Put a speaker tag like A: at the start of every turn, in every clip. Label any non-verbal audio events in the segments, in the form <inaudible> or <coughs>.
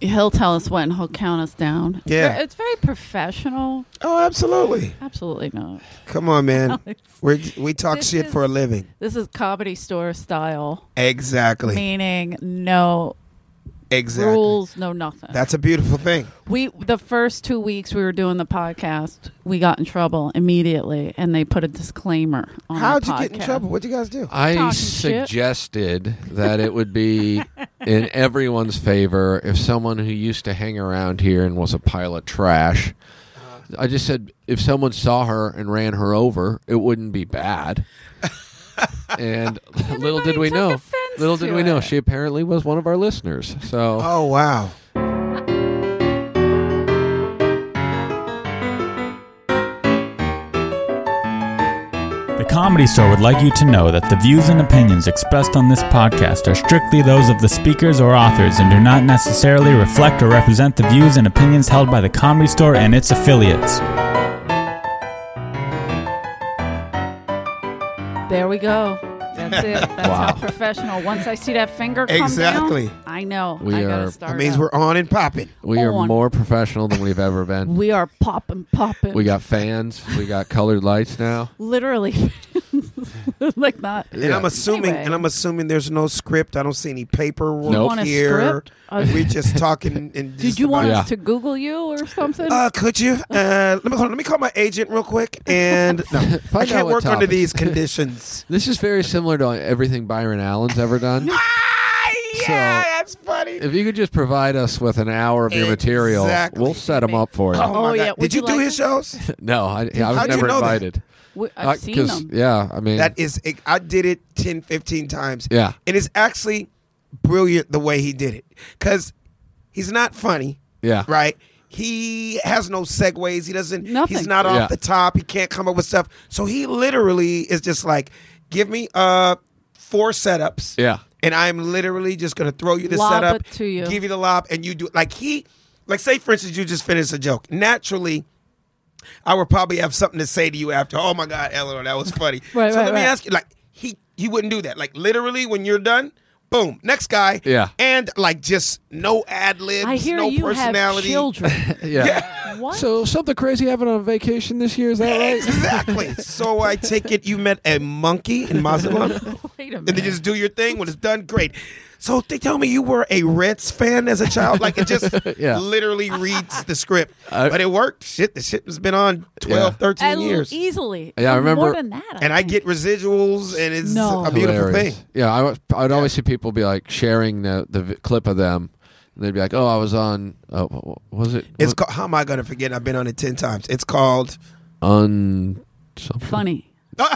A: he'll tell us when he'll count us down. It's
B: Yeah.
A: ver- it's very professional.
B: Oh, absolutely.
A: Absolutely not.
B: Come on, man.
A: <laughs> Alex.
B: We we talk
A: This
B: shit
A: is-
B: for a living.
A: This is comedy store style,
B: Exactly.
A: meaning no
B: exactly.
A: rules, no nothing.
B: That's a beautiful thing.
A: we the first two weeks we were doing the podcast, we got in trouble immediately, and they put a disclaimer on.
B: How'd
A: the
B: you get in
A: podcast.
B: trouble? What'd you guys do?
C: I
A: Talking
C: suggested that it would be
A: <laughs>
C: in everyone's favor if someone who used to hang around here and was a pile of trash.
A: Uh-huh.
C: I just said if someone saw her and ran her over, it wouldn't be bad.
A: <laughs>
C: and little did
A: Everybody
C: we
A: took
C: know,
A: offense
C: little did
A: to
C: we know,
A: it.
C: she apparently was one of our listeners. So
B: Oh wow.
D: The Comedy Store would like you to know that the views and opinions expressed on this podcast are strictly those of the speakers or authors and do not necessarily reflect or represent the views and opinions held by the Comedy Store and its affiliates.
A: There we go. That's it.
B: <laughs>
A: That's
C: Wow.
A: how professional. Once I see that finger come
B: Exactly.
A: down, I know.
C: We
A: I
C: are-
A: gotta start.
B: That means
A: up.
B: we're on and popping.
C: we are
A: on.
C: more professional than we've
A: <laughs>
C: ever been.
A: we are popping, popping.
C: We got fans, we got colored lights now.
A: literally <laughs> like that.
B: And I'm assuming
A: Anyway.
B: and I'm assuming there's no script. I don't see any paperwork
C: Nope.
A: Want a
B: here. <laughs>
A: script? Uh,
B: We're just talking and
A: Did you want
C: Yeah.
A: us to Google you or something?
B: uh,
A: <laughs>
B: could you? Uh, let me call, let me call my agent real quick, and
C: <laughs>
B: no, I
C: Find out
B: can't
C: what
B: work under
C: topics.
B: these
C: <laughs>
B: conditions.
C: This is very similar to everything Byron Allen's ever done.
B: ah,
C: So-
B: yeah, that's funny.
C: If you could just provide us with an hour of your material,
B: Exactly.
C: we'll set them up for you.
B: oh, my
A: Oh, yeah.
B: God.
A: Would
B: did you,
A: you
B: do
A: like
B: his
A: it?
B: shows?
C: <laughs> No, I, I was
B: How'd you
C: never
B: know that?
C: invited.
A: we, I've
C: Uh,
A: seen them.
C: Yeah, I mean,
B: That is, it, I did it 10, 15 times.
C: Yeah.
B: and it's actually brilliant the way he did it because he's not funny.
C: yeah,
B: right? He has no segues. He doesn't.
A: Nothing.
B: He's not off
C: Yeah.
B: the top. He can't come up with stuff. So he literally is just like, give me uh four setups.
C: Yeah.
B: And I'm literally just gonna throw you the
A: Lob
B: setup,
A: it to you.
B: give you the lob, and you do like he, like say for instance, you just finished a joke. Naturally, I would probably have something to say to you after. Oh my God,
A: <laughs>
B: Eleanor, that was funny.
A: Right,
B: so
A: right,
B: let me
A: right.
B: ask you, like he, he wouldn't do that. Like literally, when you're done. Boom! Next guy,
C: Yeah.
B: and like just no ad libs,
A: I hear
B: no
A: you have
B: personality. <laughs>
A: children.
C: yeah.
A: What?
C: So something crazy happened on vacation this year, is that right?
B: Exactly. so I take it you met a monkey in Mazatlan,
A: <laughs>
B: and
A: Wait a minute.
B: then just do your thing. When it's done, great. So they tell me you were a Reds fan as a child. Like it just
C: <laughs> Yeah.
B: literally reads the script,
C: I-
B: but it worked. Shit, the shit has been on 12,
C: Yeah.
B: 13
A: And
B: years,
A: easily.
C: Yeah, I remember-
A: More than that. I
B: and I
A: think.
B: get residuals, and it's
A: No.
B: a beautiful
C: Hilarious.
B: thing.
C: Yeah, I, would- I'd always see people be like sharing the the vi- clip of them, and they'd be like, "Oh, I was on. Oh, wh- wh- was it?
B: It's called. How am I gonna forget? I've been on it ten times. It's
A: <laughs>
B: called.
C: on
B: <laughs>
C: something.
A: funny. no.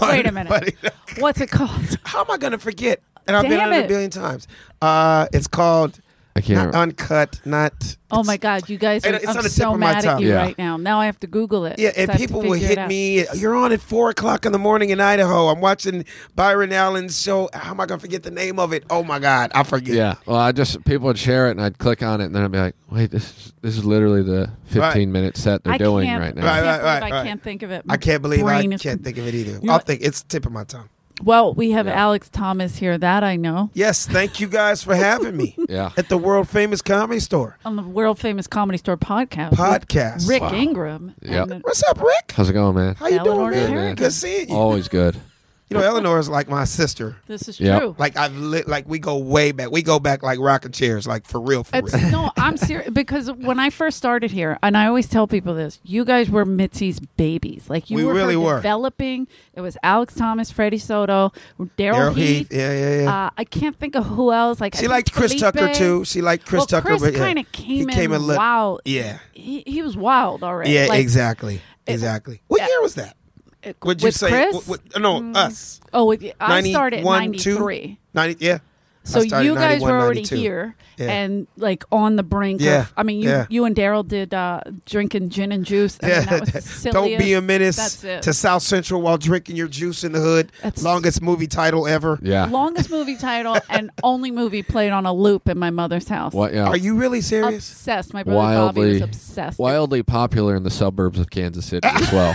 A: Wait a minute.
B: Funny.
A: What's it called?
B: How am I gonna forget? And I've been
A: Damn
B: on it a
A: it.
B: billion times. Uh, it's called.
C: I can't.
B: Not uncut. Not.
A: Oh my God, you guys
B: And
A: are
B: it's
A: I'm
B: on the tip
A: so
B: of my
A: mad at
B: tongue.
A: you
C: Yeah.
A: right now. Now I have to Google it.
B: Yeah,
A: So I
B: and
A: have to
B: people will
A: figure it
B: hit
A: out.
B: me. You're on at four o'clock in the morning in Idaho. I'm watching Byron Allen's show. How am I gonna forget the name of it? Oh my God, I forget.
C: Yeah. Well, I just people would share it, and I'd click on it, and then I'd be like, "Wait, this is, this is literally the 15
B: Right.
C: minute set they're
A: I
C: doing
A: can't,
C: right now."
B: Right,
A: I
B: right,
A: can't, believe
B: right,
A: I
B: right.
A: can't think of it.
B: I can't believe I
A: Brain is-
B: can't think of it either.
A: know
B: I'll
A: what?
B: think it's tip of my tongue.
A: Well, we have
C: Yeah.
A: Alex Thomas here. That I know.
B: Yes, thank you guys for
A: <laughs>
B: having me
C: Yeah.
B: at the world famous comedy store
A: On the world famous comedy store podcast. with
B: podcast.
A: Rick Ingram.
C: Yeah.
A: And
B: what's up, Rick?
C: How's it going, man?
B: How you
A: Eleanor
B: doing, man?
A: Terry.
B: Good seeing you.
C: Always good.
B: You know, Eleanor is like my sister.
A: This is
C: Yeah.
A: true.
B: Like I've lit, like we go way back. We go back like rocking chairs, like for real, for
A: It's,
B: real.
A: no, I'm serious because when I first started here, and I always tell people this: you guys were Mitzi's babies. Like you
B: We
A: were, her
B: really were.
A: developing. It was Alex Thomas, Freddie Soto, Daryl
B: Daryl
A: Heath.
B: Heath, yeah, yeah, yeah.
A: Uh, I can't think of who else. Like I
B: She
A: think
B: liked Chris
A: Felipe.
B: Tucker too. She liked Chris
A: well,
B: Tucker,
A: Chris
B: but yeah,
A: kind of
B: he
A: came,
B: came
A: in
B: and looked-
A: wow.
B: Yeah.
A: he, he was wild already.
B: Yeah,
A: Like,
B: exactly.
A: it-
B: Exactly. What year was that? Would you
A: with
B: say
A: Chris?
B: w- w- no, us.
A: Oh, with, I started at
B: 91,
A: ninety
B: two?
A: three.
B: 90 yeah.
A: So
B: I started
A: you guys
B: 91,
A: were already
B: 92.
A: here
B: Yeah.
A: and like on the brink.
B: Yeah,
A: Of, I mean, you
B: yeah.
A: you and Daryl did uh, drinking gin and juice. I mean, that was the
B: <laughs> Don't be a
A: silliest-
B: menace
A: That's it.
B: to South Central while drinking your juice in the hood.
A: That's-
B: Longest movie title ever.
C: Yeah.
A: Longest movie title and only movie played on a loop in my mother's house.
C: What? Yeah.
B: Are you really serious?
A: Obsessed. My brother Bobby
C: wildly
A: was obsessed.
B: <laughs>
C: wildly popular in the suburbs of Kansas City as well.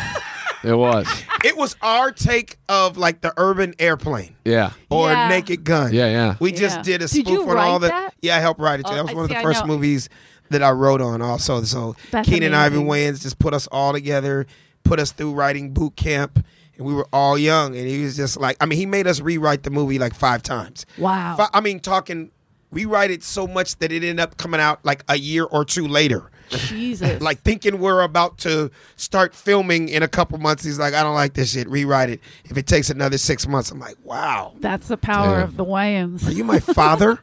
C: It was.
B: It was our take of like the urban airplane
C: Yeah.
B: or
A: Yeah.
B: Naked Gun.
C: Yeah, yeah.
B: We just
A: Yeah.
B: did a
A: Did you
B: spoof on all
A: write
B: the.
A: that?
B: Yeah, I helped write it. Too.
A: Oh,
B: that was
A: I
B: one of the
A: see, I
B: first
A: know.
B: movies that I wrote on. Also, so
A: That's
B: Keenan Ivan
A: amazing.
B: Wayans just put us all together, put us through writing boot camp, and we were all young. And he was just like, I mean, he made us rewrite the movie like five times.
A: Wow.
B: Fi- I mean, talking, rewrite it so much that it ended up coming out like a year or two later
A: Jesus.
B: <laughs> like thinking we're about to start filming in a couple months. He's like, I don't like this shit. Rewrite it. If it takes another six months, I'm like, wow.
A: that's the power
C: Yeah.
A: of the Wayans.
B: Are
A: <laughs>
B: you my father?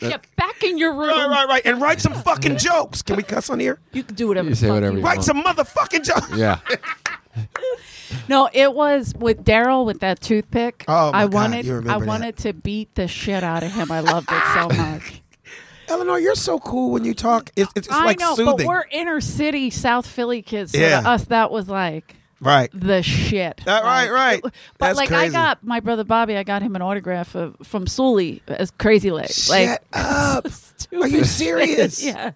A: Get back in your room.
B: right, right, right. And write some fucking jokes. Can we cuss on here?
A: You can do whatever.
C: You say
A: fuck
C: whatever you
B: Write some motherfucking jokes.
C: Yeah.
A: No, it was with Daryl with that toothpick.
B: Oh, my
A: I
B: God,
A: wanted
B: you remember
A: I
B: that.
A: wanted to beat the shit out of him. I loved it
B: <laughs>
A: so much.
B: Eleanor, you're so cool when you talk. It's, it's, it's
A: I
B: like
A: know,
B: soothing.
A: but we're inner city South Philly kids. So
B: Yeah.
A: to us that was like
B: right.
A: the shit.
B: That- right,
A: Like,
B: right.
A: it w- But
B: That's
A: like
B: crazy.
A: I got my brother Bobby, I got him an autograph of, from Sully as Crazy Leg.
B: Shut
A: Like <laughs>
B: up.
A: stupid
B: Are you
A: shit. <laughs>
B: serious?
A: yeah.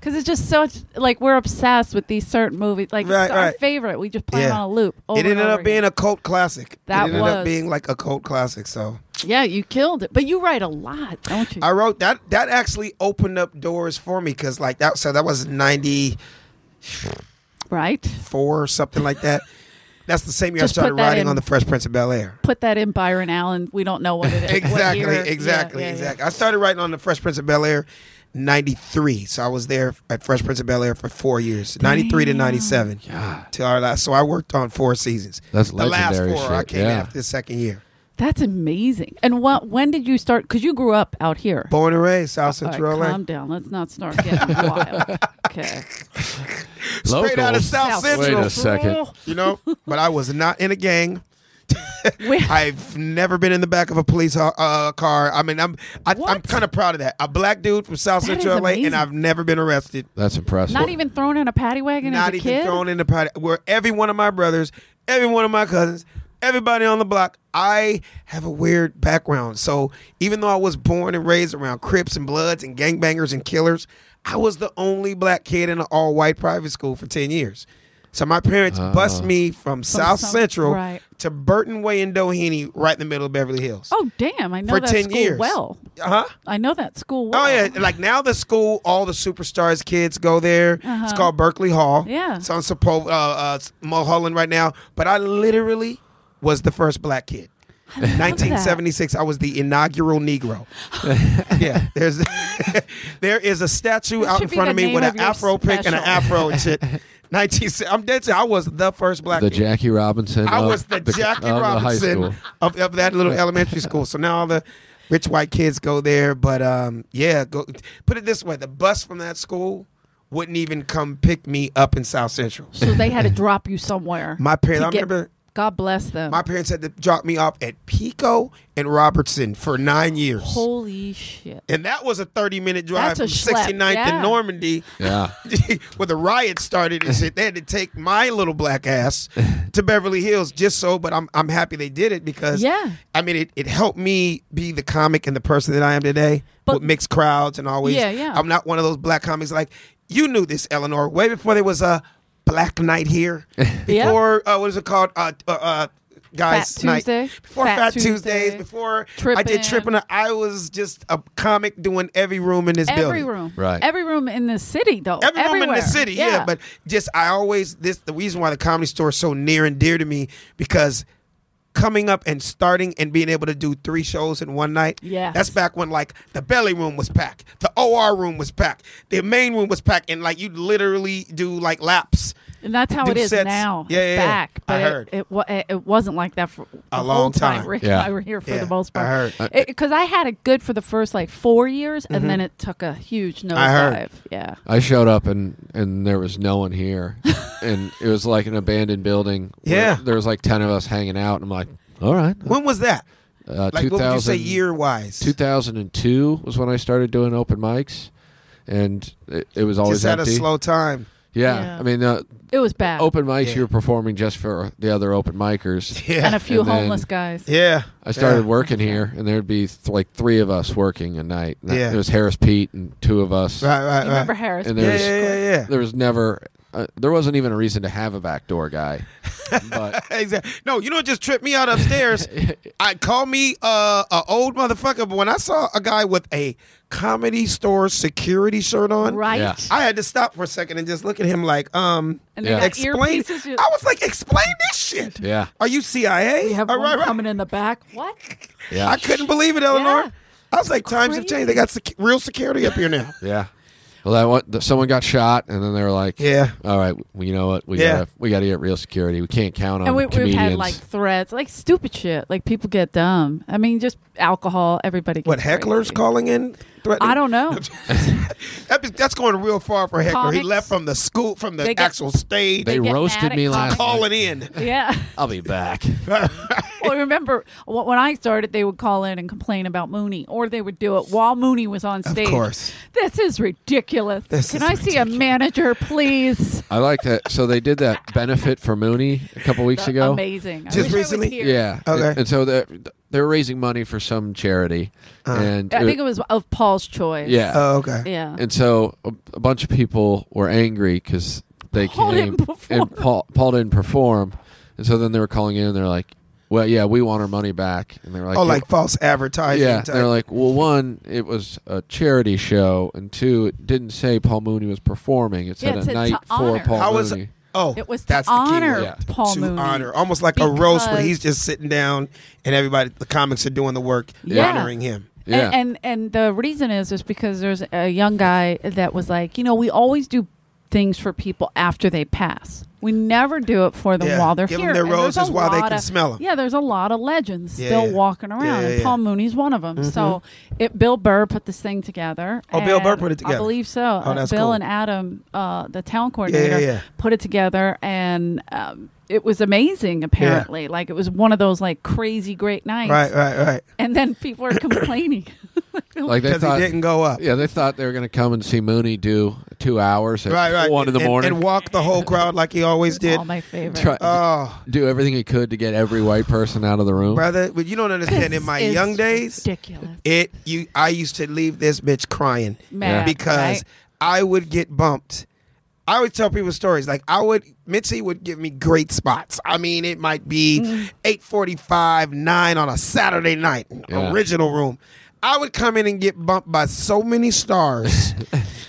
A: Cuz it's just such like we're obsessed with these certain movies. Like
B: Right,
A: it's our
B: right.
A: favorite. We just play it on
B: Yeah.
A: a loop. Over
B: it ended
A: and
B: up
A: over
B: being
A: again.
B: a cult classic.
A: That
B: it ended up
A: was-
B: being like a cult classic. So
A: Yeah, you killed it. But you write a lot, don't you?
B: I wrote that. That actually opened up doors for me because like that. So that was ninety.
A: right?
B: four or something like that. That's the same year
A: Just
B: I started
A: put that
B: writing
A: in.
B: on the Fresh Prince of Bel Air.
A: put that in Byron Allen. We don't know what
B: <laughs>
A: it is. what
B: Exactly,
A: year.
B: exactly,
A: Yeah, yeah, yeah.
B: exactly. I started writing on the Fresh Prince of Bel Air '93, so I was there at Fresh Prince of Bel Air for four years, '93 to '97, till our last. So I worked on four seasons.
C: That's
B: the last
C: legendary
B: four. I
C: shit,
B: came
C: yeah.
B: after the second year.
A: That's amazing. And what? When did you start? Because you grew up out here.
B: Born and raised South
A: All right,
B: Central LA,
A: calm down. Let's not start getting
B: <laughs>
A: wild. Okay.
B: <laughs> straight out of
C: Locals.
B: South
A: South.
B: Central.
C: Wait a second.
B: You know, but I was not in a gang.
A: We-
B: I've never been in the back of a police ho- uh, car. I mean, I'm I, I'm
A: What?
B: kind of proud of that. A black dude from South
A: That is
B: Central LA,
A: amazing.
B: and I've never been arrested.
C: That's impressive.
A: not even thrown in a paddy wagon
B: Not
A: as a
B: even
A: kid.
B: thrown in the potty. Where every one of my brothers, every one of my cousins, everybody on the block. I have a weird background, so even though I was born and raised around Crips and Bloods and gangbangers and killers, I was the only black kid in an all-white private school for ten years. So my parents bust me from, South
A: some-
B: Central
A: right.
B: to Burton Way in Doheny, right in the middle of Beverly Hills.
A: oh damn! I know
B: For
A: that
B: 10
A: school
B: years.
A: well.
B: Uh huh.
A: I know that school well.
B: Oh yeah, like now the school, all the superstars kids go there. It's called Berkeley Hall.
A: Uh-huh. Yeah.
B: it's on Sepul- uh, uh, Mulholland right now. But I literally was the first black kid. 1976, I was the inaugural
A: <laughs>
B: Negro. yeah, there's <laughs> there is a statue out
A: should
B: in
A: be
B: front
A: the
B: of me
A: name
B: with
A: of
B: an
A: your
B: afro pick and an
A: special.
B: afro
A: <laughs>
B: and shit. 19, I'm dead. serious. I was the first black.
C: the
B: kid.
C: Jackie Robinson.
B: I
C: of
B: was the Jackie
C: of the high
B: Robinson
C: school.
B: of, of that little elementary school. So now all the rich white kids go there. But um, yeah, go, put it this way: the bus from that school wouldn't even come pick me up in South Central.
A: So they had to drop you somewhere.
B: My parents,
A: to
B: I
A: get-
B: remember,
A: God bless them.
B: my parents had to drop me off at Pico and Robertson for nine years.
A: Holy shit!
B: and that was a 30 minute drive
A: That's a
B: from
A: schlep,
B: 69th
A: yeah.
B: and Normandy
C: Yeah.
B: <laughs> where the riot started and shit. They had to take my little black ass to Beverly Hills just so, but I'm I'm happy they did it because
A: Yeah.
B: I mean it, it helped me be the comic and the person that I am today
A: But-
B: with mixed crowds and always
A: Yeah, yeah.
B: I'm not one of those black comics like you knew this Eleanor way before there was a Black Night here
A: <laughs> Yeah.
B: before uh, what is it called uh, uh, uh Guys
A: Fat
B: Night
A: Tuesday?
B: before Fat,
A: Fat
B: Tuesdays
A: Tuesday.
B: before I
A: Trippin'.
B: did tripping I was just a comic doing every room in this
A: Every
B: building
A: room,
C: Right.
A: Every room in the city, though.
B: every woman in
A: Everywhere.
B: the city. Yeah. but just I always this the reason why the comedy store is so near and dear to me because coming up and starting and being able to do three shows in one night.
A: Yes.
B: that's back when like the belly room was packed, the OR room was packed, the main room was packed, and like you literally do like laps.
A: And that's how
B: do
A: it is
B: sets.
A: now.
B: Yeah,
A: It's
B: yeah, yeah.
A: back.
B: I
A: But
B: heard.
A: It, it, wa- it, it wasn't like that for the
B: A
A: whole
B: long time.
A: Rick
C: Yeah. Uh,
A: and I were here for
B: Yeah,
A: the most
B: I
A: part.
B: heard. Mm-hmm.
A: Because I had it good for the first like four years, and then it took a huge
B: heard.
A: nosedive. Yeah.
C: I showed up and and there was no
B: <laughs>
C: one here, and it was like an abandoned building. where
B: Yeah.
C: there was like ten of us hanging out. And I'm like, all right.
B: When was that?
C: Uh,
B: Like what would you say
C: 2000
B: year wise?
C: 2002 was when I started doing open mics, and it, it was always
B: Just at a
C: empty.
B: slow time. <laughs>
C: yeah.
A: Yeah.
C: I mean the
A: It was bad.
C: open mics
B: Yeah.
C: you were performing just for the other open
B: <laughs>
C: micers.
A: and a few
C: And then-
A: homeless guys.
B: Yeah,
C: I started
B: Yeah.
C: working here, and there'd be th- like three of us working a night. And that-
B: Yeah.
C: it was Harris Pete and two of us,
B: Right, right,
A: You remember
B: right.
A: Harris?
C: And
B: Yeah,
C: there's
B: yeah, yeah, yeah.
C: there was never uh, there wasn't even a reason to have a
B: <laughs>
C: backdoor guy. But
B: Exactly. No, you know what just tripped me out
C: <laughs>
B: upstairs? I call me uh, a old motherfucker, but when I saw a guy with a comedy store security shirt on,
A: right?
C: Yeah.
B: I had to stop for a second and just look at him like, um,
A: And they
C: Yeah.
A: got
B: explain.
A: earpieces. You-
B: I was like, explain this shit.
C: yeah,
B: Are you CIA?
E: We have
B: All
E: one
B: Oh, right, right.
E: coming in the back.
A: what?
C: yeah,
B: I couldn't believe it, Eleanor.
A: Yeah.
B: I was like, times have changed. They got sec- real security up
A: <laughs>
B: here now.
C: yeah. Well, that one, th- someone got shot, and then they were like,
B: Yeah.
C: all right, well, you know what? We
B: Yeah.
C: gotta we gotta get real security. We can't count on
A: And we, we've
C: Um, comedians."
A: had like threats, like stupid shit. Like people get dumb. I mean, just alcohol. Everybody. Gets
B: What hecklers
A: crazy.
B: calling in? Threatening?
A: I don't know.
B: <laughs> That be- that's going real far for heckler. He
A: Comics.
B: left from the school, from the
A: They get-
B: actual stage.
C: they
A: get mad
C: roasted
A: at
C: me
A: comics.
C: last.
B: call
C: night.
B: it in.
A: yeah.
C: I'll
B: <laughs>
C: be back.
A: Well, remember wh- when I started, they would call in and complain about Mooney, or they would do it while Mooney was on stage.
B: course.
A: This is ridiculous.
B: This
A: Can
B: is
A: I see a manager,
B: <laughs>
A: please?
C: I like that. So they did that benefit for Mooney a couple weeks ago.
A: Amazing. I
B: Just
A: wish I was
B: recently?
A: here.
C: Yeah.
B: Okay.
C: And, and so they're, they're raising money for some charity,
B: Uh-huh.
C: and
A: I think it was of Paul's choice.
C: yeah.
B: Oh, okay.
A: Yeah.
C: and so a, a bunch of people were angry because they
A: Paul
C: came
A: didn't perform.
C: and Paul Paul didn't perform, and so then they were calling in and they're like, "Well, yeah, we want our money back," and they were like,
B: oh, like false advertising.
C: yeah,
B: type.
C: they're like, well, one, it was a charity show, and two, it didn't say Paul Mooney was performing. It
A: Yeah,
C: said
A: it
C: a
A: said
C: night
A: to
C: for
A: honor.
C: Paul
B: How was
C: Mooney.
B: oh,
A: It was to
B: that's the key
A: honor
B: word.
A: Paul
B: to
A: Mooney.
B: honor, almost like a roast where
A: Because-
B: he's just sitting down and everybody, the comics are doing the work,
A: Yeah.
B: honoring him.
C: yeah,
A: And, and and the reason is is because there's a young guy that was like, you know, we always do things for people after they pass. We never do it for them
B: Yeah,
A: while they're
B: give 'em
A: here.
B: their
A: And there's
B: roses
A: a
B: while they
A: lot
B: can
A: of-
B: smell 'em.
A: Yeah, there's a lot of legends
B: Yeah,
A: still
B: yeah.
A: walking around,
B: Yeah,
A: and
B: yeah.
A: Paul Mooney's one of them. So it Bill Burr put this thing together.
B: Oh, Bill Burr
A: and
B: put it together.
A: I believe so.
B: Oh,
A: Uh,
B: that's
A: Bill
B: cool.
A: and Adam, uh, the town coordinator,
B: yeah.
A: put it together, and um, it was amazing. Apparently, like it was one of those like crazy great nights
B: Right, right, right.
A: and then people
B: <coughs>
A: are complaining.
C: like they
B: Because he
C: thought.
B: didn't go up.
C: yeah, they thought they were going to come and see Mooney do two hours at
B: Right, right.
C: one in the
B: and,
C: morning.
B: And walk the whole crowd like he always did.
A: All my favorite.
C: Try-
B: Oh,
C: do everything he could to get every white person out of the room.
B: brother, but you don't understand. In my
A: This is
B: young days,
A: ridiculous.
B: it you I used to leave this bitch crying.
A: Mad,
B: because
A: right?
B: I would get bumped. I would tell people stories like I would. Mitzi would give me great spots. I mean, it might be eight forty-five, nine on a Saturday night,
C: Yeah.
B: original room. I would come in and get bumped by so many stars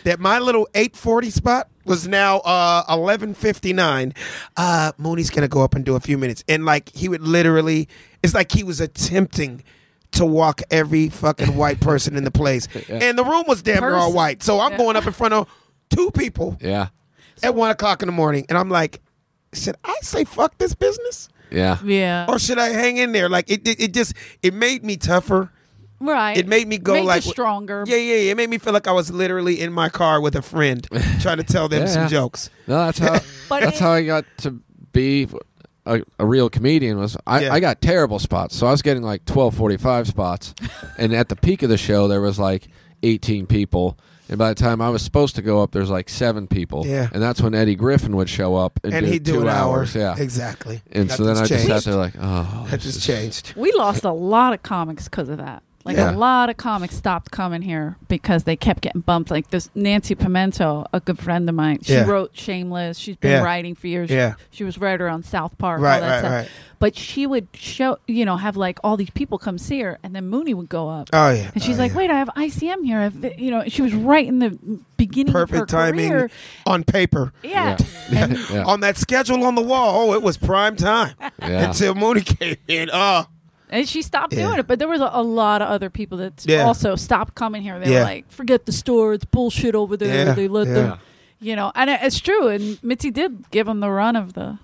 B: that my little eight forty spot was now uh eleven fifty-nine. Uh, Mooney's gonna go up and do a few minutes, and like he would literally, it's like he was attempting. To walk every fucking white person in the place, and the room was damn near all
A: Person.
B: white. So I'm
A: Yeah.
B: going up in front of two people
C: Yeah,
B: at one o'clock in the morning, and I'm like, should I say fuck this business,
C: yeah.
A: yeah,
B: or should I hang in there? Like it, it, it just it made me tougher.
A: right.
B: It made me go like
A: you stronger.
B: Yeah, yeah, yeah. It made me feel like I was literally in my car with a
C: <laughs>
B: friend trying to tell them
C: Yeah,
B: some
C: yeah.
B: jokes.
C: No, that's how.
A: But
C: that's
A: it-
C: how I got to be a, a real comedian. Was I,
B: Yeah.
C: I got terrible spots, so I was getting like twelve forty five spots, and at the peak of the show there was like eighteen people, and by the time I was supposed to go up, there's like seven people,
B: Yeah.
C: and that's when Eddie Griffin would show up and,
B: And
C: do
B: he'd do
C: two
B: an hour.
C: hours, yeah.
B: exactly.
C: And so then I
B: Nothing's
C: just sat
B: changed.
C: there like, oh,
B: That
C: this
B: just
C: is-
B: changed.
A: we lost a lot of comics because of that. Like
C: Yeah.
A: a lot of comics stopped coming here because they kept getting bumped. Like this Nancy Pimento, a good friend of mine, she
B: Yeah.
A: wrote Shameless. She's been
B: Yeah.
A: writing for years.
B: Yeah.
A: She was writer on South Park,
B: Right,
A: all that
B: right,
A: stuff.
B: right.
A: But she would show, you know, have like all these people come see her, and then Mooney would go up.
B: Oh yeah.
A: And she's
B: Oh,
A: like,
B: yeah.
A: "Wait, I have ICM here." I have thi-" you know, she was right in the beginning of her
B: Perfect timing
A: career.
B: on paper.
A: Yeah.
C: Yeah.
B: On that schedule on the wall, oh, it was prime time
C: Yeah.
B: until Mooney came in. Oh,
A: And she stopped
B: Yeah.
A: doing it. But there was a, a lot of other people that
B: Yeah.
A: also stopped coming here. They
B: Yeah.
A: were like, forget the store. It's bullshit over there.
B: Yeah,
A: They let
B: yeah.
A: them, you know. And it- it's true. And Mitzi did give them the run of the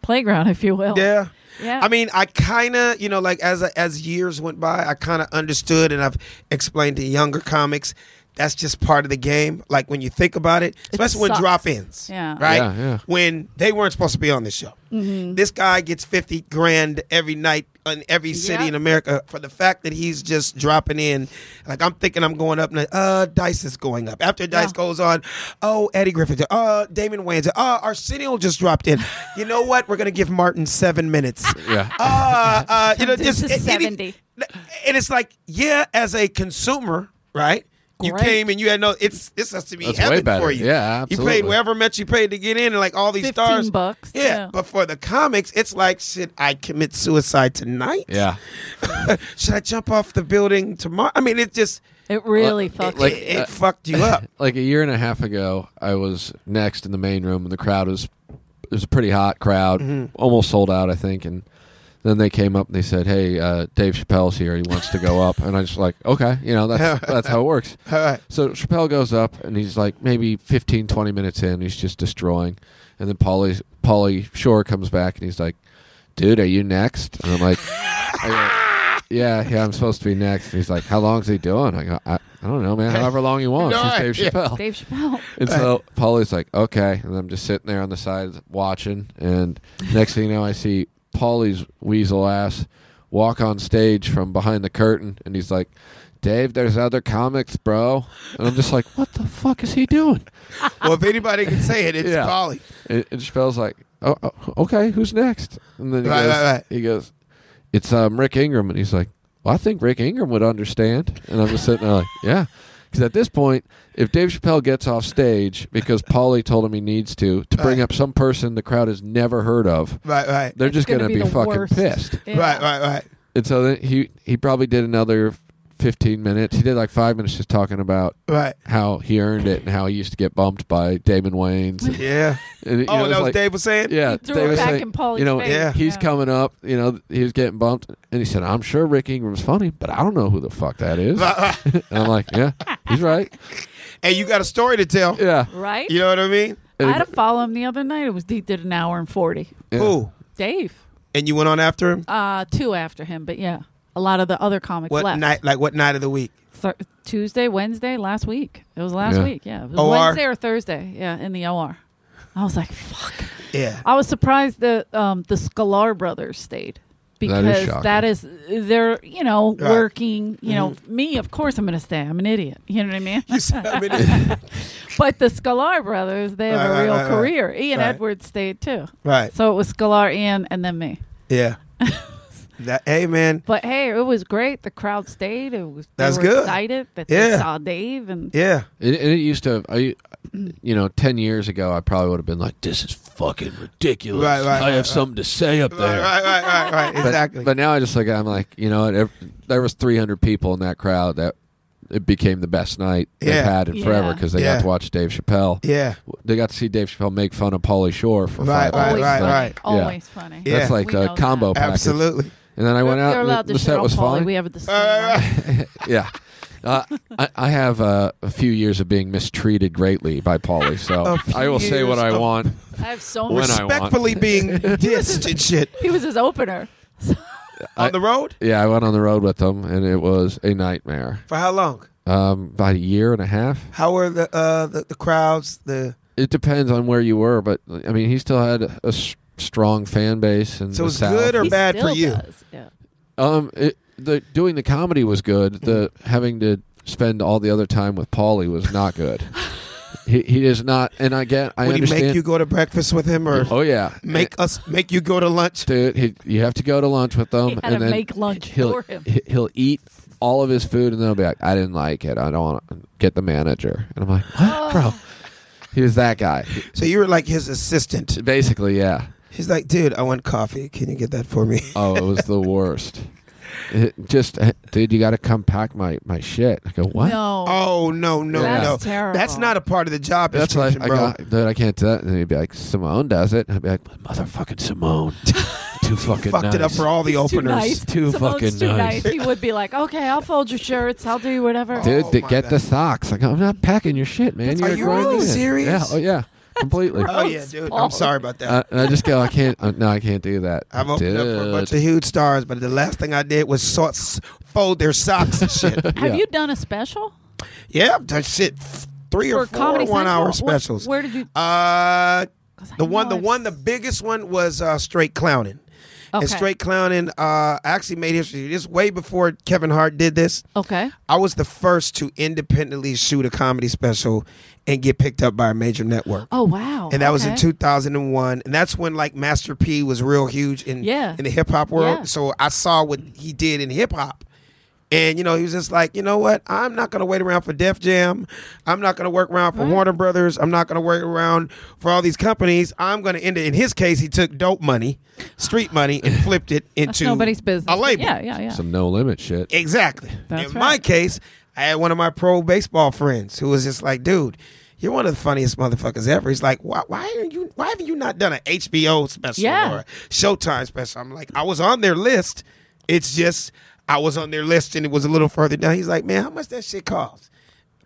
A: playground, <laughs> if you will.
B: yeah.
A: Yeah.
B: I mean, I kind of, you know, like as as years went by, I kind of understood, and I've explained to younger comics that's just part of the game. Like when you think about it, especially when
A: sucks.
B: drop ins,
A: Yeah. Mm-hmm.
B: right?
C: Yeah, yeah.
B: When they weren't supposed to be on this show, this guy gets fifty grand every night in every city
A: Yeah.
B: in America for the fact that he's just dropping in. Like I'm thinking, I'm going up, and uh, Dice is going up. After Dice
A: Yeah.
B: goes on, oh Eddie Griffin, uh, Damon Wayans, uh, Arsenio just dropped in. you know what? We're gonna give Martin
A: <laughs>
B: seven minutes
C: yeah.
B: uh, uh, you know,
A: Comes
B: just
A: into
B: any-
A: 70.
B: and it's like, yeah, as a consumer, right? You
A: Great.
B: came and you had no. It's this has to be
C: That's
B: heaven
C: way better.
B: for you.
C: Yeah,
B: You paid
C: absolutely.
B: wherever much you paid to get in, and like all these
A: 15
B: stars.
A: bucks,
B: Yeah.
A: yeah.
B: but for the comics, it's like should I commit suicide tonight?
C: Yeah.
B: <laughs> Should I jump off the building tomorrow? I mean, it just
A: It really
C: Like-
A: fucked.
C: like-
B: it, it
C: uh,
B: fucked you
C: <laughs>
B: up.
C: Like a year and a half ago, I was next in the main room, and the crowd was it was a pretty hot crowd,
B: Mm-hmm.
C: almost sold out, I think. And then they came up and they said, "Hey, uh, Dave Chappelle's here. He wants
B: <laughs>
C: to go up." And I just like, okay, you know, that's that's how it works.
B: All right.
C: So Chappelle goes up and he's like maybe 15, 20 minutes in, he's just destroying. And then Paulie Paulie Shore comes back and he's like, Dude, are you next? And I'm like I
B: <laughs>
C: go, Yeah, yeah, I'm supposed to be next. And he's like, How long's he doing? I go, I, I don't know, man, however long he wants.
B: No
C: He's
B: idea.
C: Dave Chappelle.
A: <laughs> Dave Chappelle.
C: And so Paulie's like, okay. And I'm just sitting there on the side watching. And next thing you know, I see Paulie's weasel ass walk on stage from behind the curtain. And he's like, Dave, there's other comics, bro. And I'm just like, what the fuck is he doing?
B: well, if anybody can say it, it's
C: Yeah.
B: Polly.
C: And, and Chappelle's like, oh, oh, okay, who's next? And then he,
B: Right,
C: goes,
B: right, right.
C: he goes, it's um, Rick Ingram. And he's like, well, I think Rick Ingram would understand. And I'm just sitting there like, yeah. Because at this point, if Dave Chappelle gets off stage because Paulie told him he needs to, to bring
B: Right.
C: up some person the crowd has never heard of,
B: Right, right,
C: they're just going to
A: gonna
C: be,
A: the
C: fucking
A: worst.
C: pissed.
A: Yeah.
B: right, right, right.
C: And so then he, he probably did another 15 minutes. He did like five minutes just talking about
B: Right.
C: how he earned it and how he used to get bumped by Damon Wayans. And,
B: Yeah.
C: and, you
B: oh,
C: know, it's
B: that was
C: like-
B: Dave was saying.
C: yeah,
A: He threw
C: they
A: it
C: were
A: back
C: saying,
A: in Paulie's
C: you know,
A: face.
B: Yeah.
C: he's
A: Yeah.
C: coming up. You know, he was getting bumped, and he said, "I'm sure Rick Ingram's funny, but I don't know who the fuck
B: <laughs>
C: that is."
B: Right, right.
C: and I'm like, "Yeah, he's right.
B: Hey, you got a story to tell.
C: Yeah."
A: Right?
B: You know what I mean?
A: I
C: And
A: had to follow him the other night. It was he did an hour and forty.
C: yeah.
B: Who?
A: Dave,
B: And you went on after him.
A: uh, two after him, but yeah, a lot of the other comics
B: What
A: left.
B: night? Like what night of the week?
A: Thur- Tuesday, Wednesday, last week. It was last
C: Yeah.
A: week. Yeah, it was
B: OR?
A: Wednesday or Thursday. Yeah, in the OR. I was like, fuck.
B: Yeah.
A: I was surprised that um, the Scalar brothers stayed
C: That is
A: because
C: shocking.
A: that is they're you know
B: Right. Mm-hmm.
A: working. You know me, of course, I'm going to stay. I'm an idiot. You know what I mean?
B: <laughs>
A: <laughs>
B: You said, I mean,
A: But the Scalar brothers, they have
B: Right,
A: a real
B: right, right, right.
A: career. Ian
B: Right.
A: Edwards stayed too.
B: <laughs> right.
A: So it was Scalar, Ian, and then me.
B: <laughs> Yeah. that, hey, man.
A: But hey, it was great. The crowd stayed. It was they
B: That's
A: were
B: good.
A: Excited that
B: Yeah.
A: they saw Dave and
B: Yeah.
C: And it, and it used to, I, you know, ten years ago, I probably would have been like, "This is fucking ridiculous.
B: Right, right,
C: I
B: right,
C: have
B: right.
C: something to say up
B: Right,
C: there."
B: right, right, right, right.
C: But,
B: Exactly.
C: But now I just like I'm like, you know, what, ev there was 300 people in that crowd that it became the best night
B: Yeah.
C: they've had in
A: Yeah.
C: forever because they
B: Yeah.
C: got to watch Dave Chappelle.
B: yeah.
C: they got to see Dave Chappelle make fun of Paulie Shore for
B: Right,
C: five
A: always
C: hours.
B: right,
A: funny.
B: right.
C: Yeah.
A: Always funny.
B: Yeah.
C: That's like
A: We
C: a
A: know
C: combo
A: that.
C: package.
B: Absolutely.
C: And then I went
A: You're- you're
C: out.
A: allowed
C: And
A: to
C: the, the
A: shit
C: set
A: on
C: was
A: Pauly.
C: fun.
A: We
B: <laughs>
A: have a disclaimer.
B: Uh,
C: yeah, uh, I, I have uh, a few years of being mistreated greatly by Paulie, so
B: <laughs> A few
C: I will say what
B: years
C: I
B: of-
C: want.
A: <laughs> I have so
C: When
A: much.
C: I want.
B: respectfully <laughs>
C: <laughs>
B: being dissed and shit
A: <laughs> He was his opener.
B: on the road
C: Yeah, I went on the road with them, and it was a nightmare.
B: for how long?
C: Um, about a year and a half.
B: How were the uh, the, the crowds? The
C: It depends on where you were, but I mean, he still had a s- strong fan base, and
B: So
C: the
B: it's
C: South.
B: good or
A: He
B: bad for
A: still
B: you?
A: does. Yeah.
C: Um, it, the doing the comedy was good. The having to spend all the other time with Paulie was not
B: <laughs>
C: good. he he is not, and I get I
B: would he
C: understand.
B: make you go to breakfast with him or
C: oh yeah,
B: make us make you go to
C: <laughs>
B: lunch?
C: dude. He, you have to go to lunch with them,
A: He had
C: Oh, and
A: to
C: then
A: make lunch
C: he'll
A: for him.
C: he- he'll eat all of his food, and then he'll be like, "I didn't like it. I don't want to get the manager." And I'm like,
A: Oh.
C: "What, bro?" He was that guy,
B: So you were like his assistant.
C: basically. Yeah.
B: He's like, dude, I want coffee. Can you get that for me?
C: Oh, it was
A: <laughs>
C: the worst. It just, eh, dude, you got to come pack my my shit. I go, <laughs> what?
A: No.
B: Oh no, no,
C: That's
B: no!
A: terrible.
B: That's not a part of the job
C: That's
B: description,
C: like I
B: bro.
C: got, dude, I can't do that. And then he'd be like, Simone does it. And I'd be like, motherfucking
A: <laughs>
C: Simone. Too fucking
B: Fucked
C: nice.
B: it up for all the
A: He's too
B: openers.
A: nice.
C: Too
A: Simone's
C: fucking
A: too
C: nice.
A: He would be like, "Okay, I'll fold your shirts. I'll do whatever."
C: Dude,
B: Oh,
C: th-
B: my
C: get
B: God.
C: the socks. Like, I'm not packing your shit, man.
B: That's-
C: You're
B: are
C: a
B: you
C: grown
B: really
C: man.
B: serious?
C: Yeah, oh, yeah,
B: <laughs>
C: completely.
B: Oh yeah, dude. I'm sorry about that.
C: Uh, and I just go, I can't. Uh, no, I can't do that.
B: I've opened
C: dude.
B: up for a bunch of huge stars, but the last thing I did was sort s- fold their socks and shit.
C: <laughs>
A: Have
C: yeah.
A: you done a special
B: yeah, I've done shit f- three or
A: for
B: four
A: Comedy
B: one
A: Central?
B: hour
A: What-
B: specials.
A: Where, did you?
B: uh,
A: 'cause I
B: the
A: know
B: one, the
A: I've-
B: one, the biggest one was uh, straight clowning.
A: Okay.
B: And straight clowning uh, actually made history. This way before Kevin Hart did this.
A: Okay.
B: I was the first to independently shoot a comedy special and get picked up by a major network.
A: Oh wow.
B: and that was in
A: Okay.
B: 2001 and that's when like master p was real huge in
A: Yeah.
B: in the hip-hop world
A: Yeah.
B: so i saw what he did in hip-hop And you know, he was just like, you know what? I'm not gonna wait around for Def Jam. I'm not gonna work around for Warner Brothers. I'm not gonna wait around for all these companies. I'm gonna end it. In his case, he took dope money, street money, and flipped it
A: <laughs>
B: into
A: That's nobody's business.
B: A
A: but
B: label.
A: Yeah, yeah, yeah.
C: Some no limit shit.
B: Exactly.
A: That's
B: in
A: right.
B: my case, I had one of my pro baseball friends who was just like, dude, you're one of the funniest motherfuckers ever. He's like, why, why are you? Why haven't you not done an HBO special
A: Yeah.
B: or a Showtime special? I'm like, I was on their list. It's just I was on their list and it was a little further down. He's like, man, how much that shit cost?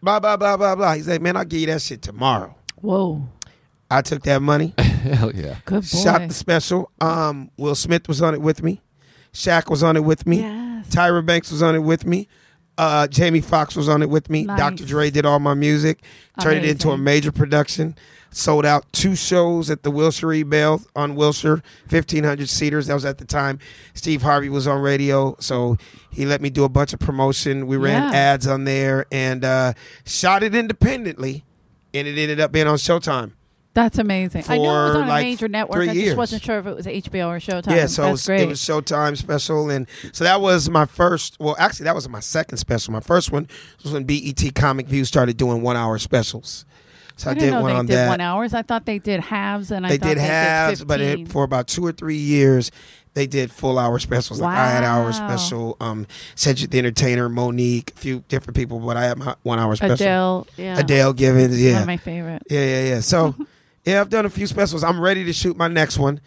B: Blah blah blah blah blah. He's like, man, I'll give you that shit tomorrow.
A: Whoa,
B: I took that
A: <laughs>
B: money,
C: <laughs> Hell yeah.
A: good boy.
B: shot the special. Um, Will Smith was on it with me. Shaq was on it with me.
A: yes.
B: Tyra Banks was on it with me. Uh, Jamie Foxx was on it with me.
A: Nice.
B: Dr. Dre did all my music. Turned it into a
A: Amazing.
B: major production. Sold out two shows at the Wilshire E. Bell on Wilshire, fifteen hundred seaters. That was at the time Steve Harvey was on radio, so he let me do a bunch of promotion. We ran
A: Yeah.
B: ads on there and uh, shot it independently, and it ended up being on Showtime.
A: That's amazing. I knew it was
B: for,
A: on a
B: like,
A: major network.
B: three
A: I just
B: years.
A: wasn't sure if it was HBO or Showtime.
B: Yeah, so it
A: That's
B: was,
A: great.
B: it was Showtime special, and so that was my first. Well, actually, that was my second special. My first one was when BET Comic View started doing one-hour specials. So I,
A: I
B: did
A: didn't know
B: one
A: they
B: on
A: did
B: that.
A: one hours. I thought they did halves, and I
B: they
A: thought
B: did
A: they
B: halves,
A: did
B: but
A: 15.
B: it, for about two or three years, they did full-hour specials. Like I had hour
A: Wow.
B: special, um, Cedric the Entertainer, Monique, a few different people, but I had my one-hour special.
A: Adele, yeah,
B: Adele Givens,
A: one
B: yeah,
A: of my favorite.
B: yeah, yeah,
A: <laughs>
B: yeah. So, yeah, I've done a few specials. I'm ready to shoot my next one.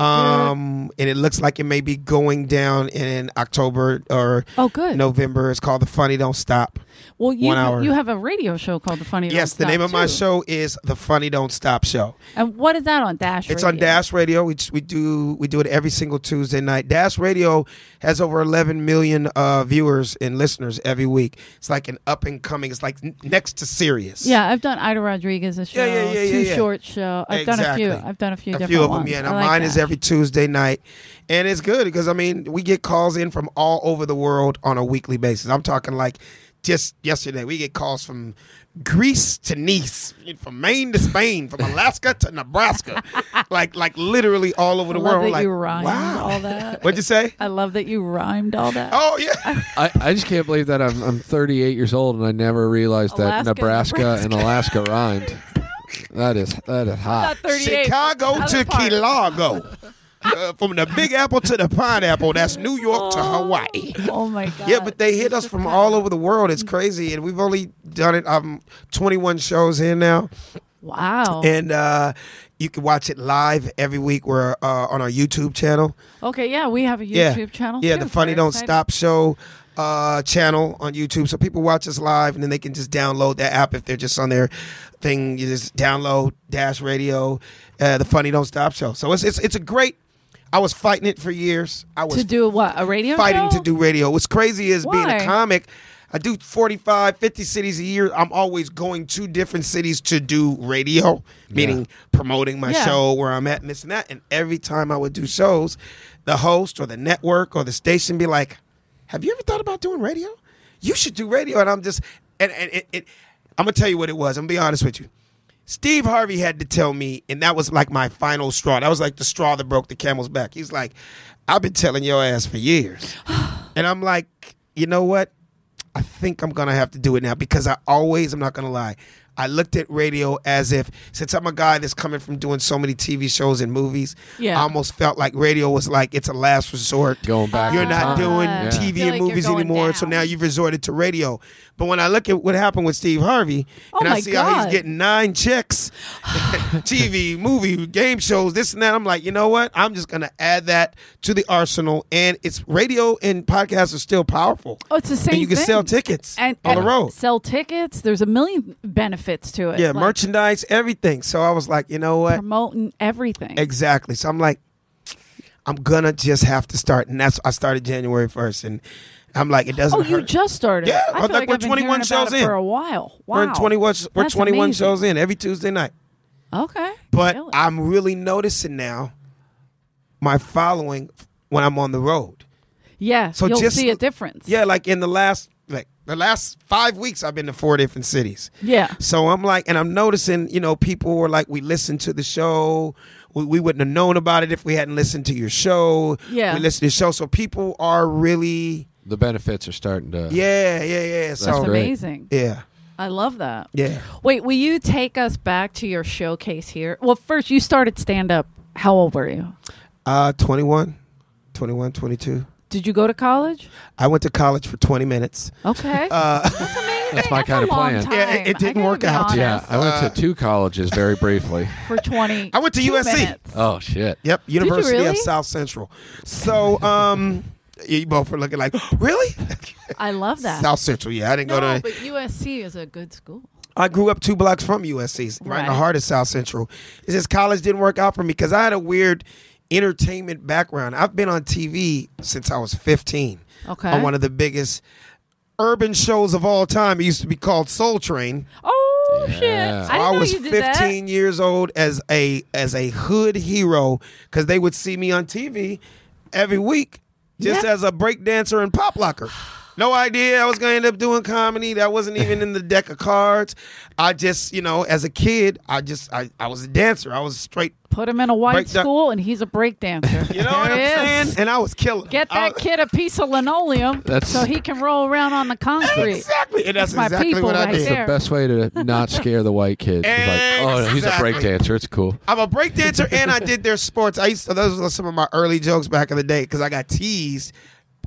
B: Um, and it looks like it may be going down in October or
A: Oh, good.
B: November. It's called The Funny Don't Stop.
A: well, you
B: one hour.
A: you have a radio show called The Funny.
B: yes,
A: Don't
B: the
A: Stop,
B: name of my
A: too.
B: show is The Funny Don't Stop Show.
A: And what is that on Dash?
B: It's on
A: Radio?
B: Dash Radio. We, we do we do it every single Tuesday night. Dash Radio has over 11 million uh, viewers and listeners every week. It's like an up and coming. It's like n- next to Sirius.
A: Yeah, I've done Ida Rodriguez's show,
B: Yeah, yeah, yeah, yeah,
A: two
B: yeah.
A: short show. I've done a few.
B: Exactly.
A: I've done a few
B: a
A: different
B: few of them.
A: ones.
B: Yeah,
A: I
B: now
A: like
B: mine is
A: that.
B: every Tuesday night, and it's good because I mean we get calls in from all over the world on a weekly basis. I'm talking like just yesterday we get calls from Greece to Nice, from Maine to Spain, from Alaska
A: <laughs>
B: to Nebraska, like like literally all over the
A: I love
B: world.
A: that
B: like
A: you rhymed
B: wow,
A: all
B: <laughs>
A: that.
B: what'd
A: <laughs>
B: you say?
A: I love that you rhymed all that.
B: Oh yeah,
C: I, I just can't believe that I'm, I'm 38 years old and I never realized that
A: Alaska,
C: Nebraska,
A: Nebraska.
C: and Alaska rhymed. That is that is
A: Not
C: hot.
A: 38.
B: Chicago
A: Other
B: to
A: part. <laughs>
B: Key Largo. Uh, from the Big Apple to the Pineapple, that's New York to Hawaii.
A: <laughs> Oh my god.
B: <laughs> Yeah, but they hit us from all over the world. It's crazy, and we've only done it. I'm 21 shows in now,
A: Wow.
B: and uh, you can watch it live every week. We're uh, on our YouTube channel.
A: okay, yeah, we have a YouTube
B: yeah,
A: channel.
B: Yeah,
A: too.
B: the Funny
A: Very
B: Don't
A: exciting.
B: Stop Show uh, channel on YouTube. So people watch us live, and then they can just download that app if they're just on their thing. You just download Dash Radio, uh, the Funny Don't Stop Show. So it's it's it's a great. I was fighting it for years. I was
A: To do what? A radio
B: fighting
A: show?
B: to do radio. What's crazy is being
A: Why?
B: a comic. I do 45, 50 cities a year. I'm always going to different cities to do radio, meaning promoting my
A: Yeah.
B: show, where I'm at, and this and that. And every time I would do shows, the host or the network or the station be like, Have you ever thought about doing radio? You should do radio. And I'm just, and, and it, it, I'm going to tell you what it was. I'm going to be honest with you. Steve Harvey had to tell me, and that was like my final straw. That was like the straw that broke the camel's back. He's like, I've been telling your ass for years. and I'm like, you know what? I think I'm gonna have to do it now because I always, I'm not gonna lie, I looked at radio as if since I'm a guy that's coming from doing so many TV shows and movies,
A: Yeah.
B: I almost felt like radio was like it's a last resort.
C: Going back,
B: You're
C: in
B: not
C: time.
B: doing
A: Yeah.
B: TV
A: Feel
B: and
A: like you're
B: movies
A: going
B: anymore, so
A: down.
B: now you've resorted to radio. But when I look at what happened with Steve Harvey,
A: Oh
B: and
A: my
B: I see how
A: God.
B: he's getting nine checks, <laughs> TV, movie, game shows, this and that, I'm like, you know what? I'm just gonna add that to the arsenal. And it's radio and podcasts are still powerful.
A: Oh, it's the same
B: and you can
A: thing.
B: sell tickets
A: and,
B: on
A: and
B: the road.
A: Sell tickets. There's a million benefits to it.
B: Yeah,
A: like
B: merchandise, everything. So I was like, you know what?
A: Promoting everything.
B: Exactly. So I'm like, I'm gonna just have to start, and that's I started January first, and I'm like, it doesn't
A: oh,
B: hurt.
A: you just started.
B: Yeah,
A: I
B: I
A: feel
B: think we're
A: I've been
B: 21
A: hearing about
B: shows
A: it
B: in.
A: for a while. Wow.
B: We're in 21. We're
A: That's
B: 21
A: amazing.
B: shows in every Tuesday night.
A: Okay.
B: But
A: Really?
B: I'm really noticing now my following when I'm on the road.
A: yeah,
B: so
A: you'll
B: just-
A: see a difference.
B: Yeah, like in the last like the last five weeks, I've been to four different cities.
A: Yeah.
B: So I'm like, and I'm noticing, you know, people were like, we listened to the show. We, we wouldn't have known about it if we hadn't listened to your show.
A: Yeah.
B: We listened to the show. So people are really
C: the benefits are starting to.
B: Yeah, yeah, yeah.
A: That's
C: That's
B: So
C: great.
A: amazing.
B: yeah,
A: I love that.
B: yeah.
A: Wait, will you take us back to your showcase here? Well, first, you started stand up. How old were you?
B: Uh, 21, 21, 22.
A: Did you go to college?
B: I went to college for 20 minutes.
A: Okay.
B: Uh, <laughs>
A: that's amazing.
C: That's my
A: a
C: kinda
A: long
C: plan.
A: time.
B: Yeah, it- it
A: I
B: didn't
A: gotta
B: work
A: be
B: out.
C: Yeah,
A: honest,
C: I went
B: Uh,
C: to two colleges
B: <laughs>
C: very briefly.
A: <laughs> For 20.
B: I went to
A: two
B: USC.
A: minutes.
C: oh shit!
B: yep, University of
A: really?
B: South Central. So, um, you both were looking like,
A: <laughs>
B: really?
A: I love that.
B: South Central, yeah. I didn't
A: no,
B: go to.
A: but USC is a good school.
B: I grew up two blocks from USC, right, in the
A: Right.
B: heart of South Central. It's just college didn't work out for me because I had a weird entertainment background. I've been on TV since I was 15
A: Okay.
B: on one of the biggest urban shows of all time. It used to be called Soul Train.
A: oh, shit.
C: Yeah.
A: I, didn't know
B: was
A: you did
B: 15
A: that.
B: years old as a as a hood hero because they would see me on TV every week just
A: Yeah.
B: as a break dancer and pop locker. No idea I was going to end up doing comedy. That wasn't even in the deck of cards. I just, you know, as a kid, I just I, I was a dancer. I was straight,
A: Put him in a white
B: Breakda-
A: school, and he's a
B: <laughs>
A: breakdancer.
B: you know what I'm saying? And I was killing.
A: Get
B: I-
A: that kid a piece of linoleum
C: That's-
A: so he can roll around on the concrete.
B: Exactly. And that's,
A: That's my
B: exactly
A: people
B: what I
A: right
B: did.
A: there.
C: The best way to not scare the white kids is like, oh, he's a
B: Exactly.
C: breakdancer. It's cool.
B: I'm a breakdancer
A: <laughs>
B: and I did their sports. I used to, those were some of my early jokes back in the day because I got teased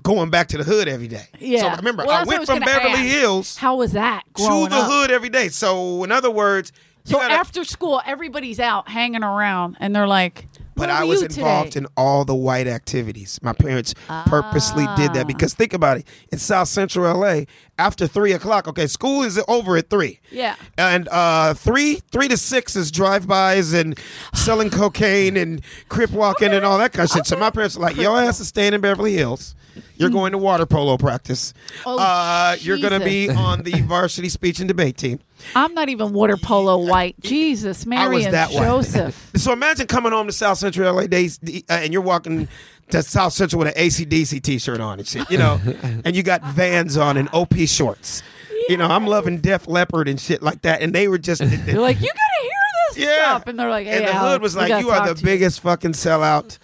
B: going back to the hood every day. So
A: Yeah.
B: remember,
A: Well,
B: I
A: that's
B: went
A: what I
B: from
A: was gonna
B: Beverly
A: ask.
B: Hills
A: How was that
B: to
A: growing
B: the
A: up?
B: hood every day. So in other words, you
A: So
B: gotta-
A: after school, everybody's out hanging around, and they're like,
B: but I was involved in all the white activities. My parents purposely did
A: Ah.
B: that because think about it. In South Central LA, after three o'clock, okay, school is over at three.
A: Yeah.
B: and uh, three three to six is drive bys and
A: <sighs>
B: selling cocaine and crip walking and all that kind of shit. So my parents are like, your ass is staying in Beverly Hills. You're going to water polo practice.
A: Mm. Oh,
B: uh, you're going to be
A: Jesus. <laughs>
B: on the varsity speech and debate team.
A: I'm not even water polo white. Jesus, Mary
B: was
A: and
B: that white. <laughs>
A: Joseph.
B: So imagine coming home to South Central LA days uh, and you're walking to South Central with an ACDC t shirt on and shit, you know, and you got vans on and OP shorts. You know, I'm loving Def Leppard and shit like that. And they were just.
A: They're like, you gotta hear this
B: Yeah.
A: stuff, and they're like, hey,
B: and the hood
A: Alex,
B: was
A: we
B: like,
A: gotta
B: "You are
A: talk
B: the
A: to
B: biggest fucking sellout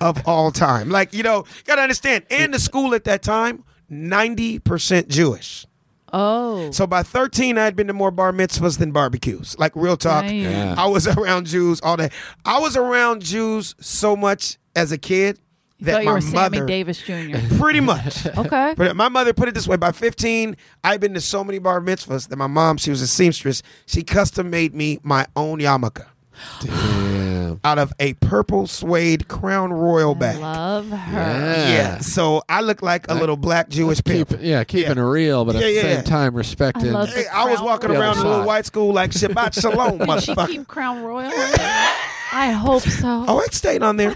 B: of all time." Like you know, gotta understand. And the school at that time, ninety percent Jewish.
A: Oh,
B: So by thirteen, I had been to more bar mitzvahs than barbecues. Like real talk,
A: Damn. Yeah.
B: I was around Jews all day. I was around Jews so much as a kid
A: you
B: that
A: thought you
B: my
A: were
B: mother,
A: Sammy Davis Jr.
B: <laughs> pretty much.
A: Okay.
B: But my mother put it this way: by 15, I've been to so many bar mitzvahs that my mom, she was a seamstress, she custom made me my own yarmulke
C: Damn.
B: out of a purple suede crown royal bag.
A: Love her.
C: Yeah.
B: yeah, so I look like a little black Jewish
C: Keep,
B: pimp.
C: yeah, keeping it real, but at
B: Yeah, yeah,
C: the same
B: yeah.
C: time respecting.
A: I love
B: Hey, I was walking
C: The other
B: around a little
C: side.
B: white school
A: <laughs>
B: like Shabbat Shalom,
A: Did she
B: motherfucker.
A: keep Crown Royal? I hope so.
B: Oh, it stayed on there.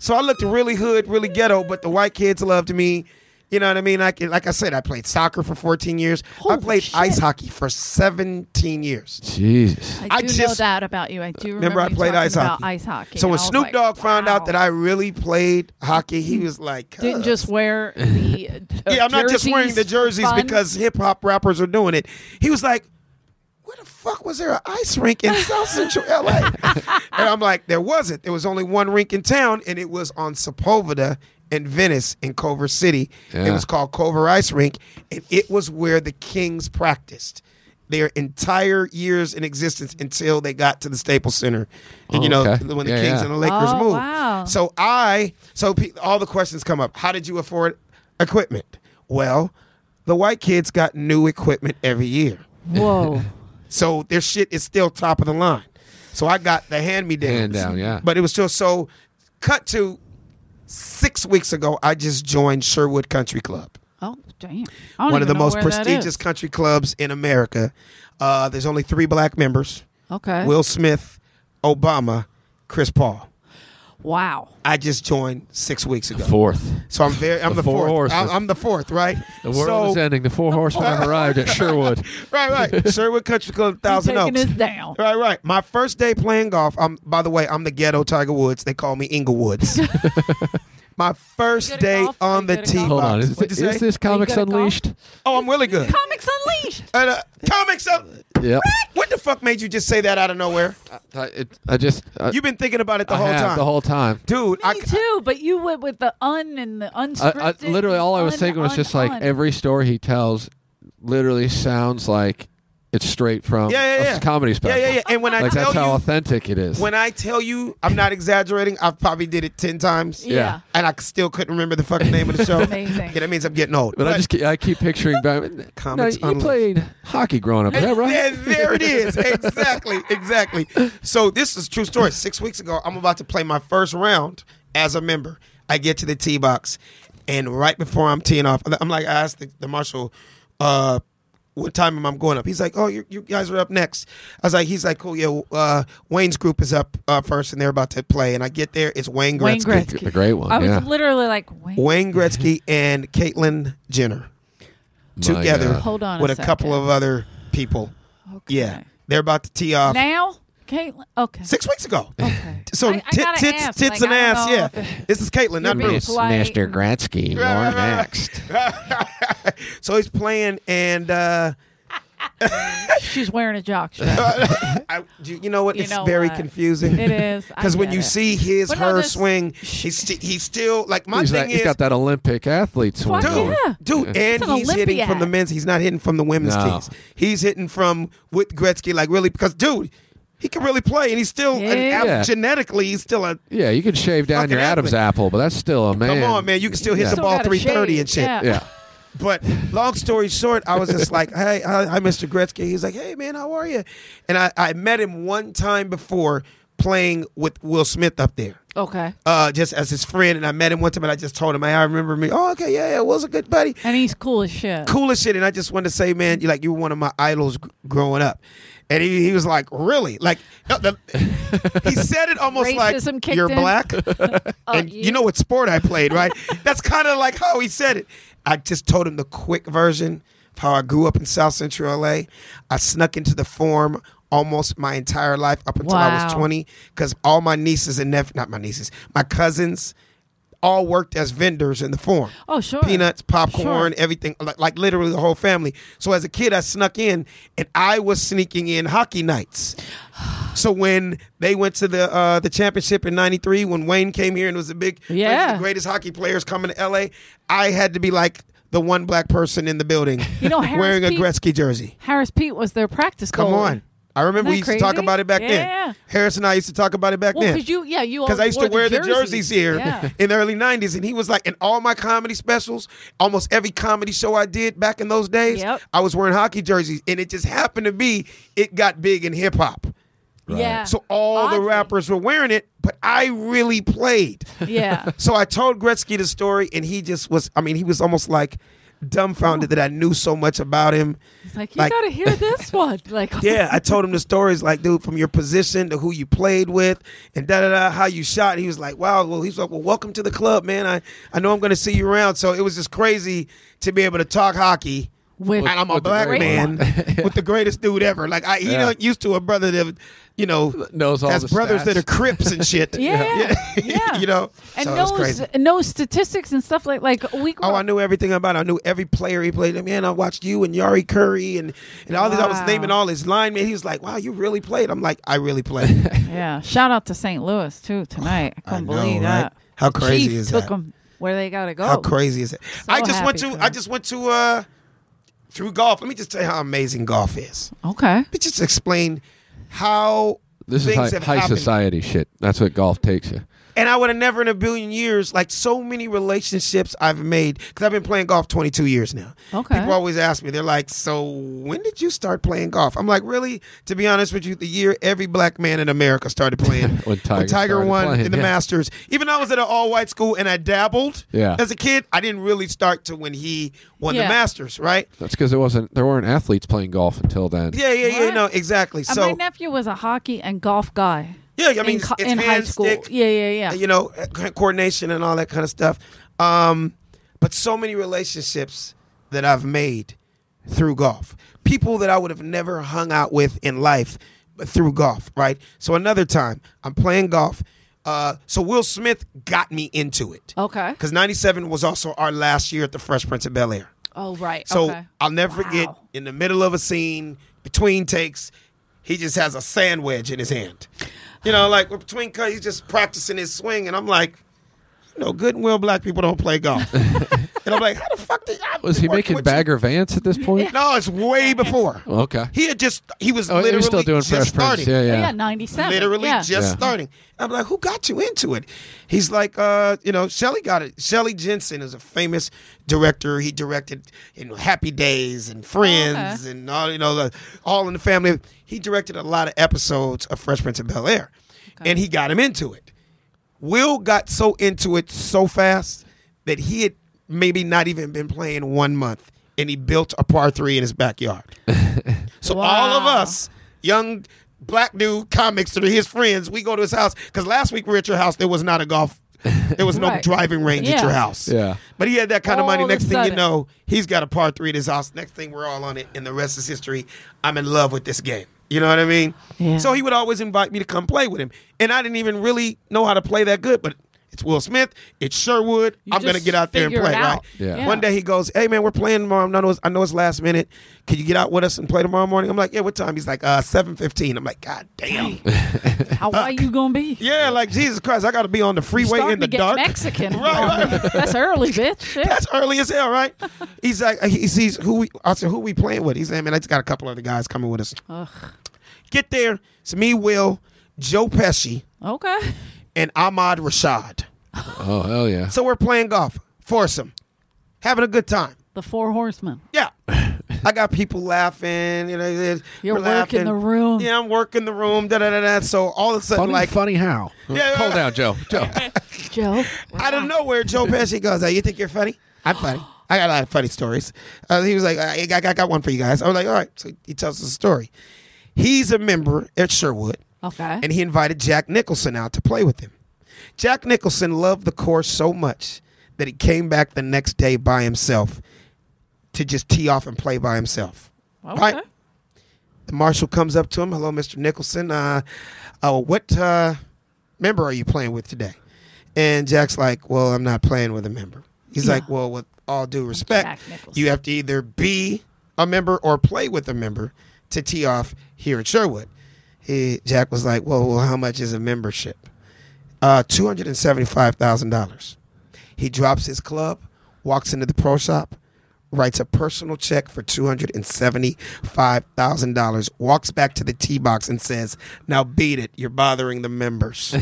B: So I looked really hood, really ghetto, but the white kids loved me. You know what I mean? I can, like I said, I played soccer for 14 years. I
A: Holy
B: played
A: shit.
B: ice hockey for 17 years.
C: Jesus.
A: I
B: I
A: do know
B: just-
A: that about you. I do
B: Remember
A: remember,
B: I
A: you
B: played
A: talking
B: ice
A: about
B: hockey.
A: ice hockey.
B: So
A: and
B: when
A: I was
B: Snoop
A: like,
B: Dogg found out
A: wow. Hmm.
B: that I really played hockey, he was like,
A: didn't
B: "Cuz."
A: just wear
B: <laughs>
A: the uh,
B: yeah, I'm not just wearing the
A: for
B: jerseys
A: fun.
B: because hip hop rappers are doing it. He was like, where the fuck was there an ice rink in South Central LA?
C: <laughs>
B: and I'm like, there wasn't. There was only one rink in town, and it was on Sepulveda in Venice in Culver City. It
C: Yeah.
B: was called Culver Ice Rink, and it was where the Kings practiced their entire years in existence until they got to the Staples Center. And you know,
C: Okay.
B: when the
C: Yeah,
B: Kings
C: yeah.
B: and the Lakers
A: Oh,
B: moved.
A: wow.
B: So <laughs> I, so pe- all the questions come up. How did you afford equipment? Well, the white kids got new equipment every year.
A: Whoa.
B: So their shit is still top of the line. So I got the hand me down.
C: Hand down, yeah.
B: But it was still so cut to six weeks ago, I just joined Sherwood Country Club.
A: Oh, damn. I don't
B: One of
A: even
B: the
A: know
B: most
A: where that
B: prestigious
A: is.
B: country clubs in America. Uh, there's only three black members
A: Okay.
B: Will Smith, Obama, Chris Paul.
A: wow.
B: I just joined six weeks ago.
C: Fourth.
B: So I'm very, I'm the,
C: The four
B: fourth.
C: horses.
B: I'm, I'm the fourth, right?
C: <laughs> The world
B: so,
C: is ending. The four horsemen arrived at Sherwood.
B: <laughs> Right,
C: <laughs>
B: right. Sherwood Country Club, Thousand
A: taking
B: Oaks.
A: us
B: <laughs>
A: down.
B: Right, right. My first day playing golf. I'm by the way, I'm the ghetto Tiger Woods. They call me
A: <laughs>
B: Inglewood's. My first
A: You good at
B: day
A: golf? Are
B: on
A: you
B: the
A: good at
B: tee
A: golf?
C: Hold on.
B: box.
C: Is,
B: What'd you
C: is
B: say?
C: this
A: Are you
C: Comics
A: good at golf?
C: Unleashed?
B: oh, I'm really good.
A: Comics Sheesh.
B: And, uh, comics up.
C: Yep.
B: What the fuck made you just say that out of nowhere?
C: I, it, I just I,
B: You've been thinking about it the
C: Uh, I
B: whole
C: have
B: time,
C: the whole time.
B: dude. <laughs> I,
A: Me too, but you went with the un and the unscripted.
C: I, I, literally, all I was
A: un,
C: thinking was
A: un,
C: just like
A: un.
C: every story he tells, literally sounds like it's straight from
B: Yeah, yeah,
C: a
B: yeah.
C: comedy
B: yeah,
C: special.
B: yeah, yeah. And when I
C: Like
B: tell
C: that's how
B: you,
C: authentic it is.
B: when I tell you, I'm not exaggerating. I've probably did it ten times,
A: yeah.
C: yeah.
B: and I still couldn't remember the fucking name
A: <laughs>
B: of the show.
A: Amazing.
B: Yeah, that means I'm getting old.
C: But I just ke- I
B: <laughs>
C: keep picturing Batman. no,
B: Comics
C: you
B: Unleashed.
C: played hockey growing up, is that right?
B: And there it
C: <laughs>
B: is. Exactly. Exactly. So this is a true story. Six weeks ago, I'm about to play my first round as a member. I get to the tee box, and right before I'm teeing off, I'm like, I asked the, the marshal, uh, what time am I going up? He's like, oh, you, you guys are up next. I was like, he's like, cool, yeah. Uh, Wayne's group is up uh, first, and they're about to play. And I get there, it's Wayne Gretzky.
A: Wayne Gretzky.
C: A great one.
A: I was
C: Oh, yeah.
A: literally like, Wayne.
B: Wayne Gretzky and Caitlyn Jenner
C: My uh,
B: together
C: God.
A: Hold on a
B: with uh, a, couple
A: second.
B: of other people.
A: Okay.
B: Yeah, they're about to tee off
A: Now, Caitlin. Okay.
B: six weeks ago.
A: Okay.
B: uh, So
A: I- I
B: tit-
A: gotta
B: tits,
A: ask,
B: tits,
A: like,
B: and
A: I don't
B: ass.
A: know
B: Yeah,
A: if it-
B: <laughs> this is Caitlyn, not
A: being
B: Bruce. <laughs>
A: polite.
C: Gretzky, you're
B: right, right.
C: next.
B: so he's playing, and uh, <laughs>
A: She's wearing a jock strap.
B: I, you you know what?
A: You
B: it's
A: know
B: very
A: what?
B: confusing. <laughs>
A: It is. I
B: because when
A: get
B: you
A: it.
B: see his
A: But no,
B: her
A: this-
B: swing, he's st- he's still like my
C: He's,
B: thing
C: like,
B: is
C: he's got that Olympic athlete swing.
A: Fuck
C: going.
B: Dude,
A: Yeah.
B: dude, and
A: an
B: he's hitting from
A: Olympiad.
B: the men's. He's not hitting from the women's
C: No.
B: tees. He's hitting from with Gretzky, like really, because dude, he can really play, and he's still an
A: Yeah.
B: av-
C: Yeah.
B: genetically, he's still a.
C: Yeah, you could shave down
B: Fucking
C: your
B: athlete.
C: Adam's apple, but that's still a man.
B: Come on, man, you can still hit the
C: Yeah.
A: <laughs> Still
B: ball
A: gotta
B: three thirty and shit.
A: shave, yeah.
C: Yeah.
B: But long story short, I was just like, hey, hi, hi, Mr. Gretzky. He's like, hey, man, how are you? And I, I met him one time before playing with Will Smith up there.
A: Okay.
B: Uh, just as his friend, and I met him one time, and I just told him, "Hey, I remember me. Oh, okay, yeah, yeah, was a good buddy."
A: And he's cool as shit.
B: coolest shit. And I just wanted to say, man, you like you were one of my idols g- growing up. And he, he was like, really? Like uh, the-
A: <laughs>
B: he said it almost
A: Racism
B: like
A: kicked
B: you're
A: in. <laughs> Oh,
B: black, and you.
A: you.
B: know what sport I played, right? That's kind of like how he said it. I just told him the quick version of how I grew up in South Central LA. I snuck into the form. Almost my entire life up until I was
A: Wow.
B: 20, because all my nieces and nephews, not my nieces, my cousins, all worked as vendors in the form
A: Oh, sure.
B: peanuts,
A: Sure.
B: popcorn, everything, like, like literally the whole family. So as a kid, I snuck in and I was sneaking in
A: <sighs>
B: hockey nights. So when they went to the uh, the championship in '93, when Wayne came here and was the big,
A: Yeah.
B: the greatest hockey players coming to LA, I had to be like the one black person in the building,
A: You know, Harris
B: <laughs> wearing a
A: Pete-
B: Gretzky jersey.
A: Harris Pete was their practice
B: Come
A: goalie.
B: on. I remember we used
A: Isn't that
B: to talk
A: crazy?
B: about it back
A: Yeah.
B: then. Harris and I used to talk about it back
A: Well,
B: then
A: because you, yeah, you
B: because I used to wear the jerseys, here <laughs>
A: Yeah.
B: in the early '90s, and he was like in all my comedy specials, almost every comedy show I did back in those days,
A: Yep.
B: I was wearing hockey jerseys, and it just happened to be it got big in hip hop,
A: Yeah.
B: so all the
A: Oddly.
B: rappers were wearing it, but I
A: <laughs>
B: really played.
A: <laughs> Yeah.
B: so I told Gretzky the story, and he just was—I mean, he was almost like dumbfounded that I knew so much about him.
A: It's like you
B: Like-
A: gotta
B: <laughs>
A: hear this one. Like
B: Yeah, I told him the stories like, dude, from your position to who you played with and da da da, how you shot. He was like, wow. Well, he's like, well, welcome to the club, man. I, I know I'm going to see you around. So it was just crazy to be able to talk hockey.
A: <laughs> with
B: and I'm a
C: with the
B: black
A: great
C: <laughs>
B: man
C: one.
B: with the greatest dude ever. Like I, he
C: Yeah.
B: not used to a brother that, you know,
C: Knows all
B: has
C: the
B: brothers
C: stats.
B: that are Crips and
C: <laughs>
B: shit. <laughs>
A: Yeah. Yeah.
B: you know,
A: and
B: so it
A: knows
B: was crazy.
A: knows statistics and stuff like like we grew
B: Oh, I
A: up-
B: knew everything about. It. I knew every player he played. Man, I watched you and Yari Curry and and all these. I was
A: Wow.
B: naming all his linemen. He was like, "Wow, you really played." I'm like, "I really played."
A: <laughs> yeah. Shout out to St. Louis too
B: <sighs>
A: tonight. I couldn't
B: know,
A: believe
B: right?
A: that.
B: How crazy
A: Chiefs
B: is
A: took
B: that?
A: them where they gotta go.
B: How crazy is it? I just went
A: Oh. happy
B: to.
A: for
B: I
A: him.
B: just went to. uh Through golf, let me just tell you how amazing golf is.
A: Okay.
B: Let me just explain how
C: This is
B: things
C: high,
B: have
C: high
B: happened.
C: society shit. That's what golf takes you.
B: And I would have never in a billion years, like so many relationships I've made, because I've been playing golf 22 years now.
A: Okay.
B: People always ask me, they're like, so when did you start playing golf? I'm like, really? To be honest with you, the year every black man in America
C: <laughs>
B: started playing.
C: When Tiger started
B: won
C: playing,
B: in the
C: yeah.
B: Masters. Even though I was at an all white school and I dabbled
C: Yeah.
B: as a kid, I didn't really start to when he won the
A: Yeah.
B: Masters, right?
C: That's because there wasn't there weren't athletes playing golf until then.
B: Yeah, yeah, yeah.
A: What?
B: No, exactly.
A: And
B: So,
A: my nephew was a hockey and golf guy.
B: yeah, I
A: in,
B: mean,
A: co-
B: it's
A: in high
B: hand
A: school.
B: stick,
A: Yeah, yeah, yeah.
B: you know, eh, co- coordination and all that kind of stuff. Um, but so many relationships that I've made through golf, people that I would have never hung out with in life but through golf, right? So another time, I'm playing golf. Uh, so Will Smith got me into it
A: Okay.
B: because '97 was also our last year at the Fresh Prince of Bel Air.
A: Oh, right.
B: So
A: okay.
B: I'll never forget
A: Wow.
B: in the middle of a scene, between takes, he just has a sand wedge in his hand. You know, like we're between cuts, he's just practicing his swing, and I'm like, you know, good and well black people don't play
C: <laughs>
B: golf. and I'm like, how the fuck did I
C: Was he
B: work
C: making
B: with you?
C: Bagger Vance at this point?
B: No, it's way before.
C: Okay.
B: He had just he was
C: Oh,
B: literally
C: he was still doing
B: just
C: Fresh
B: starting.
C: Prince. Yeah,
A: Oh, yeah,
C: yeah.
A: 97.
B: Literally
A: yeah.
B: just
C: Yeah.
B: starting. I'm like, who got you into it? He's like, uh, you know, Shelly got it. Shelly Jensen is a famous director. He directed, you know, Happy Days and Friends and all, you know, the, All in the Family. He directed a lot of episodes of Fresh Prince of Bel Air, and he got him into it. Will got so into it so fast that he had maybe not even been playing one month, and he built a par three in his backyard. so all of
A: Wow.
B: us, young black dude comics that are his friends, we go to his house because last week we were at your house. There was not a golf, there was
A: <laughs>
B: no
A: Right.
B: driving range at your
A: Yeah.
B: house.
C: Yeah.
B: But he had that kind of money.
A: All of a
B: Next thing you
A: sudden.
B: know, he's got a par three at his house. Next thing we're all on it, and the rest is history. I'm in love with this game. You know what I mean?
A: Yeah.
B: So he would always invite me to come play with him, and I didn't even really know how to play that good. But it's Will Smith, it's Sherwood.
A: You
B: I'm gonna
A: just
B: get out there and
A: figure
B: play.
A: it
B: Right?
A: out.
C: Yeah. Yeah.
B: One day he goes, "Hey man, we're playing tomorrow. I know it's, I know it's last minute. Can you get out with us and play tomorrow morning?" I'm like, "Yeah, what time?" He's like, "Uh, 7:15." I'm like, "God damn."
A: How are you going to <laughs> be?
B: <laughs> yeah, like Jesus Christ, I got to be on the freeway
A: Starting
B: in the
A: to get <laughs>
B: dark.
A: Mexican. Oh,
B: Right, right.
A: That's early, <laughs> bitch. Shit.
B: <laughs> That's early as
A: <laughs>
B: hell, right? He's like, he sees who we. I said, who we playing with? He's like, man, I just got a couple other guys coming with us.
A: Ugh.
B: Get there. It's me, Will, Joe Pesci,
A: Okay.
B: and Ahmad Rashad.
C: Oh hell yeah.
B: So we're playing golf, foursome, having a good time.
A: The Four Horsemen.
B: Yeah, <laughs> I got people laughing. You know, they're-
A: You're
B: we're
A: working
B: laughing.
A: the room.
B: Yeah, I'm working the room. Da da da da. So all of a sudden,
C: Funny,
B: like
C: funny how?
B: Yeah.
C: Hold
B: <laughs>
C: down, Joe. Joe.
A: Joe.
B: out of nowhere, <laughs> Joe Pesci goes, "Oh, you think you're funny? I'm funny. <gasps> I got a lot of funny stories." Uh, he was like, I, I, "I got one for you guys." I was like, "All right." So he tells us a story. He's a member at Sherwood,
A: Okay.
B: and he invited Jack Nicholson out to play with him. Jack Nicholson loved the course so much that he came back the next day by himself to just tee off and play by himself.
A: Oh, okay.
B: Right. The marshal comes up to him. Hello, Mr. Nicholson. Uh, uh, what uh, member are you playing with today? And Jack's like, Well, I'm not playing with a member. He's like, Well, with all due
A: Jack
B: respect,
A: Nicholson.
B: you have to either be a member or play with a member to tee off here at Sherwood. He, Jack was like, Well, well how much is a membership? Uh, $275,000. He drops his club, walks into the pro shop, writes a personal check for $275,000, walks back to the tee box and says, Now beat it. You're bothering the members.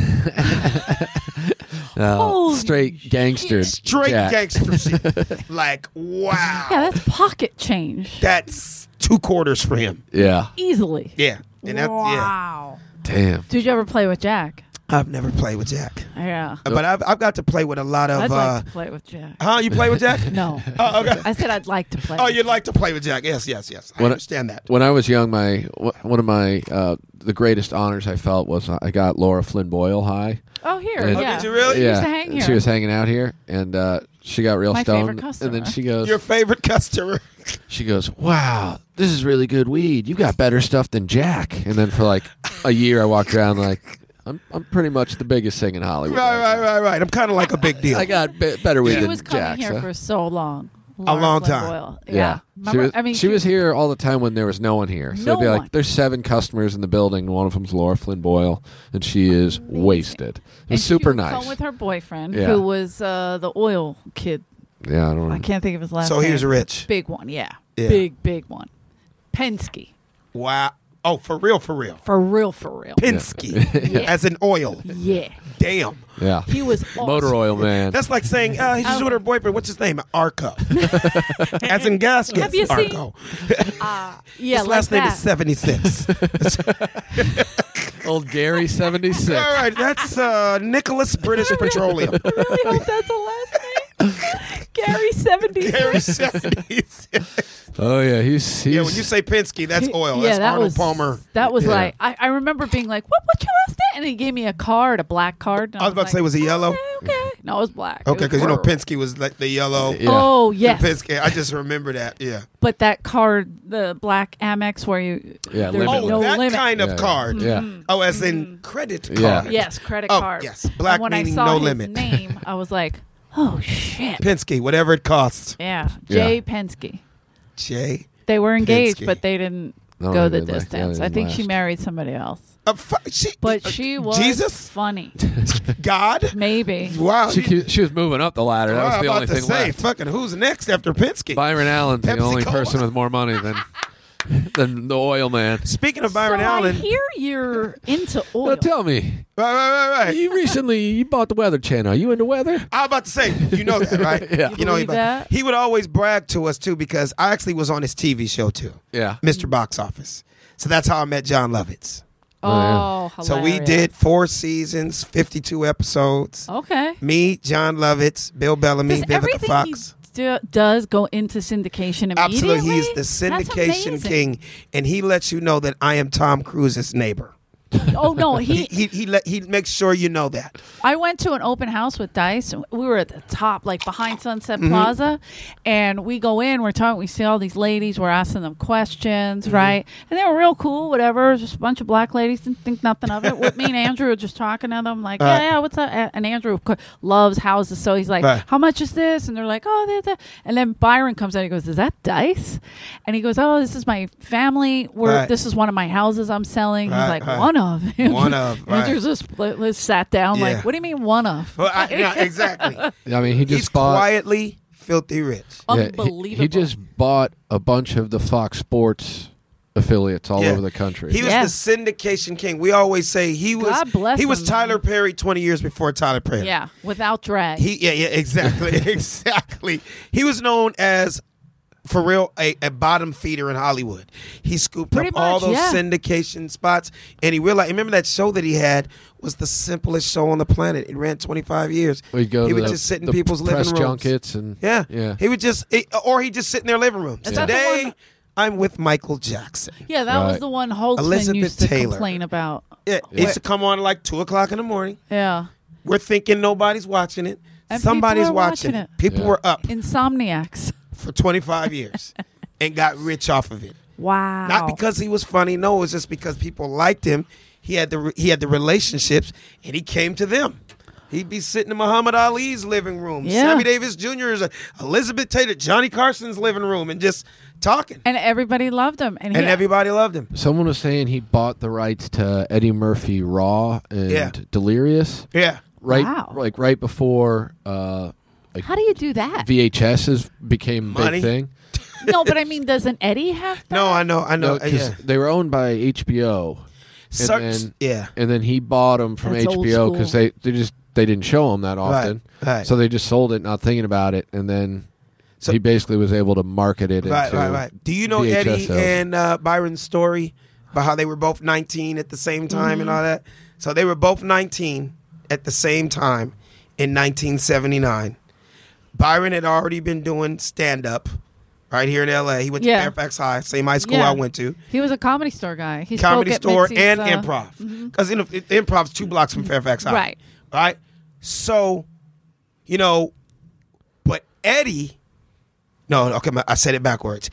C: No,
A: Holy
C: straight gangster.
B: Straight
C: Jack.
B: gangster shit. like, wow.
A: Yeah, that's pocket change.
B: that's two quarters for him.
C: Yeah.
A: Easily.
B: Yeah. And that, yeah.
A: wow.
C: Damn.
A: Did you ever play with Jack?
B: I've never played with Jack.
A: Yeah.
B: But I've, I've got to play with a lot of.
A: I'd
B: uh,
A: like to play with Jack.
B: Huh? You play with <laughs> Jack?
A: No.
B: Oh, okay.
A: I said I'd like to play.
B: Oh,
A: with
B: you'd like to play with Jack? Yes, yes, yes. I
C: What-
B: understand that.
C: When I was young, my wh- one of my uh, the greatest honors I felt was uh, I got Laura Flynn Boyle high.
A: Oh, here.
C: Oh, did
A: yeah.
B: you really?
A: She
C: yeah,
A: used to hang
C: she
A: here.
C: was hanging out here, and uh, she got real
A: My favorite
C: stoned.
A: customer.
C: And then she goes,
B: Your favorite customer. <laughs>
C: she goes, "Wow, this is really good weed. You got better stuff than Jack." And then for like a year, I walked around like, "I'm I'm pretty much the biggest thing in Hollywood."
B: right, right,
C: now.
B: right, right. I'm kind of like a big deal.
C: I got be- better weed
A: She
C: than
A: was coming
C: Jack.
A: here
C: so-
A: for so long.
B: A long time.
A: Yeah.
C: yeah, she
A: Remember-
C: was.
A: I mean,
C: she was here all the time when there was no one here. So
A: No
C: it'd be like,
A: one.
C: "There's seven customers in the building. One of them's Laura Flynn Boyle, and she is wasted." It
A: and
C: was
A: she
C: super
A: would come
C: nice.
A: with her boyfriend,
C: Yeah. Mm.
A: who was uh, the oil kid.
C: Yeah, I don't.
A: I can't think of his last
B: so
A: name.
B: he was rich.
A: Big one, yeah.
B: Yeah.
A: Big, big one. Penske.
B: Wow. Oh, for real, for real.
A: For real, for real.
B: <laughs> Penske
A: Yeah.
B: as an oil.
A: yeah.
B: Damn.
C: Yeah,
A: He was awesome.
C: <laughs> motor oil man.
B: That's like saying uh, he's just with her boyfriend. What's his name? Arco. as in gas. Yes,
A: Oh. <laughs> Have you seen-
B: Arco.
A: Uh, yeah,
B: his last
A: like
B: name
A: that.
B: is Seventy Six.
C: Old Gary seventy
B: All
C: six.
B: right, that's uh, Nicholas British <laughs> Petroleum.
A: I really hope that's the last
B: <laughs>
A: name. Gary seventy.
B: Gary
C: <laughs>
B: 76.
C: <laughs> Oh yeah, he's he's
B: Yeah, when you say Penske, that's oil. that's Arnold
A: was,
B: Palmer.
A: That was
C: Yeah.
A: like I, I remember being like, "What? What you asked that?" And he gave me a card, a black card. and
B: I was about to say, was it yellow?
A: Okay, okay. No, it was black. It
B: Okay,
A: was
B: because you know
A: horrible.
B: Penske was like the yellow.
C: Yeah.
A: Oh
B: Yeah,
A: yes,
B: Penske. I just remember that. Yeah.
A: but that card, the black Amex, where you
C: Yeah,
A: there's
C: limit.
B: Oh,
A: no
B: that
A: limit. Mm.
B: kind of
C: Yeah.
B: card.
C: Yeah. Mm-hmm.
B: Oh, as in credit
C: Yeah.
B: card.
A: Yes, credit
B: Oh,
A: card.
B: yes. Black
A: and when
B: meaning
A: I saw
B: no
A: his
B: limit.
A: name, I was like, Oh shit.
B: Penske, whatever it costs.
A: Yeah.
C: Yeah.
A: Jay Penske.
B: Jay.
A: They were engaged,
B: Penske.
A: but they didn't
C: No,
A: go
C: Oh, they
A: the
C: didn't last- yeah, they
A: distance. I
C: didn't
A: think she
C: last.
A: married somebody else.
B: Uh, fu- she,
A: But
B: uh,
A: she was
B: Jesus,
A: funny.
B: God. <laughs>
A: Maybe.
B: Wow.
C: She, keep- she was moving up the ladder. That
B: Wow,
C: was
B: I'm
C: the
B: about
C: only
B: to
C: thing
B: say,
C: left.
B: fucking who's next after Penske?
C: Byron Allen's the
B: Pepsi
C: only
B: Cola.
C: person with more money than
A: <laughs>
C: than the oil man.
B: Speaking of <laughs> Byron
A: so
B: Allen,
A: I hear you're
B: <laughs>
A: into
C: Now
A: oil.
C: tell me,
B: right, right, right, right.
C: you recently you bought the Weather Channel. Are you into weather?
B: I'm about to say, you know that, right?
C: <laughs> Yeah.
A: You
B: You know
A: believe that?
B: He would always brag to us too because I actually was on his TV show too,
C: Yeah.
B: Mr. Box Office. So that's how I met John Lovitz.
A: oh, hilarious.
B: So we did four seasons, 52 episodes.
A: Okay.
B: Me, John Lovitz, Bill Bellamy,
A: Does
B: Vivica
A: everything
B: Fox.
A: he do- does go into syndication immediately?
B: Absolutely, he's the
A: That's
B: syndication
A: amazing.
B: king, and he lets you know that I am Tom Cruise's neighbor.
A: Oh no,
B: He <laughs>
A: he.
B: he he, let, he makes sure you know that.
A: I went to an open house with Dice. and We were at the top, like behind Sunset
B: Mm-hmm.
A: Plaza, and we go in. We're talking. We see all these ladies. We're asking them questions,
B: Mm-hmm.
A: right? And they were real cool. Whatever. Just a bunch of black ladies. Didn't think nothing of it. With me
B: <laughs>
A: and Andrew were just talking to them, like, yeah,
B: Right.
A: yeah, what's up? And Andrew of course, loves houses, so he's like,
B: Right.
A: how much is this? And they're like, oh, that, that. and then Byron comes out. He goes, is that Dice? And he goes, oh, this is my family. We're
B: Right.
A: this is one of my houses I'm selling.
B: Right,
A: he's like,
B: right.
A: one of <laughs>
B: One of, right.
A: Andrew's just split- just sat down
B: Yeah.
A: like, what do you mean one of?
B: Well, I,
A: <laughs>
B: yeah, exactly.
C: I mean, he just
B: He's
C: bought.
B: quietly filthy rich.
C: yeah, he-
A: Unbelievable.
C: he, just bought a bunch of the Fox Sports affiliates all
B: Yeah.
C: over the country.
B: He was
A: Yeah.
B: the syndication king. We always say he was.
A: God bless
B: he
A: him,
B: was
A: man.
B: Tyler Perry twenty years before Tyler Perry.
A: yeah, without drag.
B: He yeah yeah
C: <laughs>
B: exactly exactly. He was known as. For real, a, a bottom feeder in Hollywood. He scooped
A: Pretty
B: up all
A: much,
B: those
A: yeah.
B: syndication spots, and he realized. Remember that show that he had was the simplest show on the planet. It ran twenty five years.
C: We'd go
B: he
C: to
B: would
C: the,
B: just sit in
C: the
B: people's
C: press
B: living rooms.
C: junkets and
B: Yeah,
C: yeah.
B: He would just, it, or he just sit in their living room.
A: Is that the
B: Today,
A: one-
B: I'm with Michael Jackson.
A: yeah, that was
C: Right.
A: the one Holtzman
B: Elizabeth
A: used to
B: Taylor.
A: complain about.
B: Yeah, it used to come on at like two o'clock in the morning.
A: Yeah,
B: We're thinking nobody's watching it.
A: And
B: Somebody's
A: people are watching
B: watching, it. People
C: Yeah.
B: were up
A: insomniacs.
B: for 25
A: <laughs>
B: years and got rich off of it.
A: Wow.
B: Not because he was funny. No, it was just because people liked him. He had the re- he had the relationships, and he came to them. He'd be sitting in Muhammad Ali's living room,
A: Yeah.
B: Sammy Davis Jr.'s, Elizabeth Taylor, Johnny Carson's living room, and just talking.
A: and everybody loved him, and,
B: and
A: he,
B: everybody loved him.
C: Someone was saying he bought the rights to Eddie Murphy Raw and
B: Yeah.
C: Delirious
B: Yeah.
C: right
A: Wow.
C: like right before uh like
A: How do you do that?
C: VHSs became a
B: Money.
C: big thing.
A: no, but I mean, doesn't Eddie have that?
B: No, I know, I know. Uh,
C: No, 'cause
B: yeah.
C: they were owned by HBO.
B: Search-
C: then-
B: yeah.
C: and then he bought them from
A: That's old
C: HBO because
A: school.
C: they, they just they didn't show them that
B: Right,
C: often,
B: right.
C: so they just sold it, not thinking about it, and then
B: So-
C: he basically was able to market it.
B: Right,
C: into
B: right, right. Do you know
C: VHS
B: Eddie
C: sales.
B: and uh, Byron's story about how they were both 19 at the same time
A: Mm-hmm.
B: and all that? So they were both 19 at the same time in 1979. Byron had already been doing stand up right here in LA. He went to
A: Yeah.
B: Fairfax High, same high school
A: Yeah.
B: I went to.
A: He was a comedy store guy. He
B: comedy
A: spoke at
B: store
A: Mitzi's,
B: and
A: uh,
B: improv because improv's two blocks from Fairfax High.
A: Right.
B: Right. So, you know, but Eddie, no, no, okay, my- I said it backwards.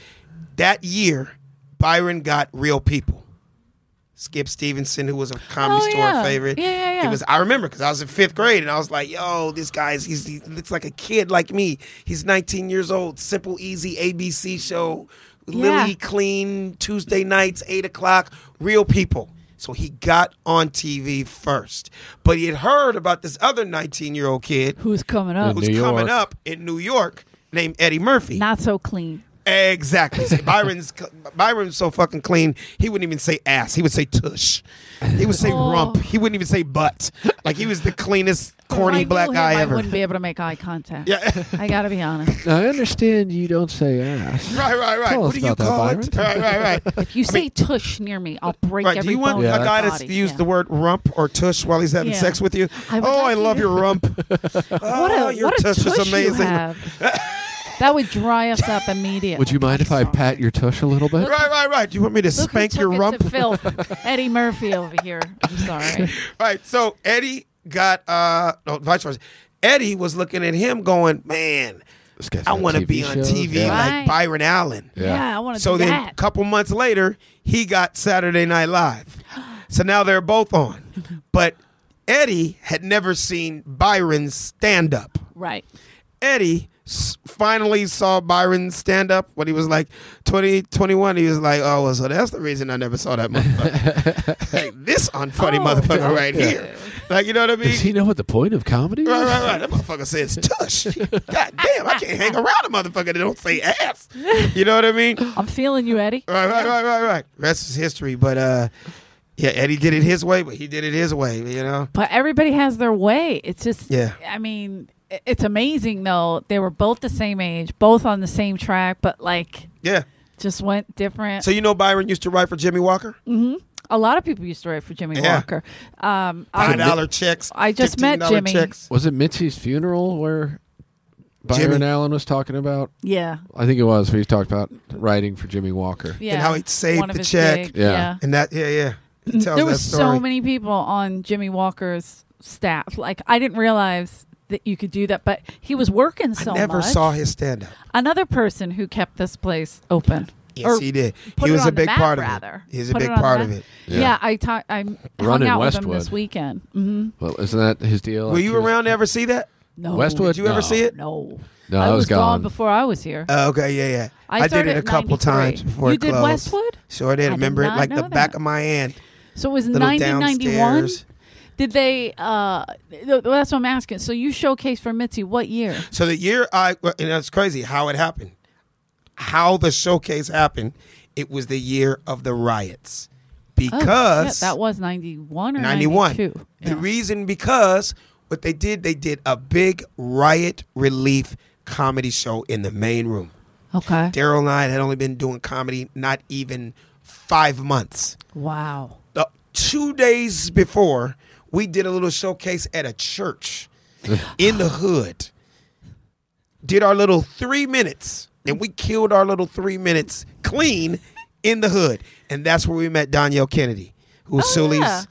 B: That year, Byron got real people. Skip Stevenson, who was a comedy
A: Oh,
B: store
A: yeah.
B: favorite.
A: Yeah, yeah,
B: It
A: yeah.
B: was. I remember because I was in fifth grade and I was like, "Yo, this guy's he's he looks like a kid like me. He's 19 years old. Simple, easy ABC show.
A: Yeah.
B: Lily clean Tuesday nights, eight o'clock, real people. So he got on TV first. But he had heard about this other 19 year old kid
A: Who's coming up?
C: New
B: who's coming
C: York.
B: up in New York named Eddie Murphy.
A: Not so clean.
B: Exactly. See, Byron's Byron's so fucking clean. He wouldn't even say ass. He would say tush. He would say
A: Oh.
B: rump. He wouldn't even say butt. Like he was the cleanest,
A: If I
B: corny
A: knew
B: black
A: him,
B: guy
A: I
B: ever.
A: wouldn't be able to make eye contact.
B: <laughs> Yeah.
A: I got to be
B: <laughs>
A: honest.
C: Now, I understand you don't say ass.
B: Right, right, right.
C: Tell
B: what
C: us
B: do you
C: about that,
B: call
C: Byron.
B: it? Right, right, right.
A: If you say tush near me, I'll <laughs> break
B: Right. Do
A: every
B: you want
A: bone in
B: a
A: my
B: guy that's
A: body.
B: used
A: Yeah.
B: the word rump or tush while he's having
A: Yeah.
B: sex with you?
A: I would
B: oh, I
A: like
B: love
A: you-
B: your rump.
A: <laughs> What
B: oh,
A: a,
B: your
A: what a
B: tush,
A: tush,
B: is amazing.
A: you have. that would dry us up immediately.
C: Would you mind if I pat your tush a little bit?
B: Right, right, right. Do you want me to
A: Look who
B: spank
A: took
B: your
A: it to
B: rump? <laughs>
A: filth. Eddie Murphy over here. I'm sorry.
B: right. So Eddie got uh no vice versa. Eddie was looking at him going, Man,
C: This guy's
B: I
C: got
B: want to
C: TV
B: be on
C: shows.
B: TV
C: Yeah.
A: Right.
B: like Byron Allen.
A: Yeah, I want to
B: So
A: do
B: then a
A: that.
B: couple
A: <laughs>
B: months later, he got Saturday Night Live. So now they're both on. But Eddie had never seen Byron stand up.
A: Right.
B: Eddie s- finally saw Byron stand up when he was like 20, 21. He was like, oh, well, so that's the reason I never saw that motherfucker. like, this unfunny
A: Oh,
B: motherfucker right here. Like, you know what I mean?
C: Does he know what the point of comedy
B: Right,
C: is?
B: right, right. That motherfucker says tush. God damn, I can't hang around a motherfucker that don't say ass. You know what I mean?
A: I'm feeling you,
B: <gasps>
A: Eddie.
B: Right, right, right, right, right. Rest is history. But uh, yeah, Eddie did it his way, but he did it his way. You know.
A: But everybody has their way. It's just,
B: Yeah.
A: I mean, i- it's amazing though. They were both the same age, both on the same track, but like
B: Yeah.
A: just went different.
B: So you know Byron used to write for Jimmy Walker.
A: a lot of people used to write for Jimmy
B: Yeah.
A: Walker. Um,
B: Five
A: I,
B: dollar checks.
A: I just met
B: $15
A: Jimmy.
B: Checks.
C: Was it Mitzi's funeral where Byron
B: Jimmy.
C: Allen was talking about?
A: yeah,
C: I think it was where he talked about writing for Jimmy Walker.
A: yeah.
B: how he'd saved
A: One of
B: the
A: his
B: check.
A: gigs,
C: Yeah.
A: yeah.
B: And that, yeah, yeah. He tells
A: there
B: that
A: were
B: story.
A: so many people on Jimmy Walker's staff. Like I didn't realize that you could do that, but he was working so
B: Never
A: much.
B: saw his stand up.
A: Another person who kept this place open.
B: Yes,
A: Or
B: he did.
A: put it
B: He was
A: on
B: a
A: the
B: big
A: map,
B: part of
A: rather.
B: it. He's a
A: Put it
B: big
A: on the
B: part of
A: map.
B: it.
A: Yeah, I talked. I hung
C: Running
A: out with him this
C: Westwood.
A: weekend. hmm
C: Well, isn't that his deal?
B: Were you
C: He was-
B: around to ever see that?
A: No,
C: Westwood?
B: Did you ever
C: No.
B: see it?
A: No,
C: No,
A: I
C: I was gone.
A: before I was here.
B: Oh, okay, yeah, yeah.
A: I
B: did
A: started
B: it a
A: at
B: couple
A: 93.
B: times before
A: You
B: it
A: did
B: closed.
A: Westwood?
B: Sure did.
A: I did
B: Remember it
A: not
B: like the
A: know
B: back
A: that.
B: of my hand.
A: So it was
B: Little
A: 1991.
B: downstairs.
A: Did they? Uh, th- that's what I'm asking. So you showcased for Mitzi what year?
B: So the year I and that's crazy how it happened, how the showcase happened. It was the year of the riots
A: Oh, shit,
B: because
A: that was 91 or
B: 91.
A: 92.
B: The
A: Yeah.
B: reason because what they did, they did a big riot relief comedy show in the main room.
A: okay.
B: Daryl and I had only been doing comedy not even five months.
A: Wow.
B: The two days before, we did a little showcase at
A: <sighs>
B: a church in the hood. Did our little three minutes, and we killed our little three minutes clean in the hood, and that's where we met Danielle Kennedy, who's Sully's
A: Oh,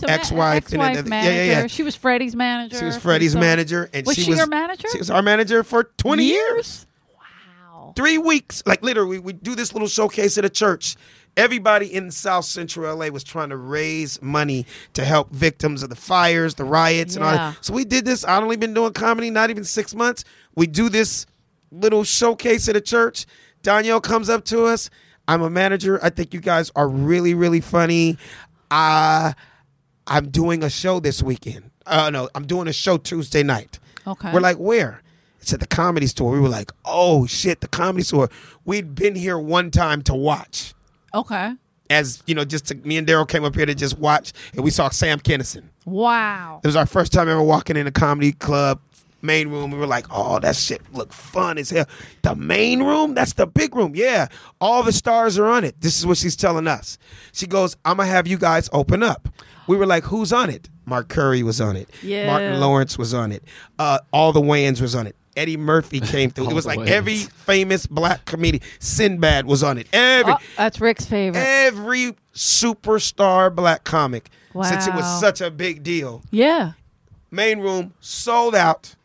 A: So ma-
B: ex-wife, and
A: ex-wife
B: another-
A: manager.
B: yeah, yeah, yeah.
A: She was Freddie's manager.
B: She was Freddie's
A: So-
B: manager, and
A: was
B: she,
A: she
B: was
A: your manager?
B: She was our manager for twenty years
A: Wow.
B: three weeks like literally we do this little showcase at a church everybody in south central la was trying to raise money to help victims of the fires the riots and all
A: Yeah.
B: that so we did this i'd only been doing comedy not even six months we do this little showcase at a church danielle comes up to us i'm a manager i think you guys are really really funny uh, i'm doing a show this weekend uh, no i'm doing a show tuesday night
A: Okay.
B: we're like, where? It's at the comedy store. We were like, oh shit, the comedy store. We'd been here one time to watch.
A: okay.
B: As you know, just to, me and Daryl came up here to just watch, and we saw Sam Kennison.
A: Wow.
B: It was our first time ever walking in a comedy club main room. We were like, oh, that shit look fun as hell. The main room? That's the big room. Yeah. All the stars are on it. This is what she's telling us. She goes, I'm going to have you guys open up. We were like, who's on it? Mark Curry was on it.
A: Yeah.
B: Martin Lawrence was on it. Uh, all the Wayans was on it. Eddie Murphy came through.
C: All
B: It was
C: the
B: like
C: Wayans.
B: every famous black comedian. Sinbad was on it. Every
A: Oh, that's Rick's favorite.
B: Eh. every superstar black comic. Since it was
A: Wow.
B: such a big deal
A: yeah.
B: main room sold out,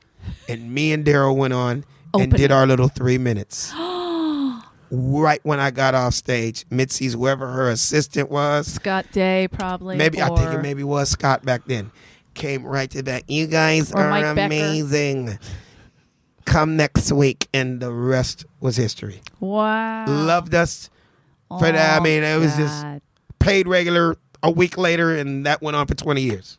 B: and me and Daryl went on and
A: Opening.
B: did our little
A: <gasps>
B: three minutes. right when I got off stage, Mitzi's whoever her assistant was,
A: Scott Day probably.
B: maybe I think it
A: or-
B: maybe was Scott back then, came right to that. You guys
A: Or
B: are
A: Mike Becker.
B: amazing. Come next week, and the rest was history.
A: Wow.
B: Loved us, for that, I
A: Oh,
B: mean, it was just-
A: God.
B: paid regular a week later, and that went on for twenty years.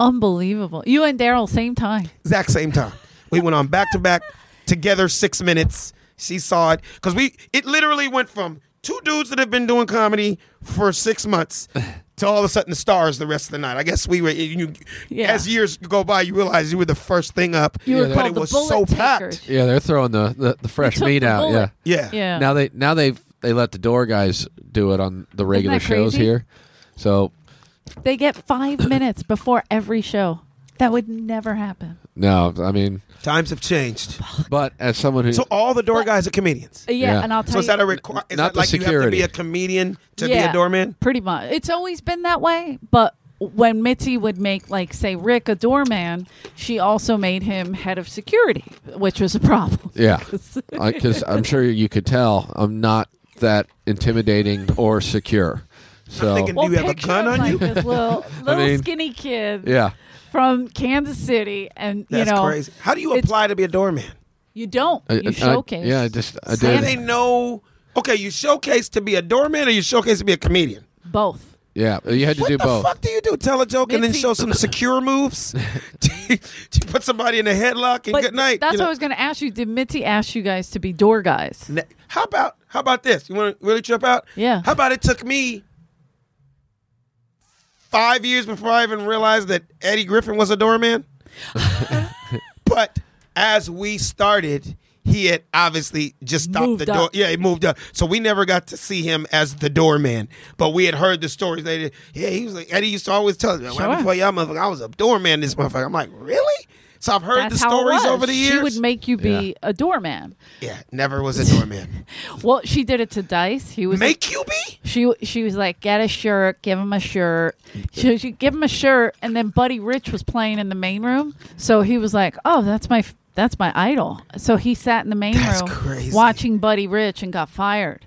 A: unbelievable. You and Daryl same time.
B: exact same time. We went on back to back together six minutes. She saw it because we it literally went from two dudes that have been doing comedy for six
C: <sighs>
B: months to all of a sudden the stars the rest of the night. I guess we were you,
A: Yeah.
B: as years go by, you realize you were the first thing up.
A: You were
C: Yeah,
B: but
A: called
B: it
A: the
B: was
A: bullet
B: so
A: takers.
B: packed.
C: Yeah, they're throwing the, the, the fresh
A: took
C: meat
A: the
C: out.
A: bullet.
C: Yeah.
B: Yeah.
A: Yeah.
C: Now they now they've they let the door guys do it on the regular
A: that
C: shows
A: crazy?
C: here. So
A: They get five minutes before every show. That would never happen.
C: no, I mean,
B: Times have changed.
C: but as someone who
B: So all the door guys are comedians.
A: Yeah,
C: Yeah.
A: and I'll tell
B: So is
A: you,
B: that a requirement?
C: Not
B: Not
C: the
B: like you have to
C: security.
B: be a comedian to be
A: Yeah.
B: a doorman.
A: pretty much. It's always been that way. But when Mitzi would make, like, say, Rick a doorman, she also made him head of security, which was a
B: <laughs>
A: problem. <laughs>
C: yeah, because I'm sure you could tell I'm not that intimidating or secure. So
B: thinking-
A: Well,
B: you have a
A: picture
B: gun
A: him
B: on
A: like
B: you?
A: This
C: <laughs>
A: little, little
C: mean,
A: skinny kid
C: yeah,
A: from Kansas City, and
B: That's
A: you know,
B: crazy. How do you
A: it's-
B: apply to be a doorman?
A: you don't
C: I-
A: you
C: I- I-
A: showcase.
C: yeah, I just I
A: Say
B: How
A: it.
B: do they
C: did.
B: know? Okay, you showcase to be a doorman, or you showcase to be a comedian.
A: both.
C: Yeah, you had to
B: what
C: do
B: the
C: both.
B: fuck do you do? Tell a joke and then
A: Mitzi-
B: show some secure
C: <laughs>
B: moves. <laughs> do, you, do you put somebody in a headlock and
A: But
B: good night?
A: That's
B: you
A: what
B: know?
A: I was going to ask you. Did Mitzi ask you guys to be door guys?
B: Ne- How about how about this? You want to really trip out?
A: Yeah.
B: How about it took me five years before I even realized that Eddie Griffin was
A: <laughs>
B: a doorman? but as we started, he had obviously just stopped
A: Moved
B: the door.
A: up.
B: Yeah, he moved up. So we never got to see him as the doorman. But we had heard the stories. They did. Yeah, he was like Eddie used to always tell us, "Man,
A: Sure.
B: before y'all motherfucker, I was a doorman. This motherfucker. I'm like, really? So I've heard
A: That's
B: the
A: how it
B: stories
A: was.
B: over the years.
A: She would make you be
C: Yeah.
A: a doorman.
B: yeah, never was a
A: <laughs>
B: doorman.
A: Well, she did it to Dice. He was
B: Make you be?
A: She she was like, get a shirt, give him a shirt. She, she give him a shirt, and then Buddy Rich was playing in the main room, so he was like, oh, that's my that's my idol. So he sat in the main
B: That's
A: room
B: crazy.
A: watching Buddy Rich and got
C: <laughs>
A: fired.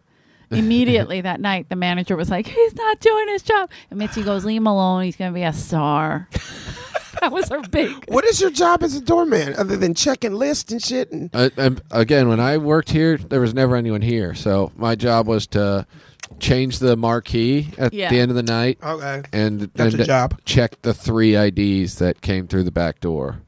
A: Immediately that night, the manager was like, "He's not doing his job." And Mitzi goes, "Leave him alone. He's gonna be a star." <laughs> that was her big.
B: What is your job as a doorman other than checking lists and shit? And
C: I, I'm- again, when I worked here, there was never anyone here, so my job was to change the marquee at
A: Yeah.
C: the end of the night
B: okay,
C: and,
B: That's
C: and
B: your job.
C: check the three IDs that came through the back door,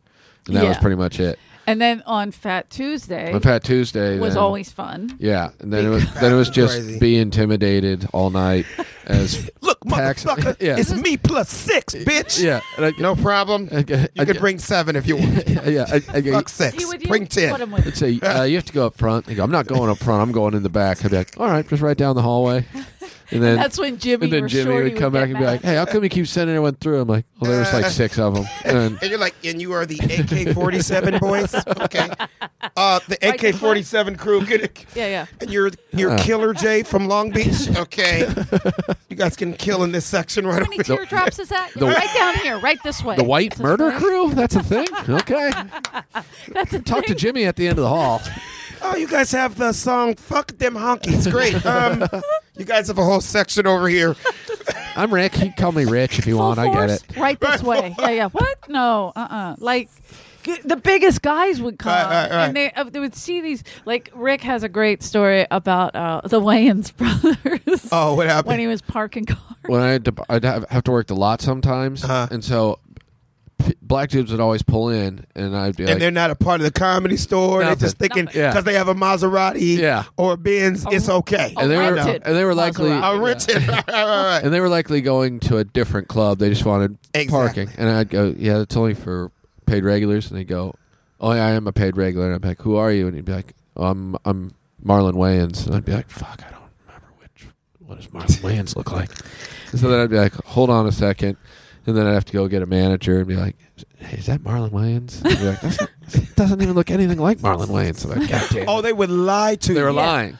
C: and that was
A: Yeah.
C: pretty much it.
A: And then on Fat Tuesday
C: On Pat Tuesday
A: was
C: then-
A: always fun.
C: yeah, and then it was then it
A: <laughs>
C: was just
B: Crazy.
C: be intimidated all night as
B: look,
C: Tax-
B: motherfucker,
C: <laughs> yeah.
B: it's me plus six, bitch.
C: yeah, and I,
B: no problem.
C: I, I,
B: You could bring seven if you want.
C: <laughs> yeah, I, I,
B: Fuck
C: <laughs>
B: six,
A: He would, he
B: bring
A: would
B: ten.
A: put him with
C: I'd say uh, you have to go up front. He'd go, I'm not going up front. I'm going in the back. I'd be like, all right, just right down
A: <laughs>
C: the hallway. And then
A: That's when Jimmy
C: and then
A: or
C: Jimmy
A: Shorty
C: would come
A: would
C: back
A: get
C: and be
A: mad.
C: like, hey, how come you keep sending everyone through? I'm like, well,
A: <laughs>
C: there's like six of them. And
B: And you're like, and you are the AK
A: <laughs>
B: forty seven boys. Okay, uh, the
A: Like the-
B: AK forty seven crew. Good.
A: Yeah, yeah.
B: And you're you're
C: Uh.
B: Killer Jay from Long
C: <laughs>
B: Beach. Okay, you guys can kill in this section right
A: How many
B: over. here.
A: teardrops is that?
C: <laughs> The-
A: right down here, right this way.
C: the white
A: That's
C: murder
A: right.
C: crew? That's
A: <laughs>
C: a thing? Okay.
A: That's a
C: Talk to
A: thing.
C: Jimmy at the end of the hall.
B: Oh, you guys have the song "Fuck Them Honkies."
C: <laughs>
B: Great. Um, you guys have a whole section over here.
C: I'm Rick. You can call me Rich if you
A: Full
C: want. I get
A: force,
C: it.
A: Right this way. Yeah, yeah. What? No. Uh. uh Like. g- The biggest guys would come,
B: All right, all right, all
A: and they, uh, they would see these. Like Rick has a great story about uh, the Wayans <laughs> brothers
B: Oh, what happened?
A: when he was parking cars.
C: when I had to, I'd have, have to work the lot sometimes.
B: Uh-huh.
C: And so p- black dudes would always pull in, and I'd be
B: and
C: like,
B: they're not a part of the comedy store.
C: Nothing.
B: They're just thinking because
A: Nothing.
C: Yeah.
B: they have a Maserati
C: Yeah.
B: or a Benz,
A: Oh.
B: it's okay.
A: a
C: and they, were,
A: rented
C: and they were likely
A: Maserati.
B: I rent it. All <laughs> right, all right.
C: and they were likely going to a different club. They just wanted
B: Exactly.
C: parking, and I'd go, "Yeah, that's only for paid regulars." And they go, "Oh, yeah, I am a paid regular." And I'd be like, "Who are you?" And he'd be like, oh, "I'm I'm Marlon Wayans." And I'd be like, "Fuck, I don't remember which. What does
B: <laughs>
C: Marlon Wayans look like?" And so then I'd be like, "Hold on a second. and then I'd have to go get a manager and be like, "Hey, is that Marlon Wayans?" And I'd be like, that's <laughs> not, "That doesn't even look anything like Marlon Wayans." And I'm like, "God damn it."
B: Oh, they would lie to
C: they were
B: you.
A: Yeah.
C: lying.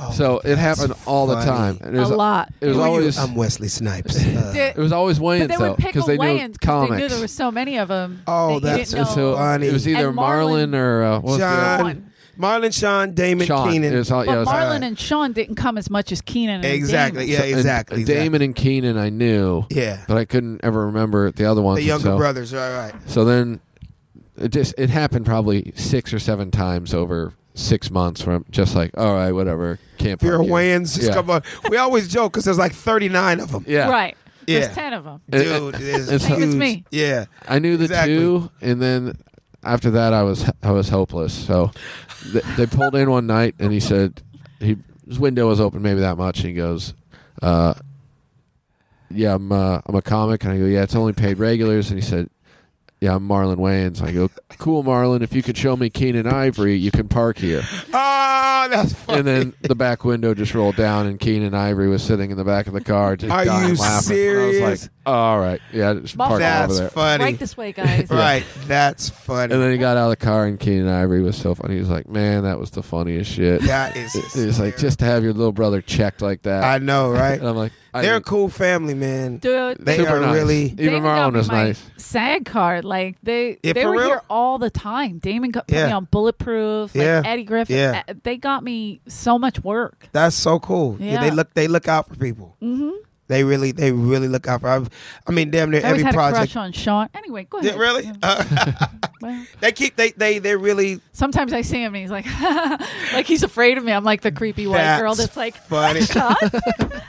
B: Oh,
C: so it happened all the
B: funny.
C: time. And it
A: A
C: was,
A: lot.
C: It was
B: Who are you?
C: always
B: I'm Wesley
C: <laughs>
B: Snipes. Uh,
A: They-
C: it was always Wayans
A: but they
C: though,
A: would pick on
C: because they knew
A: Wayans because they knew
C: comics.
A: there were so many of them.
B: Oh,
A: that you
B: that's-
A: didn't
C: and
A: know.
C: so
B: Funny.
C: it was either
A: And
C: Marlon,
A: Marlin.
C: or uh, what was the other-
B: John, Marlon, Sean, Damon,
C: Sean.
B: Keenan.
C: It was all,
A: but
C: yeah, it was-
A: Marlon
B: uh,
A: and Sean didn't come as much as Keenan. And
B: exactly.
A: Damon.
B: Yeah,
C: and
B: exactly. exactly.
C: Damon and Keenan, I knew,
B: Yeah.
C: but I couldn't ever remember the other ones.
B: The
C: and
B: younger
C: so,
B: brothers. All right.
C: So then, it just it happened probably six or seven times over six months. Where I'm just like, all right, whatever, can't.
B: Vera
C: park here.
B: Wayans. just
C: Yeah.
B: Come on. We always joke because there's like 39 of them.
C: Yeah,
A: Right.
B: Yeah.
A: There's ten of them.
B: Dude, it's
C: It's-
A: Same as
B: huge.
A: me.
B: Yeah.
C: I knew the
B: Exactly.
C: two, and then after that, I was I was hopeless. So th- they pulled in one night, and he said he his window was open maybe that much. And he goes, uh, "Yeah, I'm uh, I'm a comic," and I go, "Yeah, it's only paid regulars." And he said, "Yeah, I'm Marlon Wayans." I go, "Cool, Marlon. If you could show me Keenan Ivory, you can park here."
B: Oh, that's funny.
C: And
B: <laughs>
C: then the back window just rolled down, and Keenan Ivory was sitting in the back of the car, just
B: Are
C: dying
B: you
C: laughing. And I was
B: serious?
C: like, "All right, yeah, just
A: Muff-
C: park over
B: That's
C: there."
B: funny.
A: Right this way, guys.
B: <laughs> Right. That's funny.
C: And then he got out of the car, and Keenan Ivory was so funny. He was like, "Man, that was the funniest shit."
B: that is
C: It's like just to have your little brother checked like that.
B: I know, right?
C: and I'm like, <laughs> I-
B: They're a cool family, man.
A: Dude,
B: They
C: super
B: are
C: nice.
B: really.
C: even
A: Damon got
C: Marlon
A: me
C: was
A: my
C: nice.
A: SAG card, like they
B: Yeah,
A: they
B: for
A: were
B: real?
A: here all the time. Damon got put
B: Yeah.
A: me on bulletproof. Like
B: Yeah.
A: Eddie Griffin.
B: Yeah.
A: Uh, They got me so much work.
B: That's so cool. Yeah.
A: Yeah.
B: they look. They look out for people. Mm-hmm. They really, they really look out for. I've, I mean, damn near
A: I always
B: every
A: had a
B: project.
A: crush on Sean. Anyway, go
B: Yeah,
A: ahead.
B: really?
A: Yeah.
B: Uh, <laughs>
A: Well,
B: they keep they they they really
A: sometimes I see him and he's like, <laughs> like he's afraid of me. I'm like the creepy white girl that's like,
B: funny.
A: Sean. And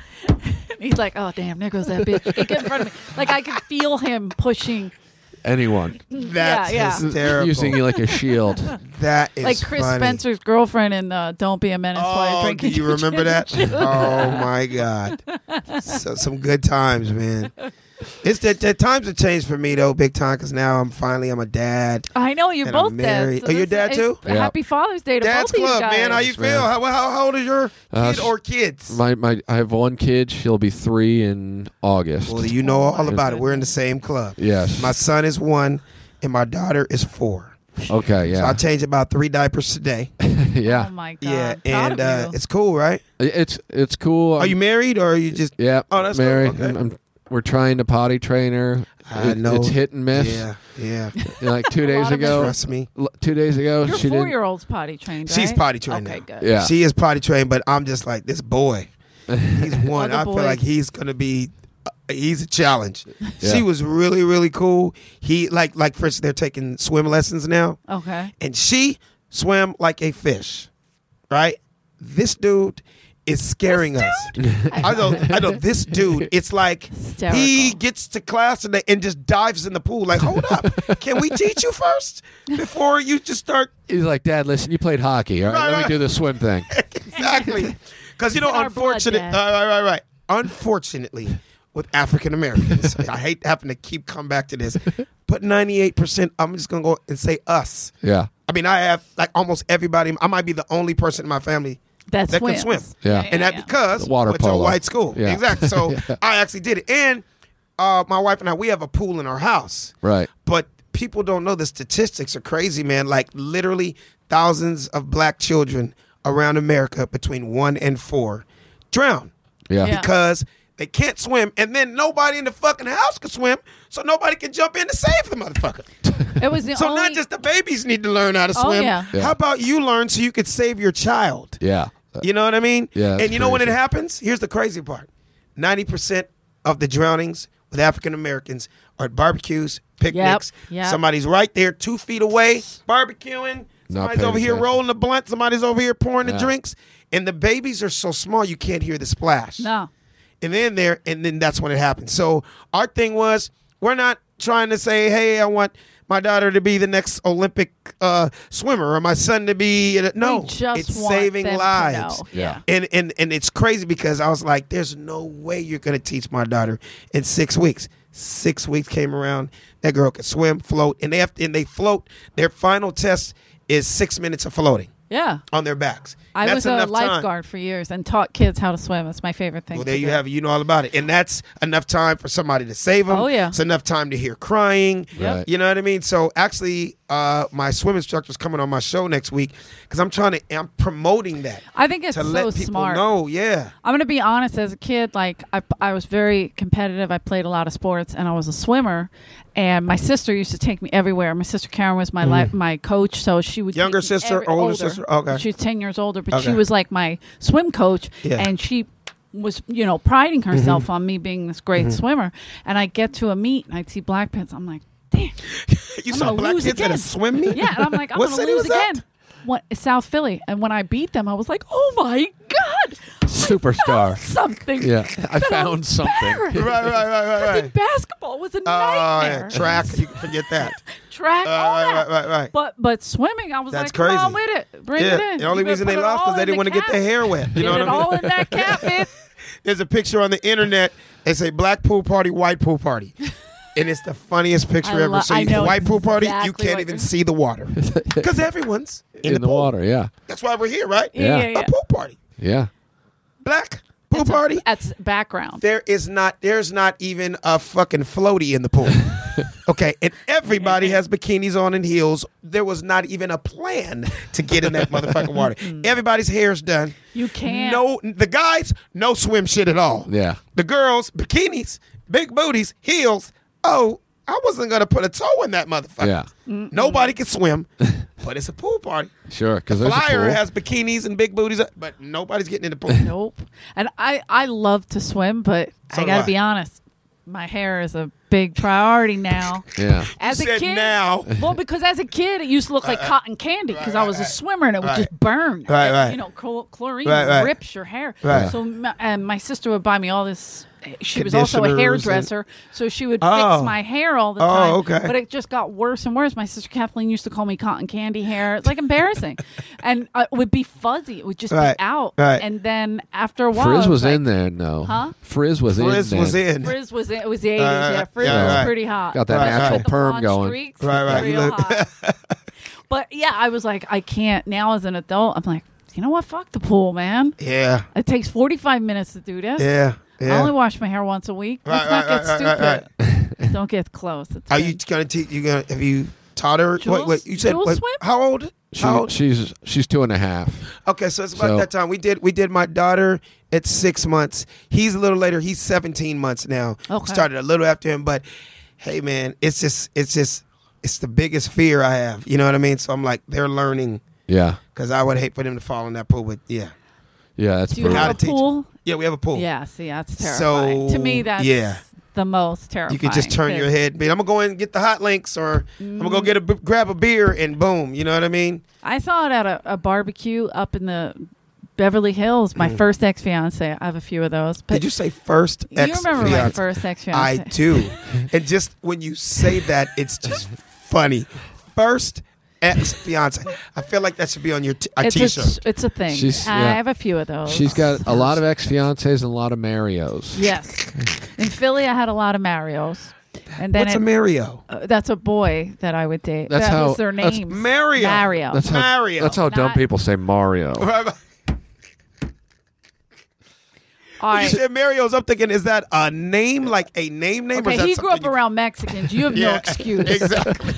A: <laughs> he's like, oh damn, there goes that bitch. He gets in front of me. Like I could feel him pushing. <laughs>
C: Anyone
B: That's
A: <laughs> yeah.
B: hysterical.
C: using you like a shield.
A: <laughs>
B: that is
A: like Chris
B: funny.
A: Spencer's girlfriend in uh, "Don't Be a Menace." while
B: Oh,
A: you're
B: do
A: drinking
B: you
A: your
B: remember
A: gin
B: that?
A: and juice.
B: Oh my God, so, some good times, man. It's that, that times have changed for me though, big time. Because now I'm finally I'm a dad.
A: <laughs> I know you're
B: And I'm
A: both
B: married.
A: dead.
B: Oh, you're dad too?
C: Yeah.
A: Happy Father's Day to
B: Dad's
A: both of you
B: club,
A: guys.
B: man. How you
C: Yes, man.
B: feel? How, how, how old is your
C: Uh,
B: kid
C: sh-
B: or kids?
C: My my, I have one kid. She'll be three in August.
B: Well, you know all
A: my
B: about it. We're in the same club. <laughs>
C: yes.
B: My son is one, and my daughter is four.
C: okay.
B: So I
C: Yeah.
B: change about three diapers today.
A: Oh
C: <laughs> yeah.
A: my god.
B: Yeah,
A: Proud of
B: and uh,
A: you.
B: it's cool, right?
C: It's it's cool.
B: Are Oh, you married or are you just?
C: Yeah.
B: Oh, that's cool.
C: Mary.
B: Okay.
C: I'm- I'm- we're trying to potty train her.
B: I
C: It-
B: know.
C: It's hit and miss.
B: Yeah, yeah.
C: Like
A: <laughs>
C: two days
A: lot of
C: ago.
B: Trust me.
C: l- Two days ago,
A: your
C: she didn't.
A: four-year-old's potty trained.
B: She's
A: right?
B: potty trained
A: Okay,
B: now.
A: good.
C: Yeah.
B: She is potty trained, but I'm just like this boy.
A: <laughs>
B: He's one.
A: Other
B: I feel like
A: boys.
B: he's gonna be. uh, He's a challenge.
C: Yeah.
B: She was really, really cool. He like like first they're taking swim lessons now.
A: Okay.
B: and she swam like a fish, right? This dude is scaring us. <laughs> I know, I know. This dude, it's like he
A: Hysterical.
B: gets to class today and just dives in the pool. Like, hold up, can we teach you first before you just start?
C: He's like, Dad, listen, you played hockey. All right,
B: Right,
C: let
B: right.
C: me do the swim
B: <laughs>
C: thing. <laughs>
B: Exactly, because you know,
A: In our blood,
B: unfortunate. uh,
A: Dad.
B: Right, right, right, right. Unfortunately, with African Americans, I hate having to keep come back to this, but ninety-eight percent. I'm just gonna go and say us.
C: Yeah.
B: I mean, I have like almost everybody. I might be the only person in my family
A: That
B: that
A: swims.
B: can swim.
C: Yeah.
B: and that because
C: The water
B: I went to a
C: polo.
B: white school.
C: <laughs> Yeah.
B: Exactly. So I actually did it, and uh, my wife and I we have a pool in our house.
C: Right.
B: But people don't know the statistics are crazy, man. Like literally thousands of black children around America between one and four drown
C: Yeah.
A: Yeah.
B: because they can't swim, and then nobody in the fucking house can swim, so nobody can jump in to save the motherfucker.
A: It was the
B: So
A: only.
B: not just the babies need to learn how to
A: Oh,
B: swim.
A: yeah.
C: Yeah.
B: How about you learn so you could save your child?
C: Yeah. Uh,
B: You know what I mean?
C: Yeah,
B: And
C: that's
B: you know when it
C: crazy.
B: happens? Here's the crazy part: ninety percent of the drownings with African Americans are at barbecues, picnics.
A: yep.
B: Somebody's right there, two feet away, barbecuing.
C: Not
B: Somebody's
C: paying
B: over here
C: attention.
B: rolling the blunt. Somebody's over here pouring the
C: Yeah.
B: drinks, and the babies are so small you can't hear the splash
A: no.
B: and then there, and then that's when it happened. So our thing was, we're not trying to say, hey, I want my daughter to be the next Olympic uh, swimmer or my son to be. No,
A: we just
B: it's
A: want
B: saving
A: them to
B: lives.
A: know.
C: Yeah.
B: And, and and it's crazy because I was like, there's no way you're gonna teach my daughter in six weeks. Six weeks came around, that girl could swim, float, and they have and they float. Their final test is six minutes of floating
A: Yeah.
B: on their backs.
A: I
B: That's
A: was a
B: enough time.
A: lifeguard for years and taught kids how to swim. It's my favorite thing.
B: Well,
A: to
B: there you
A: do.
B: have it. You know all about it, and that's enough time for somebody to save them.
A: Oh, yeah.
B: it's enough time to hear crying.
A: Yep.
C: Right.
B: You know what I mean? So actually, uh, my swim instructor's coming on my show next week because I'm trying to. I'm promoting that
A: I think it's
B: to
A: so
B: let people
A: smart.
B: know. Yeah,
A: I'm gonna be honest. As a kid, like I, I was very competitive. I played a lot of sports, and I was a swimmer. And my sister used to take me everywhere. My sister Karen was my life, my coach, so she would
B: Mm-hmm. Younger
A: take me
B: sister,
A: every-
B: older sister? Okay.
A: she was ten years older, but she
B: Okay.
A: was like my swim coach,
B: Yeah. Mm-hmm.
A: and she was you know priding herself on me being this great swimmer. And I get to a meet, and I would see black pants. I'm like, damn. I'm
B: you saw
A: gonna
B: black
A: lose
B: kids at a
A: again.
B: swim meet.
A: Yeah, and I'm like, I'm
B: What
A: gonna
B: city
A: lose
B: was that?
A: again. What South Philly? And when I beat them, I was like, oh my god,
C: Superstar.
A: something.
C: Yeah. I found
A: Barrett.
C: something.
B: <laughs> Right, right, right, right,
A: Fucking
B: right.
A: basketball was a
B: Oh,
A: nightmare.
B: yeah, track. You can forget that.
A: Track, <laughs>
B: Uh,
A: all
B: right,
A: that.
B: right, right, right.
A: But but swimming, I was
B: That's
A: like, come on
B: crazy.
A: with it, bring it
B: yeah,
A: in.
B: the only
A: You better
B: reason they
A: put it
B: lost
A: all
B: because they
A: in
B: didn't
A: the
B: want to get their
A: cap.
B: hair wet. You
A: Get
B: know what
A: it all
B: I
A: in
B: mean?
A: that cap,
C: <laughs>
A: bitch.
B: There's a picture on the internet. They say black pool party, white
A: <laughs>
B: pool party. And it's the funniest picture
A: I
B: ever.
A: lo-
B: so
A: I
B: you,
A: know
B: white pool party, you
A: exactly
B: can't
A: what
B: even
A: you're-
B: see
A: <laughs>
B: the water because everyone's in,
C: In the
B: pool.
C: water. Yeah.
B: That's why we're here, right?
A: Yeah, yeah, yeah.
B: A pool party,
C: Yeah.
B: black pool party.
A: That's background.
B: there is not. There's not even a fucking floaty in
A: <laughs>
B: the pool. okay, and everybody has bikinis on and heels. There was not even a plan to get in that
A: <laughs>
B: motherfucking water.
A: Mm.
B: Everybody's hair's done.
A: You can't.
B: No, the guys no swim shit at all.
C: Yeah.
B: The girls, bikinis, big booties, heels. Oh, I wasn't gonna put a toe in that motherfucker.
C: Yeah. <laughs>
B: Nobody can swim. but it's a pool party.
C: Sure, because there's a
B: Flyer
C: pool.
B: has bikinis and big booties, but nobody's getting in the
C: <laughs>
B: pool. <laughs>
A: Nope. And I I love to swim, but I
B: So do
A: got
B: I.
A: to be honest, my hair is a big
B: <laughs>
A: priority now.
C: yeah,
A: <laughs> As a
B: Said
A: kid,
B: now.
A: well, because as a kid it used to look like cotton candy because I was a swimmer and it would
B: Right.
A: just burn.
B: Right,
A: Like,
B: right.
A: You know, chl- chlorine
B: Right, right.
A: rips your hair.
B: Right.
A: So my, and my sister would buy me all this. She was also a
B: Conditioners and-
A: hairdresser, so she would
B: Oh.
A: fix my hair all the
B: Oh,
A: time.
B: okay.
A: But it just got worse and worse. My sister Kathleen used to call me cotton candy hair. It's like
B: <laughs>
A: embarrassing, and uh, it would be fuzzy. It would just
B: Right,
A: be out.
B: right.
A: And then after a while,
C: Frizz
A: it
C: was in
A: like-
C: there. No,
A: Huh?
C: Frizz was
B: Frizz
C: in.
B: was
C: then.
B: in.
A: Frizz was in, it was the eighties.
B: Uh,
A: yeah, Frizz
B: yeah,
A: was
B: right.
A: pretty hot.
C: Got that
B: Right,
C: natural
B: right.
A: The
C: perm
A: blonde
C: going.
A: streaks,
B: Right, right.
A: real
B: You look-
A: hot. but yeah, I was like, I can't now as an adult. I'm like, you know what? Fuck the pool, man.
B: Yeah,
A: It takes 45 minutes to do this.
B: yeah,
A: I
B: yeah.
A: only wash my hair once a week. Let's
B: Right,
A: not
B: right,
A: get
B: right, right,
A: stupid. <laughs>
B: right,
A: Don't get close. It's
B: Are
A: been-
B: you gonna teach? You gonna have you taught her?
A: Jules-
B: Wait, wait. You said
A: Jules
B: what,
A: swim?
B: how old?
C: She,
B: How old?
C: she's she's two and a half.
B: Okay, so it's about
C: So-
B: that time. We did we did my daughter at six months. He's a little later. He's seventeen months now.
A: Okay.
B: Started a little after him, but hey, man, it's just it's just it's the biggest fear I have. You know what I mean? So I'm like, they're learning
C: Yeah,
B: because I would hate for them to fall in that pool. But yeah,
C: yeah, that's
A: Do you
C: brutal.
B: How
A: have
B: to
A: a
B: teach-
A: pool?
B: yeah, we have a pool.
A: Yeah, see, that's terrifying. to me,
B: So,
A: that's
B: yeah.
A: the most terrifying. Mm.
B: You could just turn your
A: 'cause-
B: head. Man, I'm gonna go in and get the hot links, or I'm gonna go get a b- grab a beer and boom. You know what I mean?
A: I saw it at a, a barbecue up in the Beverly Hills. My first ex fiance. I have a few of those. But
B: Mm. Did you say first?
A: you
B: ex
A: remember my
B: fiance?
A: first ex
B: I
A: fiance? <laughs>
B: do. and just when you say that, it's just funny. First ex fiance. I feel like that should be on your t- a
A: it's
B: t
A: a,
B: shirt.
A: it's a thing.
C: She's-
A: I
C: yeah.
A: have a few of those.
B: <laughs>
C: She's got a lot of ex fiancées and a lot of Marios.
A: yes. In Philly, I had a lot of Marios, and then
B: What's
A: it-
B: a Mario?
A: uh, that's a boy that I would date.
C: That's
A: that
C: how-
A: was their
C: that's-
A: name.
B: Mario.
A: Mario.
B: <laughs>
C: That's how
B: Mario.
C: that's how dumb
A: Not-
C: people say Mario.
A: All
B: <laughs> you
A: right.
B: said Mario's. I'm thinking, is that a name like a name name? or
A: Okay,
B: is that
A: he grew up
B: something you-
A: around Mexicans. You have no
B: Yeah,
A: excuse.
B: <laughs> exactly.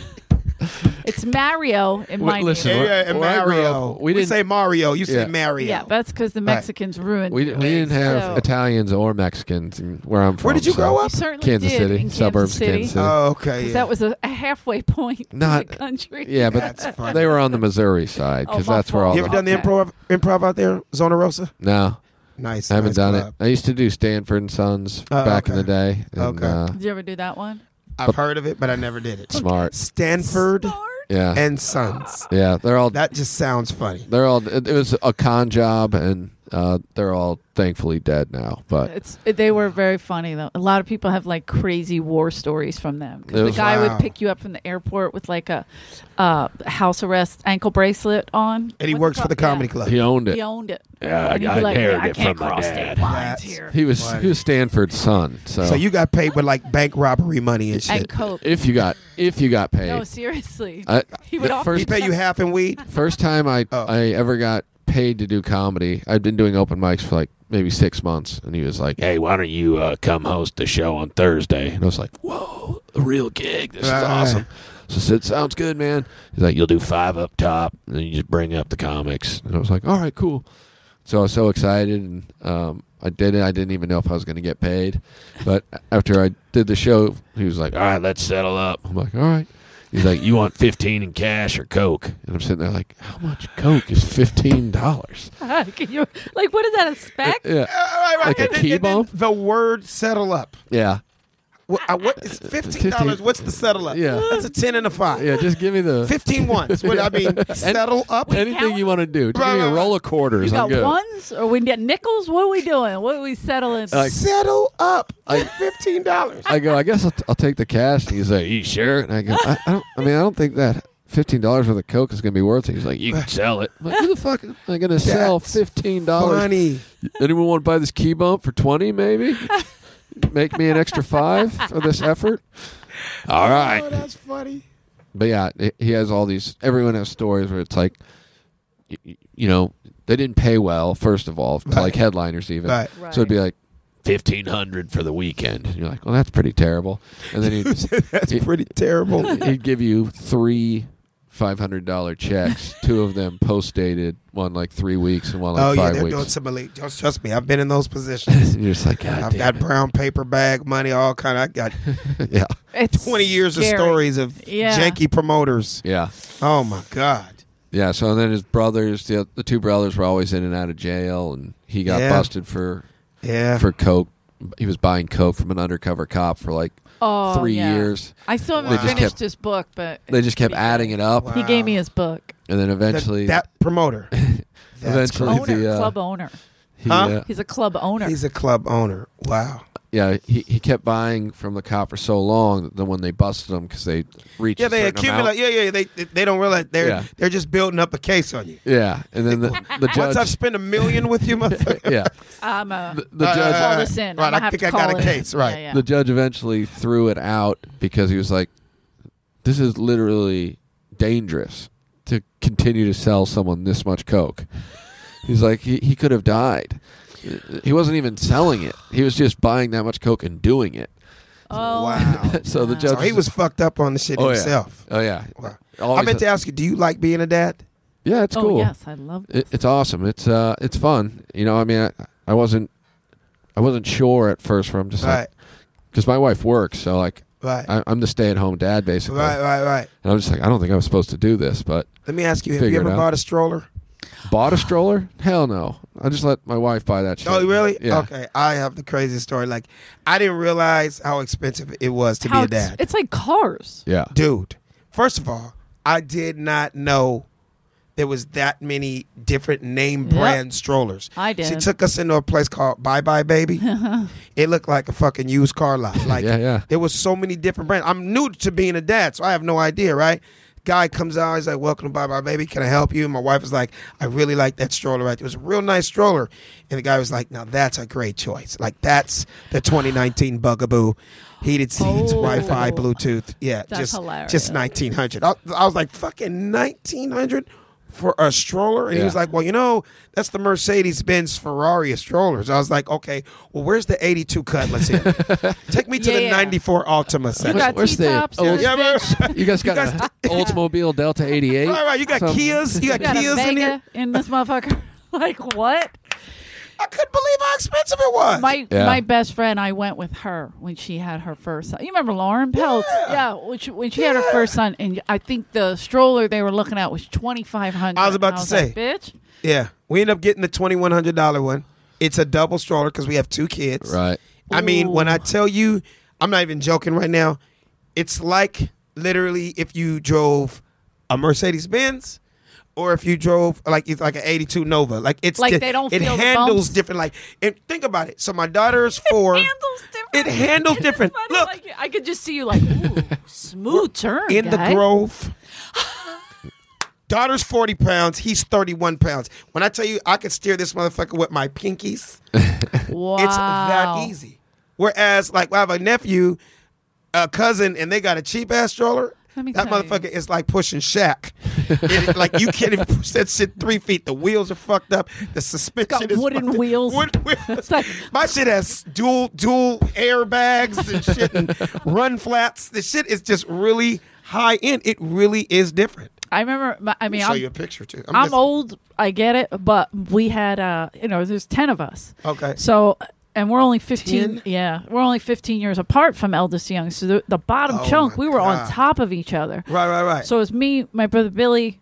A: It's Mario in
C: Wait,
A: my
C: listen,
A: name.
B: Yeah,
C: Where-
B: yeah, and
C: where I grew
B: Mario.
C: up, we
B: we
C: didn't-
B: say Mario. You
C: Yeah.
B: say Mario.
A: Yeah, that's because the Mexicans ruined.
C: We,
A: it.
C: we didn't have
A: So-
C: Italians or Mexicans in- where I'm from.
B: Where did you
C: so-
B: grow
A: You
B: up?
A: certainly
C: Kansas
A: did
C: City,
A: in Kansas
C: suburbs of
A: City.
C: Kansas City.
B: Oh,
A: <laughs>
B: okay.
A: 'Cause
B: Yeah.
A: That was a, a halfway point
C: Not-
A: in the country.
C: Yeah, but
A: <laughs>
B: That's funny.
C: they were on the Missouri side
A: Oh,
C: because
A: my
C: that's where all.
A: fault.
B: you ever
C: the,
B: done the
A: Okay.
B: improv improv out there, Zona Rosa?
C: no,
B: Nice.
C: I haven't
B: nice
C: done
B: club.
C: it. I used to do Stanford and Sons
B: Oh,
C: back in
B: okay.
C: the day. And,
B: Okay.
C: uh,
A: Did you ever do that one?
B: I've heard of it, but I never did it.
C: smart.
B: Stanford
C: Yeah,
B: and Sons.
C: yeah. They're all
B: That just sounds funny.
C: they're all. It it was a con job, and uh, they're all thankfully dead now. But
A: It's they were very funny though. A lot of people have like crazy war stories from them. 'Cause
C: It
A: The
C: was-
A: guy
B: Wow.
A: would pick you up from the airport with like a uh, house arrest ankle bracelet on,
B: And he
A: What's it
B: works for
A: called?
B: the comedy
A: Yeah.
B: club.
C: he owned it.
A: He owned it.
E: Yeah,
A: And he'd
E: I
A: be like,
E: inherited
A: I
E: it
A: can't
E: from my
A: cross
E: dad."
A: state lines
B: That's-
A: here.
C: He was he was Stanford's son. So,
B: So you got paid with like bank robbery money and
A: and
B: shit.
A: coke.
C: if you got if you got paid,
A: No, seriously.
C: I-
A: he would
C: the
A: offer
C: first-
B: He pay you half in
C: <laughs>
B: weed.
C: First time I
B: Oh.
C: I ever got paid to do comedy. I'd been doing open mics for like maybe six months, and he was like,
E: Hey, why don't you uh, come host the show on Thursday?
C: and I was like,
E: Whoa, a real gig. This
B: Right.
E: is awesome.
C: so I said, sounds good, man. He's like,
E: You'll do five up top, and then you just bring up the comics.
C: and I was like, all right, cool. So I was so excited, and um, I did it. I didn't even know if I was going to get paid, but <laughs> after I did the show, he was like,
E: All right, let's settle up.
C: I'm like, all right. He's like,
E: You want 15 in cash or Coke?
C: and I'm sitting there like, how much Coke is fifteen dollars?
A: <laughs> Can you, like, what is that, a spec?
C: Yeah, Like a
B: And then-
C: key
B: and then
C: bump?
B: The word settle up.
C: yeah,
B: What, uh, what is fifteen dollars? What's the settle up?
C: Yeah.
B: that's a ten and a five.
C: yeah. Just give me the
B: Fifteen ones. What I
C: <laughs>
B: mean, settle up.
C: anything you want to do. Just
B: Right,
C: give me
B: right,
C: a
B: right.
C: roll of quarters.
A: You
C: I'm
A: got
C: good.
A: ones or we get nickels? What are we doing? What are we settling?
C: Like-
B: settle up.
C: I-
B: fifteen dollars.
C: I go, I guess I'll, I'll take the cash. And he's like,
E: You sure?
C: and I go, I, I don't. I mean, I don't think that fifteen dollars worth of coke is gonna be worth it. He's like,
E: You
C: you.
E: can sell it.
C: I'm like, who the fuck am I gonna sell
B: That's
C: fifteen dollars?
B: Funny.
C: Anyone want to buy this key bump for twenty? Maybe. Make me an extra five for this effort.
E: All
B: Oh,
E: right.
B: that's funny.
C: But yeah, he- he has all these. Everyone has stories where it's like, y- y- you know, they didn't pay well. First of all, to
B: Right.
C: like headliners even.
B: Right. <laughs>
A: Right.
C: So it'd be like,
E: 1500 for the weekend.
C: and you're like, well, that's pretty terrible. And
B: <laughs>
C: then he'd,
B: that's
C: It-
B: pretty terrible.
C: he'd give you three five hundred dollar checks, two of them post dated, one like three weeks and one like
B: oh yeah,
C: five
B: they're doing
C: <laughs> weeks.
B: some elite. Just trust me, I've been in those positions.
C: And you're just like, God
B: I've
C: damn
B: got brown paper bag money, all kind. Of, I <laughs> got
C: it. yeah,
A: it's
B: 20 years
A: scary.
B: of stories of
A: Yeah.
B: janky promoters.
C: yeah.
B: Oh my God.
C: Yeah, so then his brothers, the, the two brothers, were always in and out of jail, and he got
B: Yeah.
C: busted for
B: Yeah.
C: for coke. He was buying coke from an undercover cop for like
A: Oh,
C: three
A: yeah.
C: years.
A: I still
B: They
A: haven't
B: just
A: finished
C: kept-
A: this book, but
C: They just kept adding it up,
A: He gave me his book.
C: and then
B: That-
C: eventually,
B: that,
C: <laughs>
B: promoter. That's
C: Eventually
B: crazy.
A: Owner,
C: the, uh,
A: club owner.
C: he,
B: Huh?
C: uh,
A: He's a club owner.
B: He's a club owner. Wow.
C: yeah, he, he kept buying from the cop for so long that then when they busted him because they reached
B: Yeah,
C: a
B: they
C: certain
B: accumulate.
C: amount-
B: Yeah, yeah. They they don't realize they're
C: Yeah.
B: they're just building up a case on you.
C: yeah, and then the, the
B: Once I've
C: judge,
B: spent a million with you, motherfucker.
C: <laughs> yeah,
A: I'm a.
C: the, the
B: Uh,
C: judge,
A: call this in.
B: right,
A: I'm gonna
B: I
A: have
B: think
A: to
B: I got
A: call
B: a
A: it in.
B: case, right.
A: Yeah, yeah.
C: the judge eventually threw it out because he was like, "This is literally dangerous to continue to sell someone this much coke." He's like, he, he could have died. He wasn't even selling it. He was just buying that much coke and doing it.
A: oh, <laughs>
B: Wow.
C: <laughs> so the
A: Wow.
C: judge,
B: So he was fucked up on the shit
C: oh,
B: himself.
C: Yeah. Oh yeah.
B: Wow.
C: Always-
B: I meant to ask you, do you like being a dad?
C: yeah, it's
A: oh
C: cool.
A: yes, I love this.
C: it, it's awesome. It's uh, it's fun. You know, I mean, I, I wasn't, I wasn't sure at first. Where I'm just
B: Right,
C: like, because my wife works, so like,
B: right,
C: I, I'm the stay-at-home dad basically,
B: right, right, right.
C: and I'm just like, I don't think I was supposed to do this, but
B: Let me ask you: Have you
C: Figure it
B: ever
C: out.
B: bought a stroller?
C: bought
B: <sighs>
C: a stroller? Hell no. I just let my wife buy that shit.
B: Oh, really?
C: Yeah.
B: Okay. I have the craziest story. Like, I didn't realize how expensive it was to
A: How
B: be a
A: it's-
B: dad,
A: It's like cars.
C: Yeah.
B: dude. First of all, I did not know there was that many different name
A: Yep.
B: brand strollers.
A: I
B: She
A: did.
B: took us into a place called Bye
A: <laughs>
B: Bye Baby. it looked like a fucking used car lot.
C: <laughs>
B: Like
C: Yeah, yeah.
B: there was so many different brands. I'm new to being a dad, so I have no idea, right? Guy comes out, he's like, Welcome to Bye Bye Baby, can I help you? And my wife was like, I really like that stroller right there. It was a real nice stroller. And the guy was like, Now that's a great choice. Like that's the twenty nineteen bugaboo. Heated seats,
A: Oh.
B: Wi Fi, Bluetooth. Yeah.
A: That's
B: just
A: hilarious.
B: just nineteen hundred. I, I was like, fucking nineteen hundred for a stroller? And he
C: Yeah.
B: was like, Well, you know, that's the Mercedes Benz Ferrari of strollers. I was like, Okay, well, where's the 82 Cutlass
C: <laughs>
B: here? Take me to
A: Yeah,
B: the
A: yeah.
B: 94 Ultima
A: You
B: section.
A: got
C: where's
A: T
C: the-
A: tops.
C: oh,
A: Oh,
B: <laughs> yeah, man.
A: <laughs>
C: You guys got
B: guys- <laughs>
C: an Oldsmobile Delta 88?
B: All right, you got
C: Some-
B: Kias. You got,
A: You got a
B: Kias in here.
A: Vega in this motherfucker. <laughs> like what?
B: I couldn't believe how expensive it was.
A: My
C: Yeah.
A: my best friend, I went with her when she had her first son. You remember Lauren Peltz?
B: Yeah.
A: Yeah, when she, when she had her first son, and I think the stroller they were looking at was twenty five hundred.
B: I was about to say.
A: bitch,
B: yeah, we end up getting the $2,100 one. It's a double stroller because we have two kids.
C: Right.
B: I mean,
A: Ooh.
B: when I tell you, I'm not even joking right now. It's like literally if you drove a Mercedes Benz or if you drove like it's like an 82 Nova. Like it's
A: Like
B: the-
A: they don't
B: it
A: feel the
B: handles
A: bumps.
B: different like and think about it. So my daughter
A: <laughs>
B: is 4.
A: handles different.
B: It handles
A: Isn't it
B: different.
A: funny?
B: Look.
A: Like, I could just see you like
B: <laughs>
A: ooh, smooth turn
B: in the
A: guy. <laughs>
B: grove. Daughter's 40 pounds, he's 31 pounds. When I tell you I could steer this motherfucker with my pinkies,
A: Wow,
B: it's that easy. Whereas, like, I have a nephew, a cousin, and they got a cheap ass stroller.
A: Let me
B: That
A: tell
B: motherfucker is like pushing Shaq. <laughs> It- like you can't even push that shit three feet. The wheels are fucked up. The suspension
A: Got
B: is
A: wooden
B: fucked up.
A: wheels. <laughs>
B: Wooden wheels.
A: It's like
B: My shit has dual dual airbags and shit and run flats. The shit is just really high end. It really is different.
A: I remember. my- I mean,
B: Show
A: I'm,
B: you a picture too.
A: I'm
B: just-
A: old. I get it, but we had uh, you know, there's ten of us.
B: Okay.
A: So, and we're only fifteen.
B: Ten?
A: Yeah, we're only fifteen years apart from eldest young. So the, the bottom
B: Oh
A: chunk,
B: my
A: we were
B: God.
A: on top of each other.
B: Right, right, right.
A: So it was me, my brother Billy.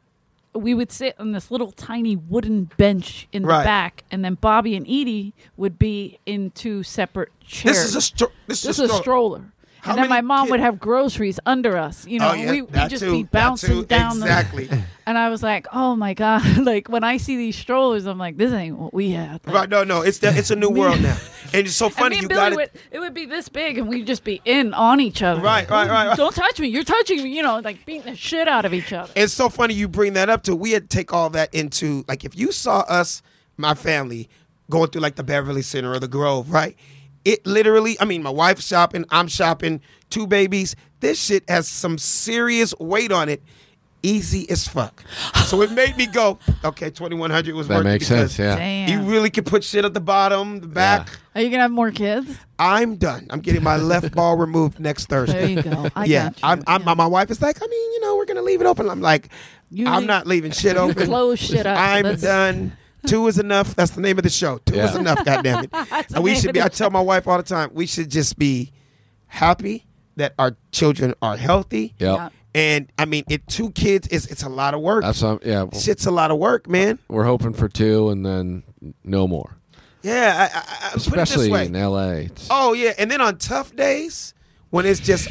A: We would sit on this little tiny wooden bench in the
B: Right.
A: back, and then Bobby and Edie would be in two separate chairs.
B: this is a stro- this,
A: This
B: is a stroller.
A: stroller.
B: How
A: and then my
B: many
A: mom
B: kid-
A: would have groceries under us. You know,
B: oh yeah,
A: we,
B: that
A: we'd just
B: too,
A: be
B: that
A: bouncing
B: too.
A: down the
B: exactly.
A: <laughs> and I was like, oh my God. <laughs> like when I see these strollers, I'm like, this ain't what we had. Like,
B: Right, no, no, it's that, it's a new world now, and it's so
A: and
B: funny.
A: me and
B: you
A: Billy
B: got it.
A: would it would be this big and we'd just be in on each other.
B: Right, right, right, right.
A: Don't touch me. You're touching me, you know, like beating the shit out of each other.
B: It's so funny you bring that up to. We had to take all that into like if you saw us, my family, going through like the Beverly Center or the Grove, right? It literally, I mean, my wife's shopping, I'm shopping, two babies. This shit has some serious weight on it. Easy as fuck. So it made me go, okay, twenty one hundred was
C: That
B: worth it
C: makes
B: because
C: sense, yeah.
A: Damn.
B: You really could put shit at the bottom, the back.
C: Yeah.
A: Are you gonna have more kids?
B: I'm done. I'm getting my
C: <laughs>
B: left ball removed next Thursday
A: There you go. I
B: yeah,
A: got you.
B: I'm, I'm,
A: Yeah.
B: my wife is like, I mean, you know, we're gonna leave it open. I'm like,
A: You
B: I'm
A: leave-
B: not leaving shit open.
A: close shit up.
B: I'm
A: That's- <laughs>
B: done. Two is enough. That's the name of the show. Two is
C: Yeah.
B: enough. God damn it.
A: the
B: and we
A: name
B: should
A: of
B: be.
A: the
B: I tell my wife all the time. We should just be happy that our children are healthy
C: Yep.
A: Yeah.
B: And I mean, it two kids is it's a lot of work.
C: That's um, yeah.
B: Shit's a lot of work, man.
C: We're hoping for two, and then no more.
B: Yeah, I, I, I put it this
C: Especially
B: way.
C: in L.A. It's-
B: Oh yeah, and then on tough days when it's just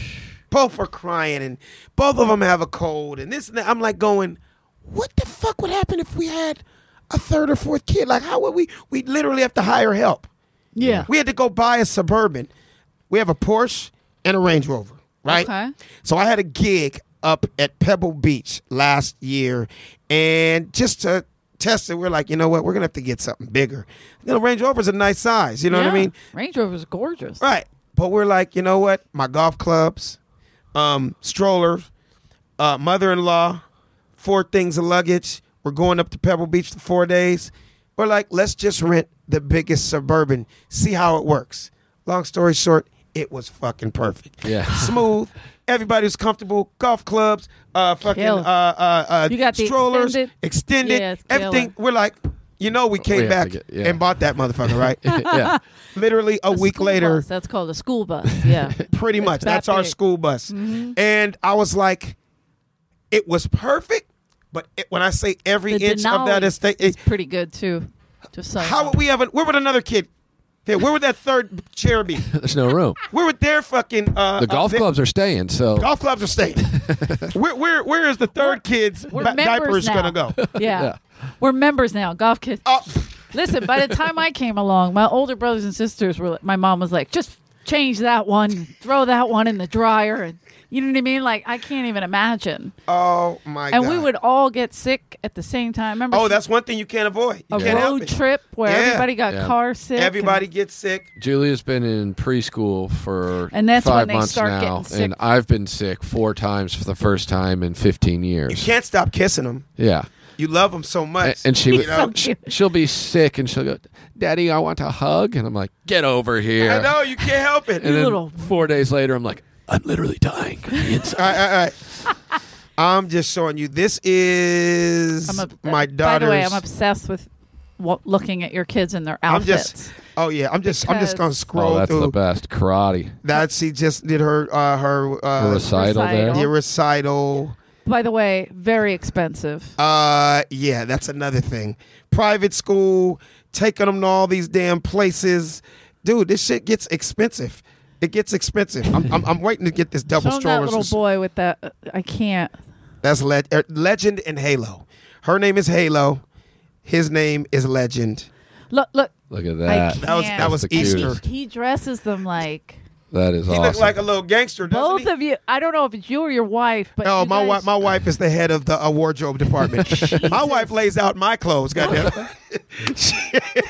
B: both are crying and both of them have a cold and this and that, I'm like going, what the fuck would happen if we had a third or fourth kid? Like how would we? We literally have to hire help.
A: Yeah.
B: We had to go buy a suburban. We have a Porsche and a Range Rover, right?
A: Okay.
B: So I had a gig up at Pebble Beach last year, and just to test it, we're like, you know what? We're gonna have to get something bigger. You know, Range Rover's a nice size. You know what I
A: Yeah.
B: mean?
A: Range Rover's gorgeous.
B: Right. But we're like, you know what? My golf clubs, um, stroller, uh, mother in law, four things of luggage. We're going up to Pebble Beach for four days. We're like, let's just rent the biggest suburban, see how it works. Long story short, it was
A: <sighs>
B: fucking perfect.
C: Yeah. <laughs>
B: Smooth. Everybody was comfortable. Golf clubs, uh, fucking uh,
A: Killer.
B: uh, uh,
A: You got the
B: strollers,
A: extended-
B: extended,
A: Yeah, it's killer.
B: everything. We're like, you know, we came
C: have to
B: back
C: get- yeah.
B: and bought that motherfucker,
C: <laughs>
B: right?
C: yeah.
B: Literally a
A: A
B: week
A: school
B: later,
A: bus. That's called a school bus.
B: <laughs>
A: Yeah.
B: pretty much
A: that
B: that's our
A: big.
B: school bus
A: Mm-hmm.
B: and i was like it was perfect but it, when i say every
A: The
B: inch of that
A: Denali
B: estate
A: is
B: it,
A: pretty good too. Just so you
B: how
A: know.
B: would we have a, where would another kid yeah, where would that third chair be
C: There's no room.
B: where would their fucking uh, <laughs>
C: The golf
B: uh, their-
C: clubs are staying, so
B: golf clubs are
C: <laughs>
B: staying where, where where is the third kid's
A: we're
B: ba-
A: members
B: diapers
A: now.
B: gonna go
A: <laughs> Yeah. We're members now. Golf kids.
B: uh,
A: Listen, by the time I came along, my older brothers and sisters were. My mom was like, just change that one, throw that one in the dryer, and you know what I mean. Like I can't even imagine.
B: oh my
A: And
B: god
A: we would all get sick at the same time. Remember?
B: oh that's one thing you can't avoid
A: a
B: you can't help
A: road
B: it.
A: trip where
B: Yeah.
A: everybody got
C: Yeah.
A: car sick. and-
B: everybody gets sick
C: Julia's been in preschool for
A: And that's when
C: five
A: they
C: months
A: start
C: now,
A: getting sick.
C: and I've been sick four times for the first time in 15
B: you
C: years.
B: can't stop kissing them
C: Yeah,
B: you love them so
C: A-
B: much
C: and, she
B: you
C: would,
B: know?
A: So cute.
C: she'll be sick, and she'll go, "Daddy, I want a hug," and I'm like, "Get over here."
B: i know you can't help it
C: And then
A: little-
C: four days later, I'm like, "I'm literally dying." on the inside."
B: All right, all right, all right.
A: <laughs>
B: I'm just showing you. This is
A: I'm up- By
B: my daughter's.
A: the way, I'm obsessed with wa- looking at your kids in their
B: I'm
A: outfits.
B: just. Oh yeah, I'm just. I'm just
A: Because-
B: gonna scroll
C: oh, that's the
B: through.
C: best karate
B: That she just did her uh, her uh,
C: recital,
A: recital.
C: there.
B: the recital.
A: By the way, very expensive.
B: Uh, yeah, that's another thing. Private school, taking them to all these damn places, dude. This shit gets expensive. It gets expensive. I'm, I'm, I'm waiting to get this double
A: Show 'em that
B: stroller.
A: little boy with that. uh, I can't.
B: That's le- er, legend and Halo. Her name is Halo. His name is Legend.
A: Look, look.
C: Look at
A: I
C: that.
B: That was
A: can't.
B: that was
C: the cutest.
B: Easter.
A: He, he dresses them like
C: That is
B: He
C: awesome.
B: looked like a little gangster. Doesn't
A: both
B: he?
A: of you. I don't know if it's you or your wife, but
B: Oh,
A: you
B: my wife.
A: guys-
B: My wife is the head of the uh, wardrobe department. my wife lays out my clothes.
A: <laughs>
B: Goddamn.
A: <laughs>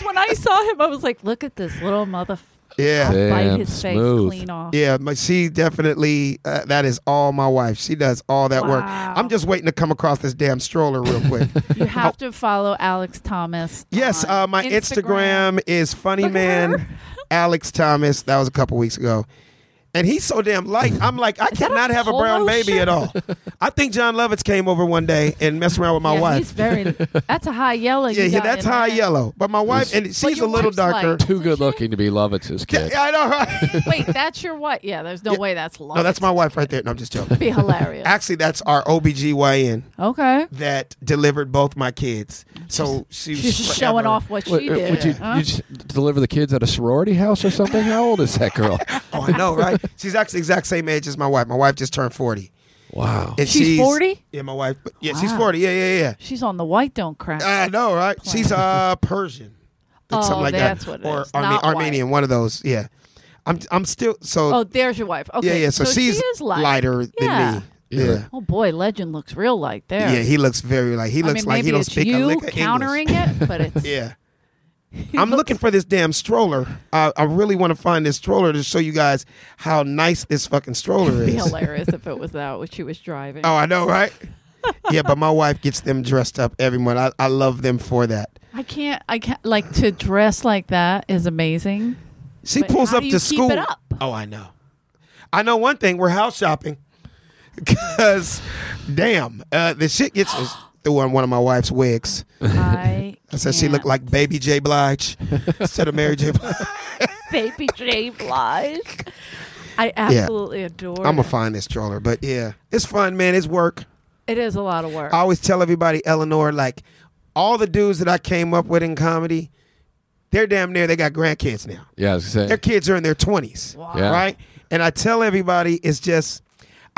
A: When I saw him, I was like, "Look at this little mother."
B: yeah,
C: Damn,
A: bite his
C: smooth.
A: face clean off.
B: yeah. But she definitely. Uh, that is all my wife. She does all that work.
A: Wow.
B: I'm just waiting to come across this damn stroller real quick.
A: <laughs>
B: <laughs>
A: You have to follow Alex Thomas.
B: yes,
A: on
B: uh, my Instagram, is funny
A: Look at
B: man
A: her.
B: Alex Thomas. That was a couple weeks ago. And he's so damn light. I'm like, I
A: that
B: cannot
A: a
B: have a brown
A: polo
B: baby
A: shirt?
B: at all. I think John Lovitz came over one day and messed around with my
A: yeah,
B: wife.
A: He's
B: <laughs>
A: very. That's a high yellow. you
B: Yeah, yeah,
A: got
B: that's
A: in
B: high
A: there.
B: yellow. But my wife, and she's a
A: your
B: little
A: wife's like-
B: darker.
C: Too good looking to be Lovitz's
B: <laughs> Yeah,
C: kid.
B: yeah, I know, right?
A: Wait, that's your wife. Yeah, there's no way that's long.
B: no, that's my wife right there. No, I'm
A: <laughs>
B: just joking. <laughs>
A: be hilarious.
B: Actually, that's our OBGYN
A: okay,
B: that delivered both my kids. So she's,
A: she's just showing off what she
C: Wait, uh,
A: did.
C: Would you,
A: huh?
C: you just deliver the kids at a sorority house or something? How old is
B: <laughs>
C: that girl?
B: Oh, I
A: <laughs>
B: know, right? She's actually exact same age as my wife. My wife just turned 40.
C: Wow.
B: And
A: She's 40?
B: Yeah, my wife. Yeah, she's
A: Wow.
B: 40. Yeah, yeah, yeah.
A: She's on the white don't crack.
B: I know, right? She's uh Persian.
A: Oh,
B: Something like
A: that's what
B: that.
A: it
B: or
A: is. Not white.
B: Armenian, one of those. Yeah. I'm I'm still so
A: oh, there's your wife. Okay,
B: Yeah, yeah. So, she's
A: she is light.
B: lighter
A: Yeah.
B: than me. Yeah.
A: Oh boy, legend looks real light there.
B: Yeah, he looks very like he
A: I
B: looks
A: mean,
B: like
A: maybe
B: he don't
A: it's
B: speak a
A: you
B: lick of
A: countering
B: English.
A: it,
B: <laughs>
A: but it's <laughs>
B: Yeah. I'm looking for this damn stroller. I, I really want to find this stroller to show you guys how nice this fucking stroller
A: be
B: is.
A: hilarious if it was that which she was driving.
B: Oh, I
A: <laughs>
B: know, right? yeah, but my wife gets them dressed up every month. I, I love them for that.
A: I can't. I can't. Like to dress like that is amazing.
B: She
A: But
B: pulls
A: how
B: up
A: do you
B: to
A: keep
B: school.
A: it up?
B: <laughs> Oh, I know. I know one thing. We're house shopping <laughs> because, damn, uh, the shit gets us through on one of my wife's wigs.
A: I.
B: I said she looked
A: can't.
B: like Baby
A: <laughs>
B: J. Blige instead of Mary J. Blige.
A: baby J Blige. I absolutely adore.
B: I'm gonna
A: it.
B: find this trawler, but yeah, it's fun, man. It's work.
A: It is a lot of work.
B: I always tell everybody, Eleanor, like all the dudes that I came up with in comedy, they're damn near they got grandkids now.
C: Yeah, I was gonna say.
B: Their kids are in their 20s,
C: Yeah.
B: right? And I tell everybody, it's just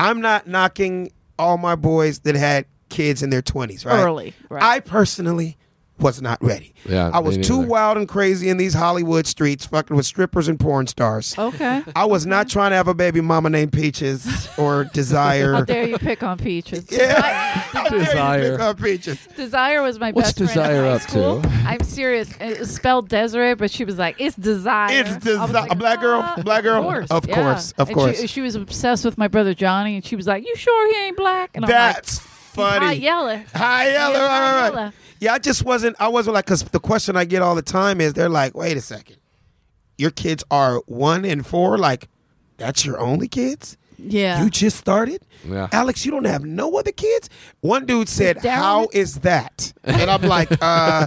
B: I'm not knocking all my boys that had kids in their 20s, right?
A: Early, right.
B: I personally was not ready.
C: Yeah,
B: I was
C: me
B: too
C: neither.
B: wild and crazy in these Hollywood streets, fucking with strippers and porn stars.
A: okay.
B: <laughs> I was not trying to have a baby mama named Peaches
A: <laughs>
B: or
A: How
B: Desire.
A: dare you pick on peaches?
B: <laughs> Yeah. How dare you
C: Desire.
B: pick on Peaches?
A: Desire was my
C: What's
A: best friend in
C: Desire
A: high
C: up to?
A: school. I'm serious. It was spelled Desiree, but she was like, "It's Desire."
B: It's
A: I was
B: Desi- a black girl?
A: "Ah,
B: Black girl?
A: Of course,
B: Of
A: yeah."
B: course, of
A: And
B: course.
A: She, she was obsessed with my brother Johnny, and she was like, "You sure he ain't black?" And
B: That's
A: I'm like,
B: funny.
A: "Hi, yeller."
B: Hi, Ella.
A: Yeah, hi,
B: All right,
A: Ella.
B: Yeah, I just wasn't. I wasn't like because the question I get all the time is they're like, "Wait a second, your kids are one and four. Like, that's your only kids?
A: Yeah.
B: You just started?
C: Yeah.
B: Alex, you don't have no other kids? One dude said,
A: Darren-
B: "How is that?" And I'm
C: <laughs>
B: like, uh,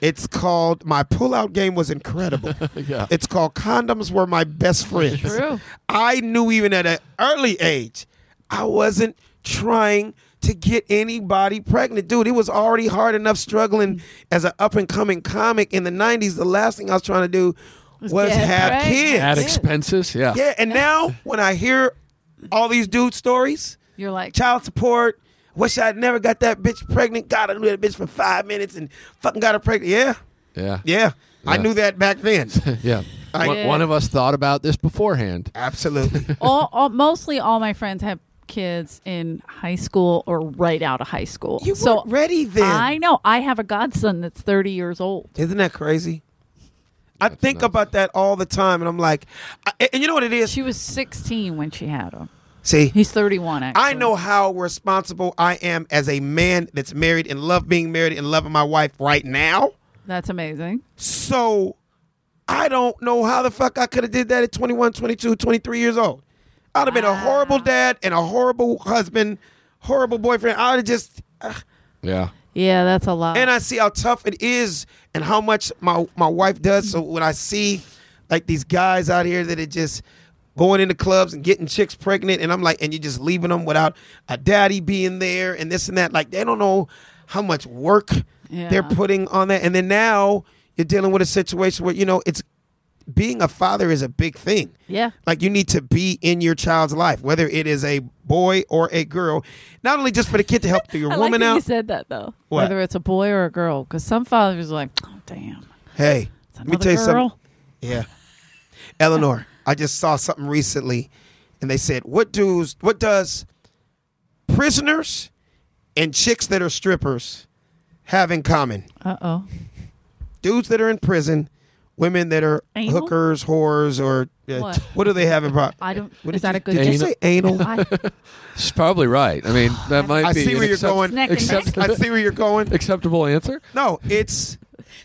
B: "It's called my pullout game was incredible.
C: <laughs> Yeah.
B: It's called condoms were my best friends.
A: True.
B: I knew even at an early age, I wasn't trying to get anybody pregnant. Dude, it was already hard enough struggling as an up and coming comic in the 90s. The last thing I was trying to do was
A: get
B: have
A: pregnant.
B: kids.
C: At
A: Yeah.
C: expenses, yeah.
B: Yeah, and now when I hear all these dude stories,
A: <laughs> You're like,
B: child support, wish I'd never got that bitch pregnant. God, I knew that bitch for five minutes and fucking got her pregnant. Yeah,
C: Yeah.
B: yeah. I
C: Yeah.
B: knew that back then.
C: Yeah.
B: I-
C: one, one of us thought about this beforehand.
B: Absolutely.
A: all, all mostly all my friends have kids in high school or right out of high school.
B: You
A: so
B: weren't ready then.
A: I know. I have a godson that's 30 years old.
B: Isn't that crazy? I think about that all the time, and I'm like, I, and you know what it is?
A: She was 16 when she had him.
B: See,
A: He's 31. Actually,
B: I know how responsible I am as a man that's married and love being married and loving my wife right now.
A: That's amazing.
B: So I don't know how the fuck I could have did that at 21, 22, 23 years old. I'd have been a horrible dad and a horrible husband, horrible boyfriend. I'd have just
C: Yeah.
A: Yeah, that's a lot.
B: and I see how tough it is and how much my my wife does. So when I see like these guys out here that are just going into clubs and getting chicks pregnant, and I'm like, and you're just leaving them without a daddy being there and this and that. Like they don't know how much work
A: Yeah.
B: they're putting on that. And then now you're dealing with a situation where you know it's being a father is a big thing.
A: yeah.
B: Like you need to be in your child's life, whether it is a boy or a girl. Not only just for the kid to help
A: <laughs>
B: your
A: I like
B: woman
A: that you
B: out.
A: said that though.
B: What?
A: Whether it's a boy or a girl, because some fathers are like, oh, "Damn,
B: Hey,
A: it's
B: let me
A: another
B: tell you
A: girl."
B: something. Yeah. Eleanor, I just saw something recently and they said, "What does what does prisoners and chicks that are strippers have in common?
A: Uh oh.
B: Dudes that are in prison, women that are
A: Anal?
B: hookers, whores or uh,
A: What?
B: what do they have in common?"
A: I don't.
B: What
A: is
B: did
A: that
B: you-
A: a good?
B: Did you
C: Anal.
B: say anal?
A: I,
C: It's probably right. I mean, that might
B: I
C: be
B: see
C: an
B: where you're
C: accept-
B: going.
A: Neck and
C: accept-
B: I see where you're going.
C: <laughs> acceptable answer.
B: No, it's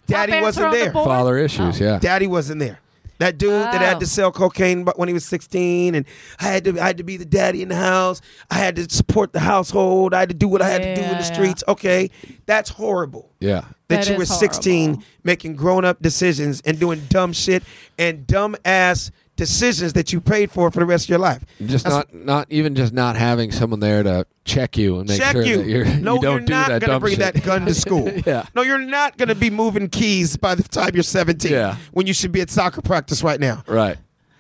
B: daddy
A: answer
B: wasn't
A: on the
B: there.
A: board?
C: Father issues, yeah.
B: Daddy wasn't there. That dude that had to
A: Oh.
B: sell cocaine bu- when he was 16, and I had to I had to be the daddy in the house. I had to support the household. I had to do what I had to do in
A: Yeah,
B: the
A: yeah.
B: streets. Okay, that's horrible.
C: Yeah.
B: That,
A: That
B: you
A: is
B: were 16
A: horrible.
B: making grown up decisions and doing dumb shit and dumb ass decisions that you paid for for the rest of your life.
C: Just
B: That's-
C: not, not even just not having someone there to check you and make
B: Check
C: sure
B: you.
C: that you're,
B: no,
C: you don't
B: are
C: do
B: not
C: that
B: gonna
C: dumb
B: bring
C: shit.
B: that gun to school.
C: <laughs> Yeah.
B: No, you're not gonna be moving keys by the time you're 17.
C: Yeah.
B: When you should be at soccer practice right now.
C: Right.